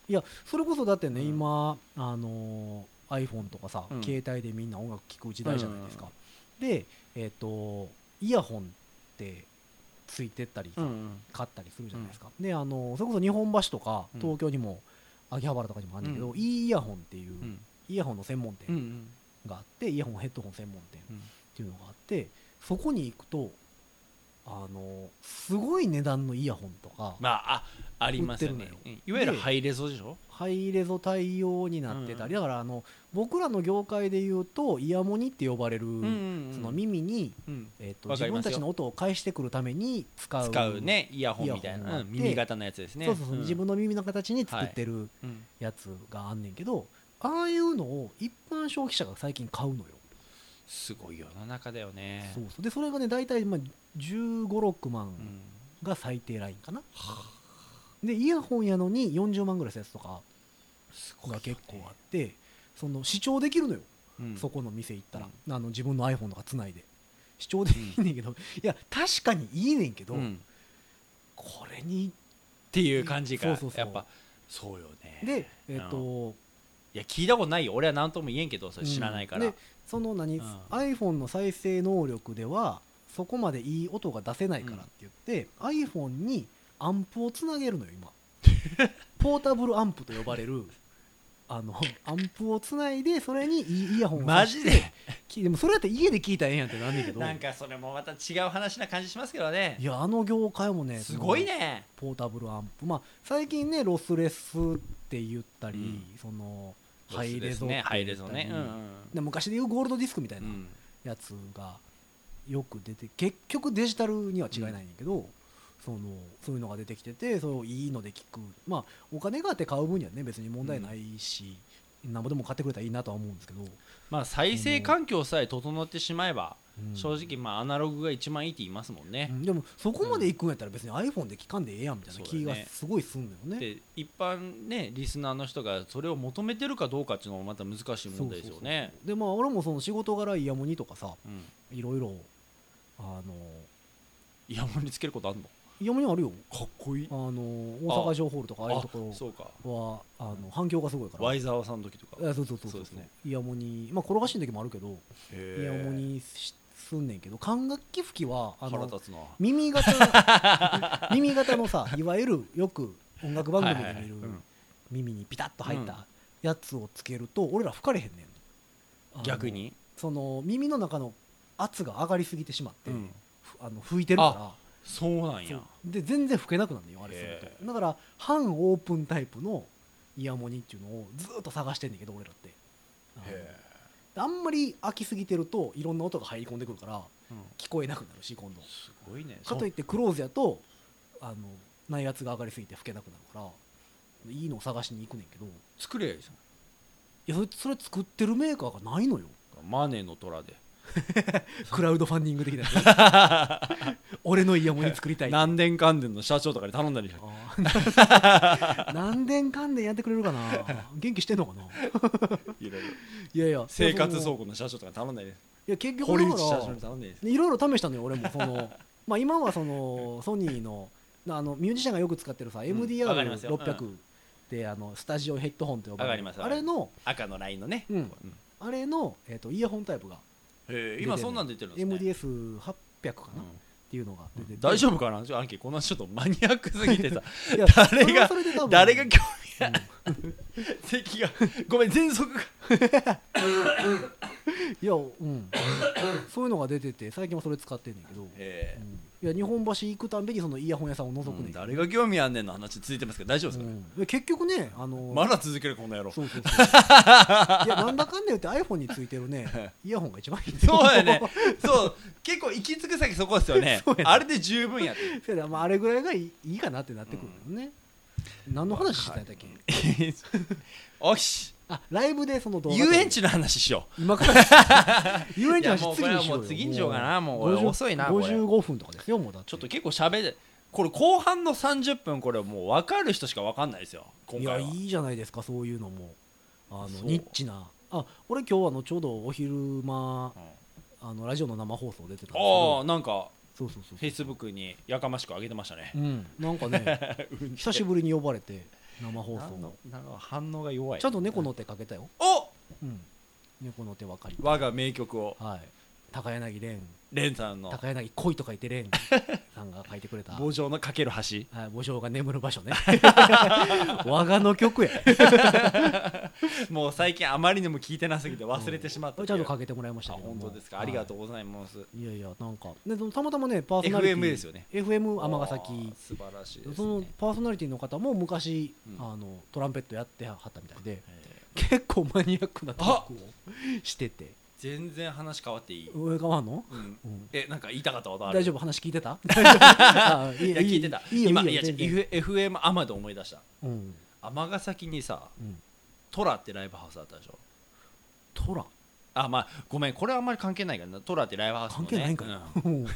[SPEAKER 2] いやそれこそだってね、
[SPEAKER 3] うん
[SPEAKER 2] 今、あのー iPhone とかさ、
[SPEAKER 3] うん
[SPEAKER 2] 携帯でみんな音楽聴く時代じゃないですか、で、えっとイヤホンってついてったりさ、
[SPEAKER 3] うん
[SPEAKER 2] 買ったりするじゃないですか、で、あのーそれこそ日本橋とか
[SPEAKER 3] うん
[SPEAKER 2] 東京にも、秋葉原とかにもあるんだけど、
[SPEAKER 3] うん
[SPEAKER 2] いいイヤホンっていう、
[SPEAKER 3] うん
[SPEAKER 2] イヤホンの専門
[SPEAKER 3] うんう
[SPEAKER 2] 店
[SPEAKER 3] ん
[SPEAKER 2] があって、イヤホンヘッドホン専門店
[SPEAKER 3] う
[SPEAKER 2] っ
[SPEAKER 3] ん
[SPEAKER 2] ていうのがあってそこに行くとあのーすごい値段のイヤホンとか、
[SPEAKER 3] まああありますよ
[SPEAKER 2] 売っ
[SPEAKER 3] ね
[SPEAKER 2] てる
[SPEAKER 3] うんいわゆるハイレゾでしょ
[SPEAKER 2] ハイレゾ対応になってたり、
[SPEAKER 3] う
[SPEAKER 2] だからあの僕らの業界でいうとイヤモニって呼ばれる、その
[SPEAKER 3] うん
[SPEAKER 2] 耳に、
[SPEAKER 3] うん
[SPEAKER 2] えっと
[SPEAKER 3] わ
[SPEAKER 2] 自
[SPEAKER 3] かりま
[SPEAKER 2] 分
[SPEAKER 3] すよ
[SPEAKER 2] たちの音を返してくるために使う
[SPEAKER 3] 使う、ねイヤホンみたい
[SPEAKER 2] イヤホン
[SPEAKER 3] な
[SPEAKER 2] があ
[SPEAKER 3] う
[SPEAKER 2] っ
[SPEAKER 3] ん
[SPEAKER 2] て
[SPEAKER 3] 耳型のやつですね
[SPEAKER 2] そうそうそう、
[SPEAKER 3] ん
[SPEAKER 2] 自分の耳の形に作ってる
[SPEAKER 3] うん
[SPEAKER 2] やつがあんねんけど、ああいうのを一般消費者が最近買うのよ、
[SPEAKER 3] すごい世の中だよね
[SPEAKER 2] そうそうでそれがね大体まあ1 5六6
[SPEAKER 3] う
[SPEAKER 2] 万
[SPEAKER 3] ん
[SPEAKER 2] が最低ラインかな、でイヤホンやのに40万ぐらいするやつとか
[SPEAKER 3] すごいよ
[SPEAKER 2] が
[SPEAKER 3] ね
[SPEAKER 2] 結構あってその視聴できるのよ
[SPEAKER 3] うん
[SPEAKER 2] そこの店行ったら、あの自分の iPhone とかつないで視聴でいいねんけど、いや確かにいいねんけど、
[SPEAKER 3] うん
[SPEAKER 2] これに
[SPEAKER 3] っていう感じが
[SPEAKER 2] そうそうそう
[SPEAKER 3] やっぱそうよね
[SPEAKER 2] でえっ、と、
[SPEAKER 3] いや聞いたことないよ俺は何とも言えんけどそれ知らないから
[SPEAKER 2] でその何、
[SPEAKER 3] うん
[SPEAKER 2] iPhone の再生能力ではそこまでいい音が出せないからって言って、iPhone にアンプをつなげるのよ 今ポータブルアンプと呼ばれるあのアンプをつないでそれにいいイヤホンを
[SPEAKER 3] マ
[SPEAKER 2] 挿し
[SPEAKER 3] ジで
[SPEAKER 2] 聞いでもそれだって家で聞いたらええやんってなんねんけど
[SPEAKER 3] なんかそれもまた違う話な感じしますけどね
[SPEAKER 2] いやあの業界もね
[SPEAKER 3] すごいね
[SPEAKER 2] ポータブルアンプ、まあ、最近ねロスレスって言ったり、
[SPEAKER 3] うん
[SPEAKER 2] その
[SPEAKER 3] ロ
[SPEAKER 2] ハ
[SPEAKER 3] ス
[SPEAKER 2] イ
[SPEAKER 3] で
[SPEAKER 2] レ
[SPEAKER 3] す
[SPEAKER 2] ゾって言ったり
[SPEAKER 3] ねハイレゾねうん
[SPEAKER 2] で昔でいうゴールドディスクみたい
[SPEAKER 3] うんう
[SPEAKER 2] なんやつがよく出て結局デジタルには違いないんやけど、そのそういうのが出てきててそれをいいので聞く、まあ、お金があって買う分にはね別に問題ないし、なんぼでも買ってくれたらいいなとは思うんですけど、
[SPEAKER 3] まあ再生環境さえ整ってしまえば
[SPEAKER 2] うん
[SPEAKER 3] 正直まあアナログが一番いいって言いますもん
[SPEAKER 2] う
[SPEAKER 3] ね
[SPEAKER 2] んでもそこまで行くんやったら別に iPhone で聞かんでええやんみたいな気がすごいすんのよね。
[SPEAKER 3] で一般ねリスナーの人がそれを求めてるかどうかっていうのもまた難しい問題ですよね
[SPEAKER 2] でまあ俺もその仕事柄イヤモニとかさ
[SPEAKER 3] うん
[SPEAKER 2] いろいろあの
[SPEAKER 3] イヤモニつけることあんの
[SPEAKER 2] 山にあるよ
[SPEAKER 3] かっこいい
[SPEAKER 2] あの大阪城ホールとかああいうとこ
[SPEAKER 3] そうか
[SPEAKER 2] ろはあの反響がすごいから
[SPEAKER 3] ワイザワさんの時とか
[SPEAKER 2] あそうそうそう
[SPEAKER 3] そ
[SPEAKER 2] そうう
[SPEAKER 3] ですね
[SPEAKER 2] イヤモニまあ転がしの時もあるけどイヤモニしすんねんけど管楽器吹きはあの
[SPEAKER 3] 腹立つな
[SPEAKER 2] 耳型耳型の さいわゆるよく音楽番組で見る
[SPEAKER 3] はいはいうん
[SPEAKER 2] 耳にピタッと入っ
[SPEAKER 3] うん
[SPEAKER 2] たやつをつけると俺ら吹かれへんねんあの
[SPEAKER 3] 逆に
[SPEAKER 2] その耳の中の圧が上がりすぎてしまって、
[SPEAKER 3] うん
[SPEAKER 2] ふあの吹いてるから
[SPEAKER 3] そうなん
[SPEAKER 2] そ
[SPEAKER 3] や
[SPEAKER 2] うで全然吹けなくなるのよあれす
[SPEAKER 3] へ
[SPEAKER 2] るとだから半オープンタイプのイヤモニっていうのをずっと探してんだけど俺らってあの
[SPEAKER 3] へ
[SPEAKER 2] あんまり飽きすぎてるといろんな音が入り込んでくるから
[SPEAKER 3] えうん
[SPEAKER 2] 聞こえなくなるし今度
[SPEAKER 3] すごいね
[SPEAKER 2] かといっ
[SPEAKER 3] そ
[SPEAKER 2] てクローズやとあの内圧が上がりすぎて吹けなくなるからいいのを探しに行くねんけどい
[SPEAKER 3] 作れやいいじ
[SPEAKER 2] やそれそれ作ってるメーカーがないのよ
[SPEAKER 3] ゃんマネーの虎で
[SPEAKER 2] クラウドファンディング的なや つ俺のイヤモニ作りたい
[SPEAKER 3] 何年間での社長とかに頼んだりして
[SPEAKER 2] あ ー何年関連やってくれるかな元気してんのかない
[SPEAKER 3] ろいろ
[SPEAKER 2] いやいや
[SPEAKER 3] 生活
[SPEAKER 2] そ
[SPEAKER 3] 倉
[SPEAKER 2] う
[SPEAKER 3] 庫の社長とかに頼んだり
[SPEAKER 2] いや結局
[SPEAKER 3] 堀
[SPEAKER 2] だ
[SPEAKER 3] 内社長に
[SPEAKER 2] か
[SPEAKER 3] 頼んだりして
[SPEAKER 2] らいろいろ試したのよ俺もその まあ今はそのソニーのあのミュージシャンがよく使ってるさ
[SPEAKER 3] わかりますよ
[SPEAKER 2] MDR600 であのスタジオヘッドホンって呼ば
[SPEAKER 3] わか
[SPEAKER 2] れる
[SPEAKER 3] ります
[SPEAKER 2] あれの
[SPEAKER 3] 赤のラインのね
[SPEAKER 2] うんあれのえっとイヤホンタイプが
[SPEAKER 3] へえ
[SPEAKER 2] 出てる
[SPEAKER 3] 今そんなん出てるんですね
[SPEAKER 2] MDS800 かなっ
[SPEAKER 3] う
[SPEAKER 2] ていうのが出て
[SPEAKER 3] ん
[SPEAKER 2] て
[SPEAKER 3] 大丈夫かなちょアンケーこんなちょっとマニアックすぎてさ
[SPEAKER 2] いや
[SPEAKER 3] 誰
[SPEAKER 2] それ
[SPEAKER 3] が
[SPEAKER 2] はそれで多分
[SPEAKER 3] 誰が興
[SPEAKER 2] うん
[SPEAKER 3] 味席が ごめん喘息が
[SPEAKER 2] いやうんそういうのが出てて最近はそれ使ってんねんけど
[SPEAKER 3] え
[SPEAKER 2] いや日本橋行くたんびにそのイヤホン屋さんを覗くねん、
[SPEAKER 3] 誰が興味あんねんの話続いてますけど大丈夫です
[SPEAKER 2] う
[SPEAKER 3] かね
[SPEAKER 2] んで結局ねあの、
[SPEAKER 3] まだ続けるこの野郎
[SPEAKER 2] そう そうそういやなんだかんだ言って iPhone についてる ねイヤホンが一番いいんです
[SPEAKER 3] そうやね そう結構行き着く先 そこですよね
[SPEAKER 2] そうやね
[SPEAKER 3] あれで十分やって
[SPEAKER 2] せやな まあ、あれぐらいがいいいいかなってなってくるよね、何の話してたんだっけ
[SPEAKER 3] おし
[SPEAKER 2] あライブでその動画
[SPEAKER 3] 遊園地の話しよう
[SPEAKER 2] 今から 遊園地の
[SPEAKER 3] いやもう
[SPEAKER 2] 話次にしよ
[SPEAKER 3] これは
[SPEAKER 2] う
[SPEAKER 3] も
[SPEAKER 2] よ
[SPEAKER 3] う次にしようかなもう
[SPEAKER 2] 50
[SPEAKER 3] 遅いなこれ
[SPEAKER 2] 55分とかですよもうだ
[SPEAKER 3] ちょっと結構喋るこれ後半の30分これもう分かる人しか分かんないですよ今
[SPEAKER 2] い
[SPEAKER 3] 回は
[SPEAKER 2] やいいじゃないですかそういうのもあの
[SPEAKER 3] そう
[SPEAKER 2] ニッチなあ俺今日あのちょうどお昼間
[SPEAKER 3] うん
[SPEAKER 2] あのラジオの生放送出てたんですけ
[SPEAKER 3] ああ
[SPEAKER 2] ど
[SPEAKER 3] なんか
[SPEAKER 2] そうそうそう
[SPEAKER 3] フェイスブックにやかましく上げてましたね
[SPEAKER 2] うんなんかね 久しぶりに呼ばれて生放
[SPEAKER 3] なんの
[SPEAKER 2] 送
[SPEAKER 3] なんか反応が弱い
[SPEAKER 2] ちゃんと猫の手かけたよ、
[SPEAKER 3] お
[SPEAKER 2] うん、猫の手分かり
[SPEAKER 3] 我が名曲を
[SPEAKER 2] はい高柳蓮
[SPEAKER 3] レンさんの
[SPEAKER 2] 高柳恋と書いて蓮 さんが書いてくれた
[SPEAKER 3] 「棒状のかける橋」
[SPEAKER 2] はい、墓所が眠る場 所ね我がの曲や
[SPEAKER 3] もう最近あまりにも聞いてなすぎて忘れてしまった
[SPEAKER 2] うんちゃんとかけてもらいまし
[SPEAKER 3] あ
[SPEAKER 2] たけども
[SPEAKER 3] 本当ですかありがと
[SPEAKER 2] は
[SPEAKER 3] うございます
[SPEAKER 2] い、いやいやなんかでそのたまたまねパーソナリティ
[SPEAKER 3] FM ですよね
[SPEAKER 2] FM 尼
[SPEAKER 3] あ
[SPEAKER 2] 崎
[SPEAKER 3] ー素晴らしいです
[SPEAKER 2] その
[SPEAKER 3] ね
[SPEAKER 2] パーソナリティの方も昔、
[SPEAKER 3] うん
[SPEAKER 2] あのトランペットやってはったみたいで
[SPEAKER 3] えー
[SPEAKER 2] 結構マニアックなトークをしてて
[SPEAKER 3] 全然話変わっていい
[SPEAKER 2] 上側の、
[SPEAKER 3] うん
[SPEAKER 2] うん
[SPEAKER 3] えなんか言いたかったことある
[SPEAKER 2] 大丈夫話聞い てたあい
[SPEAKER 3] いや聞いてた
[SPEAKER 2] いいよ
[SPEAKER 3] 今
[SPEAKER 2] いい
[SPEAKER 3] い
[SPEAKER 2] よ
[SPEAKER 3] や違う
[SPEAKER 2] 全然
[SPEAKER 3] F- FM アマで思い出した
[SPEAKER 2] うん
[SPEAKER 3] 尼崎にさ
[SPEAKER 2] うん
[SPEAKER 3] トラってライブハウスあったでしょ
[SPEAKER 2] トラ
[SPEAKER 3] あまあごめんこれはあんまり関係ないからなトラってライブハウスの、
[SPEAKER 2] 関
[SPEAKER 3] ね、
[SPEAKER 2] 係ないんかい、
[SPEAKER 3] うん
[SPEAKER 2] う ん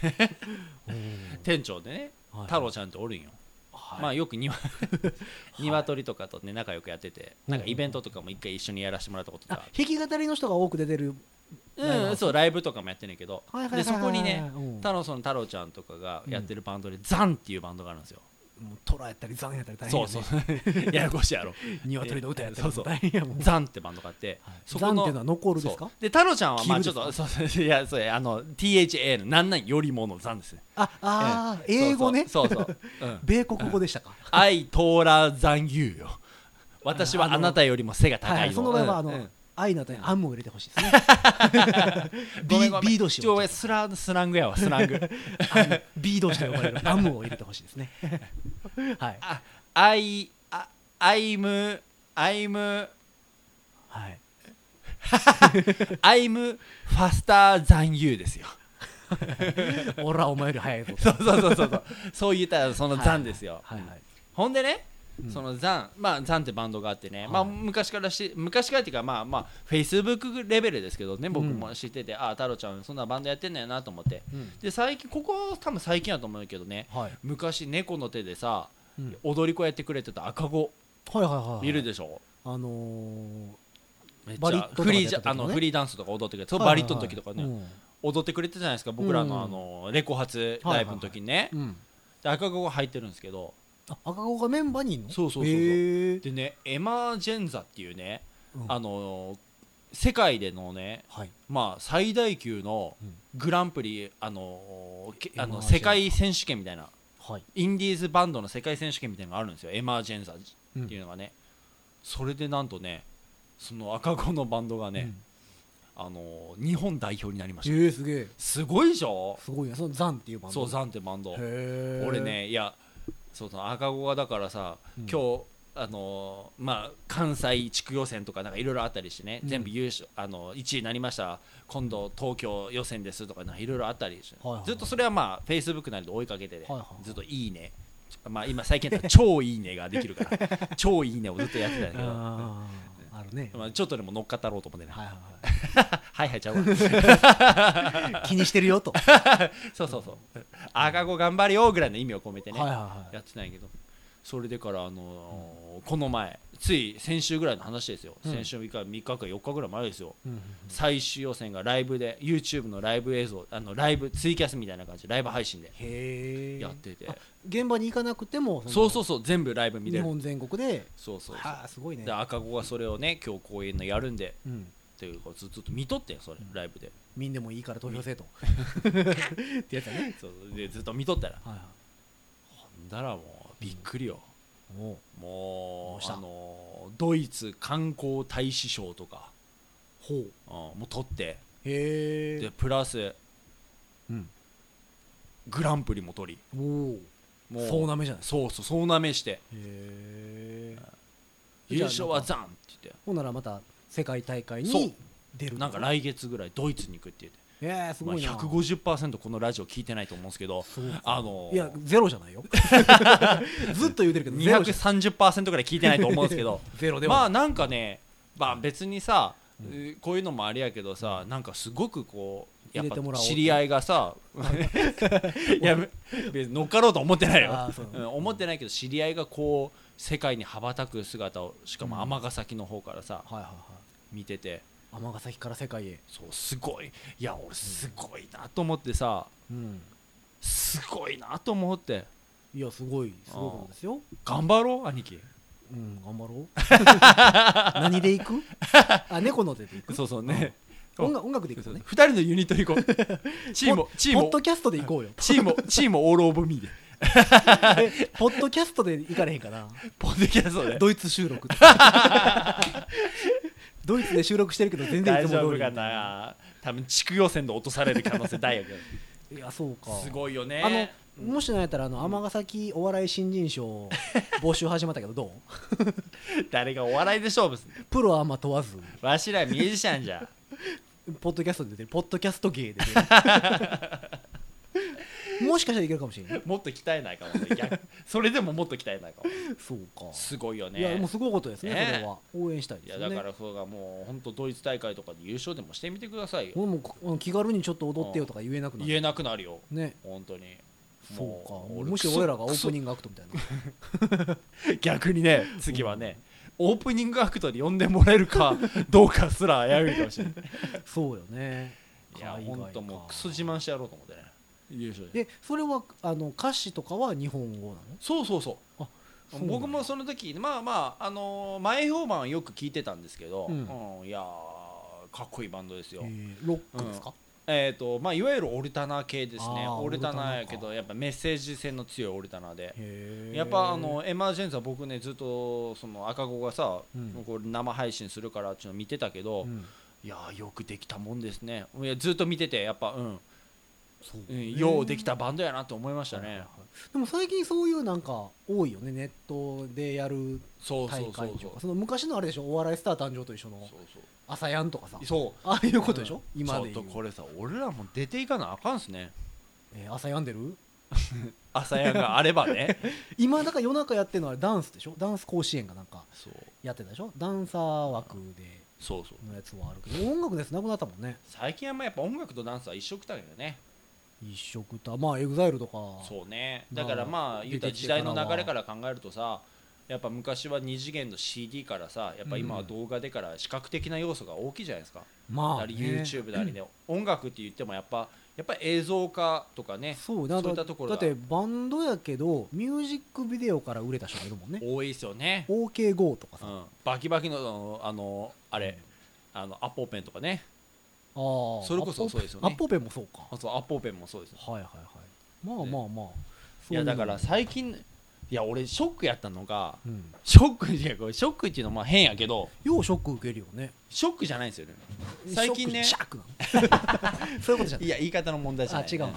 [SPEAKER 3] 店長でね
[SPEAKER 2] はい
[SPEAKER 3] 太郎ちゃんっておるんよ、
[SPEAKER 2] はい
[SPEAKER 3] まあよくに わ鶏とかとね仲良くやっててなんかイベントとかも一回一緒にやらせてもらったこと
[SPEAKER 2] あ
[SPEAKER 3] がある
[SPEAKER 2] 弾き語りの人が多く出てるライブ
[SPEAKER 3] う
[SPEAKER 2] ハ
[SPEAKER 3] ん
[SPEAKER 2] ウス
[SPEAKER 3] そうライブとかもやってんねんけど
[SPEAKER 2] はいはい
[SPEAKER 3] で
[SPEAKER 2] はい
[SPEAKER 3] そ
[SPEAKER 2] はい
[SPEAKER 3] こ
[SPEAKER 2] はい
[SPEAKER 3] にね
[SPEAKER 2] うん
[SPEAKER 3] 太郎さん太郎ちゃんとかがやってるバンドで、ザンっていうバンドがあるんですよ
[SPEAKER 2] もうトラやったりザンやったり大変
[SPEAKER 3] そう
[SPEAKER 2] や、ね、
[SPEAKER 3] そう ややこしいやろ
[SPEAKER 2] 鶏の歌やったり
[SPEAKER 3] そうそう
[SPEAKER 2] 大変やもん
[SPEAKER 3] ザンってバンドがあって、
[SPEAKER 2] はい
[SPEAKER 3] そ
[SPEAKER 2] ザ
[SPEAKER 3] こ
[SPEAKER 2] ンっ
[SPEAKER 3] の
[SPEAKER 2] ていうのは残るです
[SPEAKER 3] そう
[SPEAKER 2] か
[SPEAKER 3] で太郎ちゃんはまあち
[SPEAKER 2] キ
[SPEAKER 3] ょ
[SPEAKER 2] ー
[SPEAKER 3] っ
[SPEAKER 2] ル
[SPEAKER 3] とそうそういやそうあの THA のなんなんよりもの残ですね
[SPEAKER 2] ああー、
[SPEAKER 3] ええ
[SPEAKER 2] 英語ね
[SPEAKER 3] そうそうそう そう、うん、
[SPEAKER 2] 米国語でしたか、
[SPEAKER 3] 愛トーラ残牛よ私はあなたよりも背が高い
[SPEAKER 2] は
[SPEAKER 3] の、
[SPEAKER 2] いはい、その場合はあの、
[SPEAKER 3] うん
[SPEAKER 2] 愛の後にアムを入れてほしいですね。ビ
[SPEAKER 3] ごめんごめん
[SPEAKER 2] ビード氏
[SPEAKER 3] ちょお
[SPEAKER 2] を
[SPEAKER 3] いスラスラングやわスラン グ
[SPEAKER 2] あのビード氏と呼ばれるアムを入れてほしいです ね。はい
[SPEAKER 3] あアイあアイムアイム
[SPEAKER 2] はい。
[SPEAKER 3] アイムファスター残牛です よ
[SPEAKER 2] 俺はお前より早いぞ。
[SPEAKER 3] そうそうそうそうそうそう言ったらその残ですよ、
[SPEAKER 2] はいはい。
[SPEAKER 3] ほんでね、
[SPEAKER 2] うん
[SPEAKER 3] そのザン、まあ、ザンってバンドがあって
[SPEAKER 2] は
[SPEAKER 3] ね、
[SPEAKER 2] い
[SPEAKER 3] まあ、昔からし昔からっていうかまあまあフェイスブックレベルですけどね僕も知ってて、ああ太郎ちゃんそんなバンドやってんだよなと思って
[SPEAKER 2] うん
[SPEAKER 3] で最近ここ多分最近やと思うけどね
[SPEAKER 2] はい。
[SPEAKER 3] 昔猫の手でさ、
[SPEAKER 2] うん
[SPEAKER 3] 踊り子やってくれてた赤子
[SPEAKER 2] はいはいはいはい。
[SPEAKER 3] いるでしょ、
[SPEAKER 2] あのー
[SPEAKER 3] めっ
[SPEAKER 2] バ
[SPEAKER 3] ち
[SPEAKER 2] リット
[SPEAKER 3] ゃ
[SPEAKER 2] と
[SPEAKER 3] フ
[SPEAKER 2] か
[SPEAKER 3] リ
[SPEAKER 2] で
[SPEAKER 3] ー
[SPEAKER 2] やっ
[SPEAKER 3] ジ
[SPEAKER 2] た時の
[SPEAKER 3] ャ
[SPEAKER 2] ね
[SPEAKER 3] あのフリーダンスとか踊ってくれて、そう
[SPEAKER 2] はいはいはい
[SPEAKER 3] バリットの時とかね、踊ってくれてたじゃないですか僕らのあのレコ発ライブの時にね、
[SPEAKER 2] うん。うん。
[SPEAKER 3] で赤子が入ってるんですけど
[SPEAKER 2] あ赤子がメンバーにいるの
[SPEAKER 3] そうそうそうそう
[SPEAKER 2] へー
[SPEAKER 3] でねエマージェンザっていうね、
[SPEAKER 2] うん
[SPEAKER 3] あの世界でのね
[SPEAKER 2] はい
[SPEAKER 3] まあ最大級の
[SPEAKER 2] うん
[SPEAKER 3] グランプリ、あのけあ
[SPEAKER 2] エマージェ
[SPEAKER 3] の
[SPEAKER 2] ンザ
[SPEAKER 3] 世界選手権みたいな
[SPEAKER 2] はい
[SPEAKER 3] インディーズバンドの世界選手権みたいなのがあるんですよエマージェンザっていうのがね、それでなんとねその赤子のバンドがね、あの日本代表になりま
[SPEAKER 2] え
[SPEAKER 3] した、
[SPEAKER 2] ー、すげえ
[SPEAKER 3] すごいでしょ
[SPEAKER 2] すごいなそのザンっていうバンド
[SPEAKER 3] そう
[SPEAKER 2] ン
[SPEAKER 3] ザンってバンド
[SPEAKER 2] へー
[SPEAKER 3] 俺ねいやそうそう赤子がだからさ、
[SPEAKER 2] うん
[SPEAKER 3] 今日あのーまあ、関西地区予選とかなんかいろいろあったりしてね、
[SPEAKER 2] うん
[SPEAKER 3] 全部優勝あの1位になりました今度東京予選ですとかなんかいろいろあったりして、
[SPEAKER 2] はいはいはい
[SPEAKER 3] ずっとそれはまあフェイスブックなりで追いかけてて、
[SPEAKER 2] はいはい
[SPEAKER 3] ずっと「いいね」まあ、今最近だったら超いいね」ができるから 「超いいね」をずっとやってたんだけど、ま
[SPEAKER 2] あーあるね、
[SPEAKER 3] あ、ちょっとでも乗っかったろうと思ってね「
[SPEAKER 2] は
[SPEAKER 3] はい
[SPEAKER 2] いは
[SPEAKER 3] はい、ちゃうわ」
[SPEAKER 2] い はい、気にしてるよとは
[SPEAKER 3] そうそうそう 「赤子頑張れよ」ぐらいの意味を込めて
[SPEAKER 2] い
[SPEAKER 3] ね、
[SPEAKER 2] はいはい
[SPEAKER 3] やってないけどそれでから、あのーこの前つい先週ぐらいの話ですよ、
[SPEAKER 2] うん
[SPEAKER 3] 先週3日3日か4日ぐらい前ですよ、
[SPEAKER 2] うんうん
[SPEAKER 3] 最終予選がライブで YouTube のライブ映像あのライブツイキャスみたいな感じでライブ配信で
[SPEAKER 2] へえ
[SPEAKER 3] やってて、
[SPEAKER 2] 現場に行かなくても
[SPEAKER 3] そうそううそう全部ライブ見れ
[SPEAKER 2] 日
[SPEAKER 3] る
[SPEAKER 2] 本全国で
[SPEAKER 3] そうそうそう
[SPEAKER 2] ああすごいね
[SPEAKER 3] で赤子がそれをね今日公演のやるんで
[SPEAKER 2] うん
[SPEAKER 3] っていうかずずっと見とってんそれライブで
[SPEAKER 2] みんでもいいから投票せえとってやつだね
[SPEAKER 3] そうそうでずっと見とったら
[SPEAKER 2] はいは
[SPEAKER 3] ほんだらもうびっくりよ、
[SPEAKER 2] いもうど
[SPEAKER 3] も
[SPEAKER 2] うし
[SPEAKER 3] う
[SPEAKER 2] た
[SPEAKER 3] あのードイツ観光大使賞とか、
[SPEAKER 2] ほう
[SPEAKER 3] うん、もう取って
[SPEAKER 2] へえ
[SPEAKER 3] でプラス
[SPEAKER 2] うん
[SPEAKER 3] グランプリも取り
[SPEAKER 2] おお
[SPEAKER 3] も
[SPEAKER 2] そうなめじゃないですか
[SPEAKER 3] そうそうそうなめして
[SPEAKER 2] へえ
[SPEAKER 3] 優勝はザンって言っ
[SPEAKER 2] ほんならまた世界大会
[SPEAKER 3] そう
[SPEAKER 2] に出
[SPEAKER 3] て
[SPEAKER 2] る
[SPEAKER 3] なんか来月ぐらいドイツに行くって言って、
[SPEAKER 2] ええす
[SPEAKER 3] まあ、
[SPEAKER 2] ごいな
[SPEAKER 3] 150%このラジオ聞いてないと思うんですけど
[SPEAKER 2] そうか
[SPEAKER 3] あの
[SPEAKER 2] いやゼロじゃない よずっと言うてるけどゼロじゃ
[SPEAKER 3] 230%ぐらい聞いてないと思うんですけ ど
[SPEAKER 2] ゼロでは
[SPEAKER 3] まあなんかね、まあ、別にさ、こういうのもありやけどさなんかすごくこうやっ
[SPEAKER 2] 入れても
[SPEAKER 3] ぱ
[SPEAKER 2] らおう
[SPEAKER 3] 知り合い がさいや別に乗っかろうとは思ってないよ
[SPEAKER 2] あーそう
[SPEAKER 3] うん思ってないけど知り合いがこう世界に羽ばたく姿をしかも尼崎の方からさ、
[SPEAKER 2] はいはいはい
[SPEAKER 3] 見てて
[SPEAKER 2] 尼崎から世界へ
[SPEAKER 3] そうすごいいや俺すごいなと思ってさ
[SPEAKER 2] うん
[SPEAKER 3] すごいなと思って
[SPEAKER 2] いやすごいすごいことですよ
[SPEAKER 3] 頑張ろう兄貴
[SPEAKER 2] うん頑張ろう 何で行くあ猫の手で行く
[SPEAKER 3] そうそうね
[SPEAKER 2] 音楽音楽で行く
[SPEAKER 3] そ
[SPEAKER 2] の
[SPEAKER 3] う
[SPEAKER 2] ね
[SPEAKER 3] 二人のユニット行こう チーム
[SPEAKER 2] ポ
[SPEAKER 3] チー
[SPEAKER 2] ポッ
[SPEAKER 3] ム
[SPEAKER 2] ドキャストで行こうよ
[SPEAKER 3] チー ムチームオールオブミーで
[SPEAKER 2] えポッドキャストで行かれへんか な
[SPEAKER 3] ポッドキャストで
[SPEAKER 2] ドイツ収 録ドイツで収録してるけど全然い
[SPEAKER 3] 大
[SPEAKER 2] つも
[SPEAKER 3] 丈
[SPEAKER 2] 通
[SPEAKER 3] 夫
[SPEAKER 2] り
[SPEAKER 3] かな多分地区予選で落とされる可能性大やけど
[SPEAKER 2] いや そうか
[SPEAKER 3] すごいよね
[SPEAKER 2] あのもしなんやったらあの尼崎お笑い新人賞募集始まったけどどう
[SPEAKER 3] 誰がお笑いで勝負すんの
[SPEAKER 2] プロはあんま問わず
[SPEAKER 3] わしらミュージシャンじゃん
[SPEAKER 2] ポッドキャストで出てるポッドキャスト芸で 出るもしかしたらいけるかもしれない
[SPEAKER 3] もっと鍛えないかも ね逆それでももっと鍛えないかも
[SPEAKER 2] そうか
[SPEAKER 3] すごいよね
[SPEAKER 2] いやもうすごいことですね
[SPEAKER 3] ね
[SPEAKER 2] それは応援したい
[SPEAKER 3] い
[SPEAKER 2] で
[SPEAKER 3] や
[SPEAKER 2] すよ
[SPEAKER 3] だ
[SPEAKER 2] ね
[SPEAKER 3] からそうがもう本当ドイツ大会とかで優勝でもしてみてくださいよ
[SPEAKER 2] 俺もこあの気軽にちょっと踊ってよとか言えなくな
[SPEAKER 3] 言え
[SPEAKER 2] る
[SPEAKER 3] なくなるよ
[SPEAKER 2] ね
[SPEAKER 3] 本当に
[SPEAKER 2] そうか
[SPEAKER 3] う
[SPEAKER 2] もし俺らがオープニ
[SPEAKER 3] ン
[SPEAKER 2] ングアクトみたいな
[SPEAKER 3] グ 逆にね次はねオープニングアクトで呼んでもらえるかどうかすら危ういかもしれない
[SPEAKER 2] そうよね
[SPEAKER 3] いや
[SPEAKER 2] 海外か
[SPEAKER 3] 本当もうクソ自慢してやろうと思ってね優勝で
[SPEAKER 2] でそれはあの歌詞とかは日本語なの
[SPEAKER 3] そうそうそう
[SPEAKER 2] あそうなんだ
[SPEAKER 3] 僕もその時まあまあ、あのー前評判はよく聞いてたんですけど、
[SPEAKER 2] うん
[SPEAKER 3] うんいやーかっこいいバンドですよ、
[SPEAKER 2] えーロックですか、
[SPEAKER 3] えーとまあ、いわゆるオルタナ系ですね
[SPEAKER 2] あー
[SPEAKER 3] オルタナやけ
[SPEAKER 2] オルタナ
[SPEAKER 3] どやっぱメッセージ性の強いオルタナで
[SPEAKER 2] へー
[SPEAKER 3] やっぱあのエマージェンザ僕ねずっとその赤子がさ、
[SPEAKER 2] うん
[SPEAKER 3] これ生配信するからっていうの見てたけど、
[SPEAKER 2] うん
[SPEAKER 3] いやーよくできたもんですねいやずっと見ててやっぱうん、
[SPEAKER 2] そう
[SPEAKER 3] うん、ようできたバンドやなと思いました
[SPEAKER 2] はいはい
[SPEAKER 3] ね
[SPEAKER 2] は、いでも最近そういうなんか多いよねネットでやる
[SPEAKER 3] そうそう
[SPEAKER 2] 大
[SPEAKER 3] そう
[SPEAKER 2] 会
[SPEAKER 3] そ
[SPEAKER 2] と
[SPEAKER 3] う
[SPEAKER 2] かその昔のあれでしょお笑いスター誕生と一緒の
[SPEAKER 3] そうそう
[SPEAKER 2] 朝やんとかさ
[SPEAKER 3] そう
[SPEAKER 2] ああいうことでしょ、今で
[SPEAKER 3] ちょ
[SPEAKER 2] 言
[SPEAKER 3] っ
[SPEAKER 2] う
[SPEAKER 3] とこれさ俺らも出ていかなあかんっすね
[SPEAKER 2] えー朝やんでる
[SPEAKER 3] 朝やがあればね
[SPEAKER 2] 今だから夜中やってるのはダンスでしょダンス甲子園がなんか
[SPEAKER 3] そう
[SPEAKER 2] やってたでしょダンサー枠で
[SPEAKER 3] そうそう
[SPEAKER 2] のやつはあるけど音楽のやつなくなったもんね
[SPEAKER 3] 最近はまあやっぱ音楽とダンスは一緒くたけどね
[SPEAKER 2] 一色たまあエグザイルとか
[SPEAKER 3] そうねだからま
[SPEAKER 2] ま
[SPEAKER 3] あ
[SPEAKER 2] あ
[SPEAKER 3] 言ったら時代の流れから考えるとさやっぱ昔は2次元の CD からさやっぱ今は動画でから視覚的な要素が大きいじゃないですか、
[SPEAKER 2] ま
[SPEAKER 3] だり YouTube だりね、音楽って言ってもやっぱやっぱ映像化とかね
[SPEAKER 2] そう
[SPEAKER 3] そ
[SPEAKER 2] だ
[SPEAKER 3] ういったとこ
[SPEAKER 2] だ
[SPEAKER 3] ろが
[SPEAKER 2] ってバンドやけどミュージックビデオから売れた人がいるもんね
[SPEAKER 3] 多いですよね、
[SPEAKER 2] OKGO とか
[SPEAKER 3] う
[SPEAKER 2] さ、あ
[SPEAKER 3] ん、バキバキのあのあのあれあのアッポーペンとかね
[SPEAKER 2] ー
[SPEAKER 3] それこそそうですよね
[SPEAKER 2] アッポペンもそうか
[SPEAKER 3] あそうアッポーペンもそうです
[SPEAKER 2] はいはいはいまあまあまあ、
[SPEAKER 3] い
[SPEAKER 2] そう
[SPEAKER 3] や
[SPEAKER 2] うの
[SPEAKER 3] だから最近いや俺ショックやったのが
[SPEAKER 2] うん、
[SPEAKER 3] ショックいやこれショックっていうのはまあ変やけど
[SPEAKER 2] ようショック受けるよね
[SPEAKER 3] ショックじゃないんですよね最近ね
[SPEAKER 2] ショックシャークなの そういうことじゃない
[SPEAKER 3] いや言い方の問題じゃ
[SPEAKER 2] あ
[SPEAKER 3] ない、
[SPEAKER 2] 違うな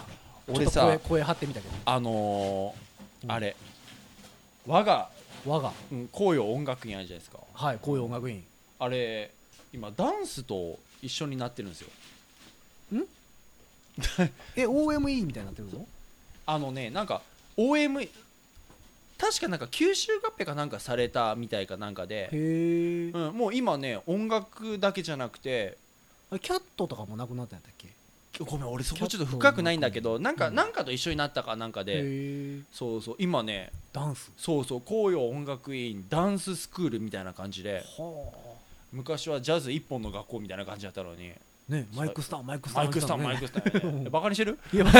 [SPEAKER 3] 俺
[SPEAKER 2] ちょっと声
[SPEAKER 3] さ
[SPEAKER 2] 声張ってみたけど
[SPEAKER 3] あの
[SPEAKER 2] う
[SPEAKER 3] ー
[SPEAKER 2] ん
[SPEAKER 3] あれ我が、
[SPEAKER 2] 我が
[SPEAKER 3] うん、紅葉音楽院あるじゃないですか
[SPEAKER 2] はい紅葉音楽院
[SPEAKER 3] あれ今ダンスと一緒になってるんですよ
[SPEAKER 2] え OME みたいになってるの
[SPEAKER 3] あのねなんか OM 確かなんか吸収合併かなんかされたみたいかなんかで、
[SPEAKER 2] へえ、
[SPEAKER 3] うん、もう今ね音楽だけじゃなくて
[SPEAKER 2] あキャットとかもなくなったんやったっけ
[SPEAKER 3] ごめん俺そこちょっと深くないんだけどなんか、
[SPEAKER 2] うん
[SPEAKER 3] なんかと一緒になったかなんかで、
[SPEAKER 2] へえ
[SPEAKER 3] そうそう今ね
[SPEAKER 2] ダンス
[SPEAKER 3] そうそう紅葉音楽院ダンススクールみたいな感じで
[SPEAKER 2] は
[SPEAKER 3] 昔はジャズ一本の学校みたいな感じだったのに
[SPEAKER 2] あねマイクスターマイクスター
[SPEAKER 3] マイクスタンマイクスタン、ね、バカにしてる
[SPEAKER 2] いやバ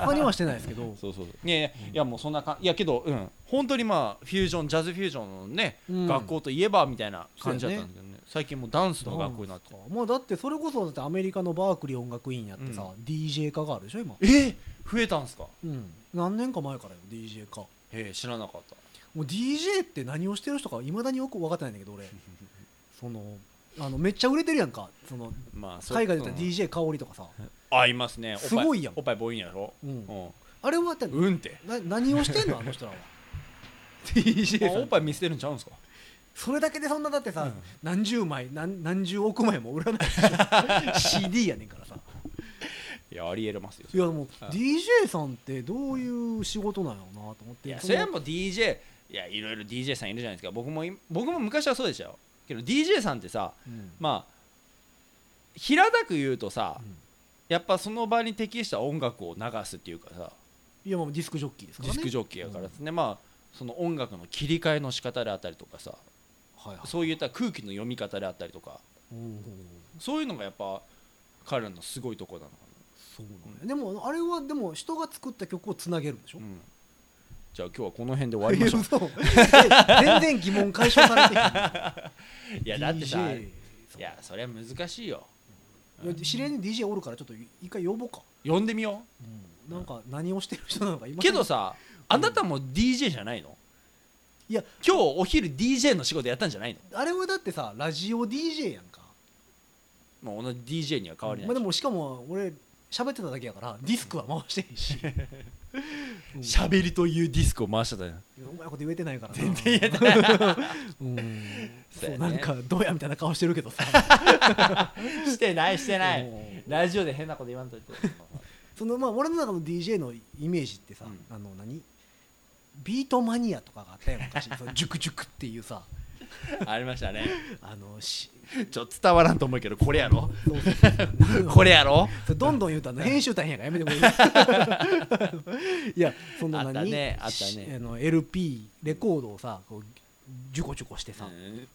[SPEAKER 2] カにはしてないですけど
[SPEAKER 3] そうそういやいや,、いやもうそんなかいやけどうん本当にまあフュージョンジャズフュージョンのね、
[SPEAKER 2] うん
[SPEAKER 3] 学校といえばみたいな感じだったんだけどね最近もうダンスの学校になってる
[SPEAKER 2] まあだってそれこそだってアメリカのバークリー音楽院やってさ、
[SPEAKER 3] う
[SPEAKER 2] DJ 化があるでしょ今、
[SPEAKER 3] えー増えたんすか
[SPEAKER 2] うん、何年か前からよ DJ 化も
[SPEAKER 3] えー、知らなかった
[SPEAKER 2] う DJ って何をしてる人かいまだによく分かってないんだけど 俺そのあのめっちゃ売れてるやんかその
[SPEAKER 3] まあそう
[SPEAKER 2] 海外で言った
[SPEAKER 3] うん
[SPEAKER 2] ら DJ 香りとかさ、
[SPEAKER 3] あいますねおっぱ
[SPEAKER 2] すごいやん
[SPEAKER 3] おっぱいボーインやろ
[SPEAKER 2] うん
[SPEAKER 3] うん
[SPEAKER 2] あれはだって
[SPEAKER 3] うんって
[SPEAKER 2] な何をしてん のあの人らは
[SPEAKER 3] あ
[SPEAKER 2] DJ
[SPEAKER 3] おっぱい見せてるんちゃうんすか
[SPEAKER 2] それだけでそんなだってさ、
[SPEAKER 3] うん
[SPEAKER 2] 何十枚何何十億枚も売らない でしょ CD やねんからさ
[SPEAKER 3] いやありえますよ
[SPEAKER 2] いやもう
[SPEAKER 3] うん
[SPEAKER 2] DJ さんってどういう仕事なんやろうなと思って
[SPEAKER 3] いや
[SPEAKER 2] そ
[SPEAKER 3] そ
[SPEAKER 2] の
[SPEAKER 3] れはもう DJ いやいろいろ DJ さんいるじゃないですか僕もい僕も昔はそうでしたよけど DJ さんってさ
[SPEAKER 2] うん
[SPEAKER 3] まあ平たく言うとさ、
[SPEAKER 2] うん
[SPEAKER 3] やっぱその場に適した音楽を流すっていうかさ
[SPEAKER 2] いやもうディスクジョッキーですか
[SPEAKER 3] デ
[SPEAKER 2] ら
[SPEAKER 3] ィ
[SPEAKER 2] ね
[SPEAKER 3] スクジョッキーやからですね、まあその音楽の切り替えの仕方であったりとかさ
[SPEAKER 2] はいはい
[SPEAKER 3] そういった空気の読み方であったりとか
[SPEAKER 2] おー
[SPEAKER 3] そういうのがやっぱ彼らのすごいとこなのか
[SPEAKER 2] そうなんやでもあれはでも人が作った曲をつなげるんでしょ
[SPEAKER 3] な、うん、じゃあ今日はこの辺で終わ りましょう
[SPEAKER 2] 嘘え全然疑問解消され てない
[SPEAKER 3] いやだってさ
[SPEAKER 2] DJ
[SPEAKER 3] いやそれは難しいよ
[SPEAKER 2] いや知り合いに DJ おるからちょっと一回呼ぼうか、
[SPEAKER 3] 呼んでみよ
[SPEAKER 2] なんか何をしてる人なのか今
[SPEAKER 3] うけどさあなたも DJ じゃないの
[SPEAKER 2] いや
[SPEAKER 3] 今日お昼 DJ の仕事やったんじゃないの
[SPEAKER 2] あれはだってさラジオ DJ やんか
[SPEAKER 3] もう同じ DJ には変わりない
[SPEAKER 2] まあ、でもしかも俺喋ってただけやからディスクは回してへんしうん
[SPEAKER 3] 喋りというディスクを回してたよ
[SPEAKER 2] うまいこと言えてないから全然言えてないうん
[SPEAKER 3] そう
[SPEAKER 2] そう
[SPEAKER 3] やね
[SPEAKER 2] なんかどうやみたいな顔してるけど さ
[SPEAKER 3] してないしてな
[SPEAKER 2] う
[SPEAKER 3] い
[SPEAKER 2] ん
[SPEAKER 3] ラジオで変なこと言わんといて
[SPEAKER 2] そのまあ俺の中の DJ のイメージってさ、
[SPEAKER 3] うん
[SPEAKER 2] あの何ビートマニアとかがあったやん昔そのジュクジュクっていうさ
[SPEAKER 3] ありましたね
[SPEAKER 2] あのし
[SPEAKER 3] ちょっと伝わらんと思うけどこれやろ
[SPEAKER 2] そうそうそ う
[SPEAKER 3] これやろ
[SPEAKER 2] それどんどん言うとあの編集大変やからやめてもらいいい やそんな
[SPEAKER 3] あっ
[SPEAKER 2] 何
[SPEAKER 3] たねあったね
[SPEAKER 2] しあの LP レコードをさこうジュコジュコしてさ、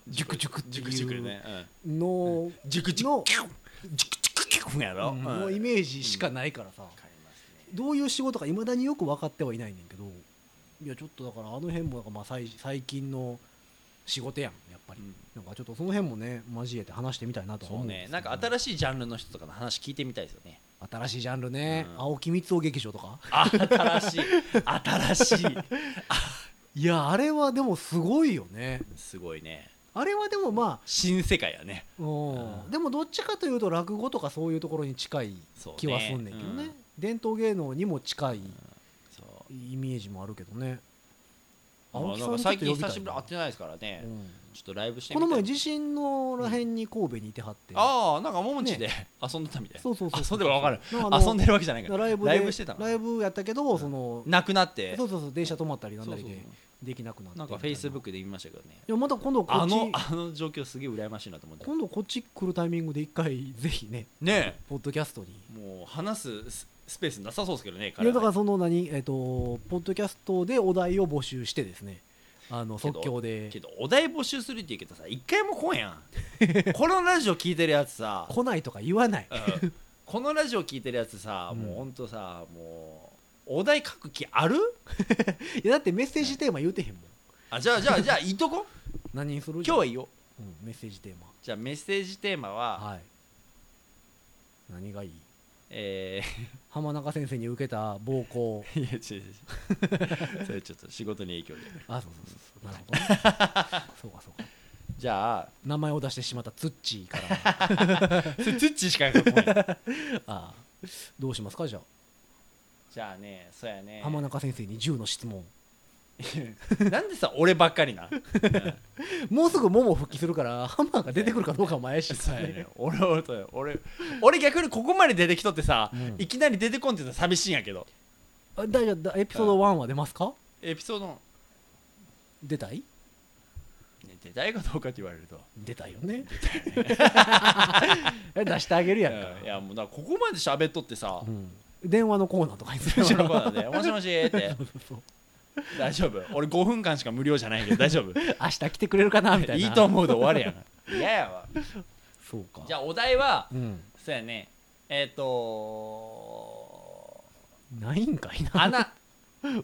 [SPEAKER 3] ジュクジュク
[SPEAKER 2] ジュ
[SPEAKER 3] ジュ
[SPEAKER 2] ク
[SPEAKER 3] ク
[SPEAKER 2] ジ
[SPEAKER 3] ジ
[SPEAKER 2] ュ
[SPEAKER 3] ュ
[SPEAKER 2] ク
[SPEAKER 3] ク
[SPEAKER 2] ね
[SPEAKER 3] ね
[SPEAKER 2] の、
[SPEAKER 3] ジュクジュ
[SPEAKER 2] の
[SPEAKER 3] クキュンジュクジュクキュンやろ
[SPEAKER 2] うん
[SPEAKER 3] うん
[SPEAKER 2] のイメージしかないからさ、どういう仕事かいまだによく分かってはいないねんけどいやちょっとだからあの辺もなんかまあ最最近の仕事やんやっぱり、
[SPEAKER 3] うん
[SPEAKER 2] なんかちょっとその辺もね交えて話してみたいなとは
[SPEAKER 3] そ
[SPEAKER 2] 思
[SPEAKER 3] う
[SPEAKER 2] う
[SPEAKER 3] ね
[SPEAKER 2] ですけ
[SPEAKER 3] な
[SPEAKER 2] ど
[SPEAKER 3] んか新しいジャンルの人とかの話聞いてみたいですよね
[SPEAKER 2] 新しいジャンルね、
[SPEAKER 3] うん
[SPEAKER 2] 青木光雄劇場とか
[SPEAKER 3] 新しい新しい
[SPEAKER 2] いやあれはでもすごいよね
[SPEAKER 3] すごいね
[SPEAKER 2] あれはでもま
[SPEAKER 3] 新世界やね
[SPEAKER 2] あ、うん、でもどっちかというと落語とかそういうところに近い
[SPEAKER 3] そうね
[SPEAKER 2] 気はすんねんけどね
[SPEAKER 3] うん
[SPEAKER 2] 伝統芸能にも近い
[SPEAKER 3] そう
[SPEAKER 2] イメージもあるけどね
[SPEAKER 3] まあなんか
[SPEAKER 2] ちょっ
[SPEAKER 3] 最
[SPEAKER 2] と
[SPEAKER 3] 近
[SPEAKER 2] 呼びた
[SPEAKER 3] 久
[SPEAKER 2] い
[SPEAKER 3] しぶりに会ってないですからね
[SPEAKER 2] うん
[SPEAKER 3] ちょっとライブしてみ
[SPEAKER 2] こ
[SPEAKER 3] た
[SPEAKER 2] の前
[SPEAKER 3] い
[SPEAKER 2] 地震のらへんに神戸にいてはって、
[SPEAKER 3] ああなんかももちで遊んでたみたい
[SPEAKER 2] そうそうそう
[SPEAKER 3] 遊んでるわかる
[SPEAKER 2] なんかあの
[SPEAKER 3] 遊んでるわけじゃないから
[SPEAKER 2] ライブで
[SPEAKER 3] ライブしてたの
[SPEAKER 2] ライブやったけどその、
[SPEAKER 3] なくなって
[SPEAKER 2] そうそうそう電車止まったりなん
[SPEAKER 3] そ
[SPEAKER 2] だ
[SPEAKER 3] う
[SPEAKER 2] り
[SPEAKER 3] そう
[SPEAKER 2] でできなくなって
[SPEAKER 3] なんかフェイスブックで見ましたけどね
[SPEAKER 2] いやまた今度こ
[SPEAKER 3] あ
[SPEAKER 2] っち
[SPEAKER 3] のあの状況すげえ羨ましいなと思って
[SPEAKER 2] 今度こっち来るタイミングで一回ぜひね
[SPEAKER 3] ね
[SPEAKER 2] ポッドキャストに
[SPEAKER 3] えもう話すススペースなさそうですけどね
[SPEAKER 2] いや
[SPEAKER 3] 彼
[SPEAKER 2] だ
[SPEAKER 3] は
[SPEAKER 2] からその何えっ、とポッドキャストでお題を募集してですねあの
[SPEAKER 3] けど
[SPEAKER 2] 即興で
[SPEAKER 3] けどお題募集するって言うけどさ一回も来んや んこのラジオ聞いてるやつさ、
[SPEAKER 2] 来ないとか言わない
[SPEAKER 3] うんこのラジオ聞いてるやつさ、
[SPEAKER 2] うん
[SPEAKER 3] もうほんとさもうお題書く気ある
[SPEAKER 2] いやだってメッセージテーマ言うてへんもん
[SPEAKER 3] あじゃあじゃあじゃあいいとこ
[SPEAKER 2] 何にする
[SPEAKER 3] 今日はいいよ
[SPEAKER 2] うんメッセージテーマ
[SPEAKER 3] じゃあメッセージテーマは、
[SPEAKER 2] はい何がいい
[SPEAKER 3] え
[SPEAKER 2] 浜中先生に受けた暴 行
[SPEAKER 3] ーいや違う違う 違うそれちょっと仕事に影響で
[SPEAKER 2] あそうそうそうそうなるほど、ね、そうかそうか
[SPEAKER 3] じゃあ
[SPEAKER 2] 名前を出してしまったツッチーから
[SPEAKER 3] それツッチーしか来んやん
[SPEAKER 2] ああどうしますかじゃあ、
[SPEAKER 3] じゃあねそうやね
[SPEAKER 2] 浜中先生に10の質問
[SPEAKER 3] なんでさ俺ばっかりな
[SPEAKER 2] もうすぐ桃復帰するからハンマーが出てくるかどうかも怪しい
[SPEAKER 3] そうやね俺俺と俺俺逆にここまで出てきとってさ、
[SPEAKER 2] うん
[SPEAKER 3] いきなり出てこんっていうのは寂しいんやけど
[SPEAKER 2] あ大丈夫だエピソード1は出ますか
[SPEAKER 3] エピソードの
[SPEAKER 2] 出たい
[SPEAKER 3] ね出たいかどうかって言われると
[SPEAKER 2] 出たよね 出してあげる
[SPEAKER 3] い
[SPEAKER 2] やんか
[SPEAKER 3] やいやもうだからここまで喋っとってさ、
[SPEAKER 2] うん電話のコーナーとかにする じゃん
[SPEAKER 3] 俺の 声でもしもし」って大丈夫俺5分間しか無料じゃないけど大丈夫
[SPEAKER 2] 明日来てくれるかなみたい
[SPEAKER 3] い
[SPEAKER 2] ない
[SPEAKER 3] と思うで終わるやん 嫌やわ
[SPEAKER 2] そうか
[SPEAKER 3] じゃあお題は
[SPEAKER 2] うん
[SPEAKER 3] そうやねえっ、と
[SPEAKER 2] ないんかいな
[SPEAKER 3] 穴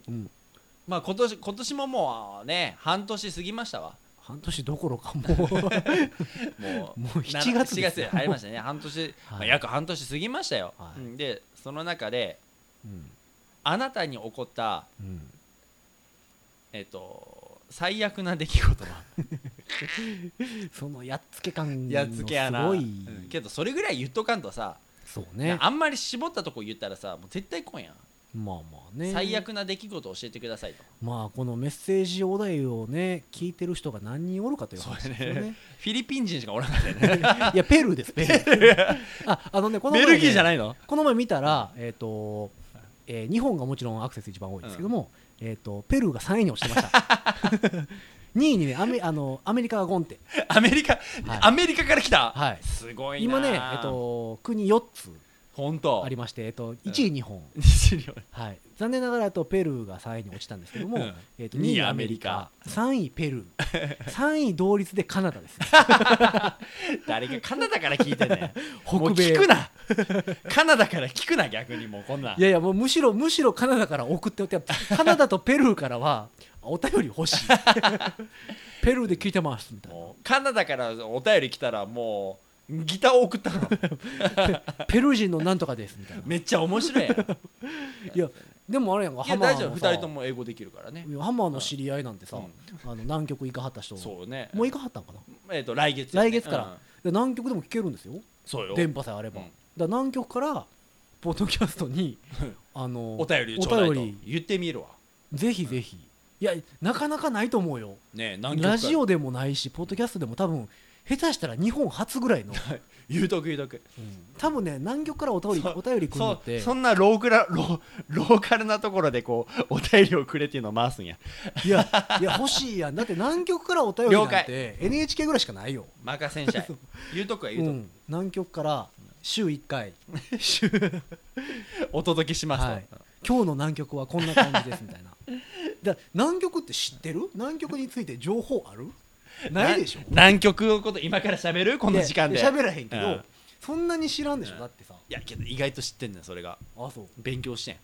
[SPEAKER 2] うん
[SPEAKER 3] まあ今年今年ももうね半年過ぎましたわ
[SPEAKER 2] 半年どころかもうも
[SPEAKER 3] もう
[SPEAKER 2] う7月
[SPEAKER 3] 7
[SPEAKER 2] です
[SPEAKER 3] 月
[SPEAKER 2] よ
[SPEAKER 3] 入りましたね半年、まあ
[SPEAKER 2] はい
[SPEAKER 3] 約半年過ぎましたよ、
[SPEAKER 2] はい
[SPEAKER 3] うんでその中で
[SPEAKER 2] うん
[SPEAKER 3] あなたに起こった
[SPEAKER 2] うん
[SPEAKER 3] えっ、と最悪な出来事は
[SPEAKER 2] そのやっつけ感
[SPEAKER 3] やっつけやな
[SPEAKER 2] のすご
[SPEAKER 3] う
[SPEAKER 2] い
[SPEAKER 3] んけどそれぐらい言っとかんとさ、
[SPEAKER 2] そうね
[SPEAKER 3] あんまり絞ったとこ言ったらさもう絶対来んやん、
[SPEAKER 2] まあまあね
[SPEAKER 3] 最悪な出来事を教えてくださいと
[SPEAKER 2] まあこのメッセージお題をね聞いてる人が何人おるかという話ですよ
[SPEAKER 3] そうや
[SPEAKER 2] ね
[SPEAKER 3] フィリピン人しかおらんかったよね
[SPEAKER 2] いやペルーですペルーああのねこの前
[SPEAKER 3] ベ
[SPEAKER 2] ね
[SPEAKER 3] ルギーじゃないの
[SPEAKER 2] この前見たら、えっ、と、えー日本がもちろんアクセス一番多いんですけども、えっ、と、ペルーが3位に落ちてました。2位に ね、アメあのアメリカがゴンって、
[SPEAKER 3] アメリカ、
[SPEAKER 2] い
[SPEAKER 3] アメリカから来た、
[SPEAKER 2] はい
[SPEAKER 3] すごいな
[SPEAKER 2] 今ね、えっと、国4つ
[SPEAKER 3] 本当
[SPEAKER 2] ありまして、えっと、1位日本、
[SPEAKER 3] 西日本
[SPEAKER 2] はい、残念ながら、えっと、ペルーが3位に落ちたんですけども、
[SPEAKER 3] うん
[SPEAKER 2] えっと
[SPEAKER 3] 2
[SPEAKER 2] 2
[SPEAKER 3] 位
[SPEAKER 2] 位
[SPEAKER 3] ア
[SPEAKER 2] ア
[SPEAKER 3] メ
[SPEAKER 2] メ
[SPEAKER 3] リ
[SPEAKER 2] リ
[SPEAKER 3] カ
[SPEAKER 2] カ、3位ペルー、3位 同率でカナダです、
[SPEAKER 3] 誰かカナダから聞いてね
[SPEAKER 2] 北米
[SPEAKER 3] もう聞くなカナダから聞くな逆にもうこんなん
[SPEAKER 2] いやいや、もうむしろ、むしろカナダから送っておって、カナダとペルーからは、お便り欲し い、ペルーで聞いてますみたいな。
[SPEAKER 3] もうカナダからお便り来たらもうギターを送ったの
[SPEAKER 2] ペルー人のなんとかです みたいな。
[SPEAKER 3] めっちゃ面白いやん
[SPEAKER 2] いや、でもあれやんか、
[SPEAKER 3] いや
[SPEAKER 2] マー
[SPEAKER 3] 大丈夫
[SPEAKER 2] の
[SPEAKER 3] 2
[SPEAKER 2] さ
[SPEAKER 3] 人と。も英語できるからね
[SPEAKER 2] いやハマーの知り合いなんてさ、
[SPEAKER 3] うん
[SPEAKER 2] あの南極行かはった人、
[SPEAKER 3] そうね
[SPEAKER 2] もう行かはったんかな、
[SPEAKER 3] えっと来月よね
[SPEAKER 2] 来月から、
[SPEAKER 3] うん
[SPEAKER 2] で南極でも聞けるんですよ、
[SPEAKER 3] そうよ
[SPEAKER 2] 電波さえあれば。
[SPEAKER 3] うん
[SPEAKER 2] だから南極から、ポッドキャスト に、あの
[SPEAKER 3] お便りちょうだい
[SPEAKER 2] お
[SPEAKER 3] と
[SPEAKER 2] 便り
[SPEAKER 3] 言ってみるわ
[SPEAKER 2] ぜひぜひ、いや、なかなかないと思うよ、
[SPEAKER 3] ねえ南極から
[SPEAKER 2] ラジオでもないし、ポッドキャストでも多分下手したら日本初ぐらいの、
[SPEAKER 3] 言うとく言うとく
[SPEAKER 2] 多分ね、南極からお便りお便り来るのっ
[SPEAKER 3] そう
[SPEAKER 2] て、
[SPEAKER 3] そんなロークラロローカルなところでこうお便りをくれっていうのを回すんや
[SPEAKER 2] いや、いや欲しいやん、だって南極からお便りなん
[SPEAKER 3] 了
[SPEAKER 2] て、NHK ぐらいしかないよ。
[SPEAKER 3] 任せん しゃい言うとくは言うとく、
[SPEAKER 2] うん、南極から週1回 週
[SPEAKER 3] お届けしますと、
[SPEAKER 2] はい今日の南極はこんな感じですみたい なだ南極って知ってる南極について情報あるないでしょ
[SPEAKER 3] な南極のこと今から喋るこの時間で
[SPEAKER 2] いや喋らへんけど、
[SPEAKER 3] うん
[SPEAKER 2] そんなに知らんでしょ、
[SPEAKER 3] うん
[SPEAKER 2] だってさ
[SPEAKER 3] いやけど意外と知ってんねんそれが
[SPEAKER 2] あそう
[SPEAKER 3] 勉強してん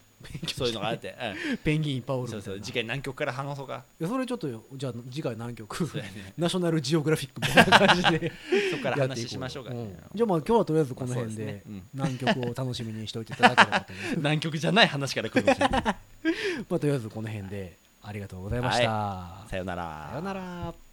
[SPEAKER 3] そういうのがあって、
[SPEAKER 2] ペンギンいっぱい お
[SPEAKER 3] うん、
[SPEAKER 2] る
[SPEAKER 3] そ
[SPEAKER 2] み
[SPEAKER 3] う
[SPEAKER 2] た
[SPEAKER 3] そ
[SPEAKER 2] いうな
[SPEAKER 3] 次回南極から話そうか
[SPEAKER 2] いやそれちょっとよじゃあ次回南極、
[SPEAKER 3] そうやね
[SPEAKER 2] ナショナルジオグラフィックみたいな感じで
[SPEAKER 3] そこから
[SPEAKER 2] やっていこう
[SPEAKER 3] 話しましょうか、
[SPEAKER 2] んじゃあまあ今日はとりあえずこの辺で,、
[SPEAKER 3] まあそうですねうん
[SPEAKER 2] 南極を楽しみにしておいていただければと思います
[SPEAKER 3] 南極じゃない話から来るかもしれない
[SPEAKER 2] まあとりあえずこの辺でありがとうございました、
[SPEAKER 3] さよなら
[SPEAKER 2] さよなら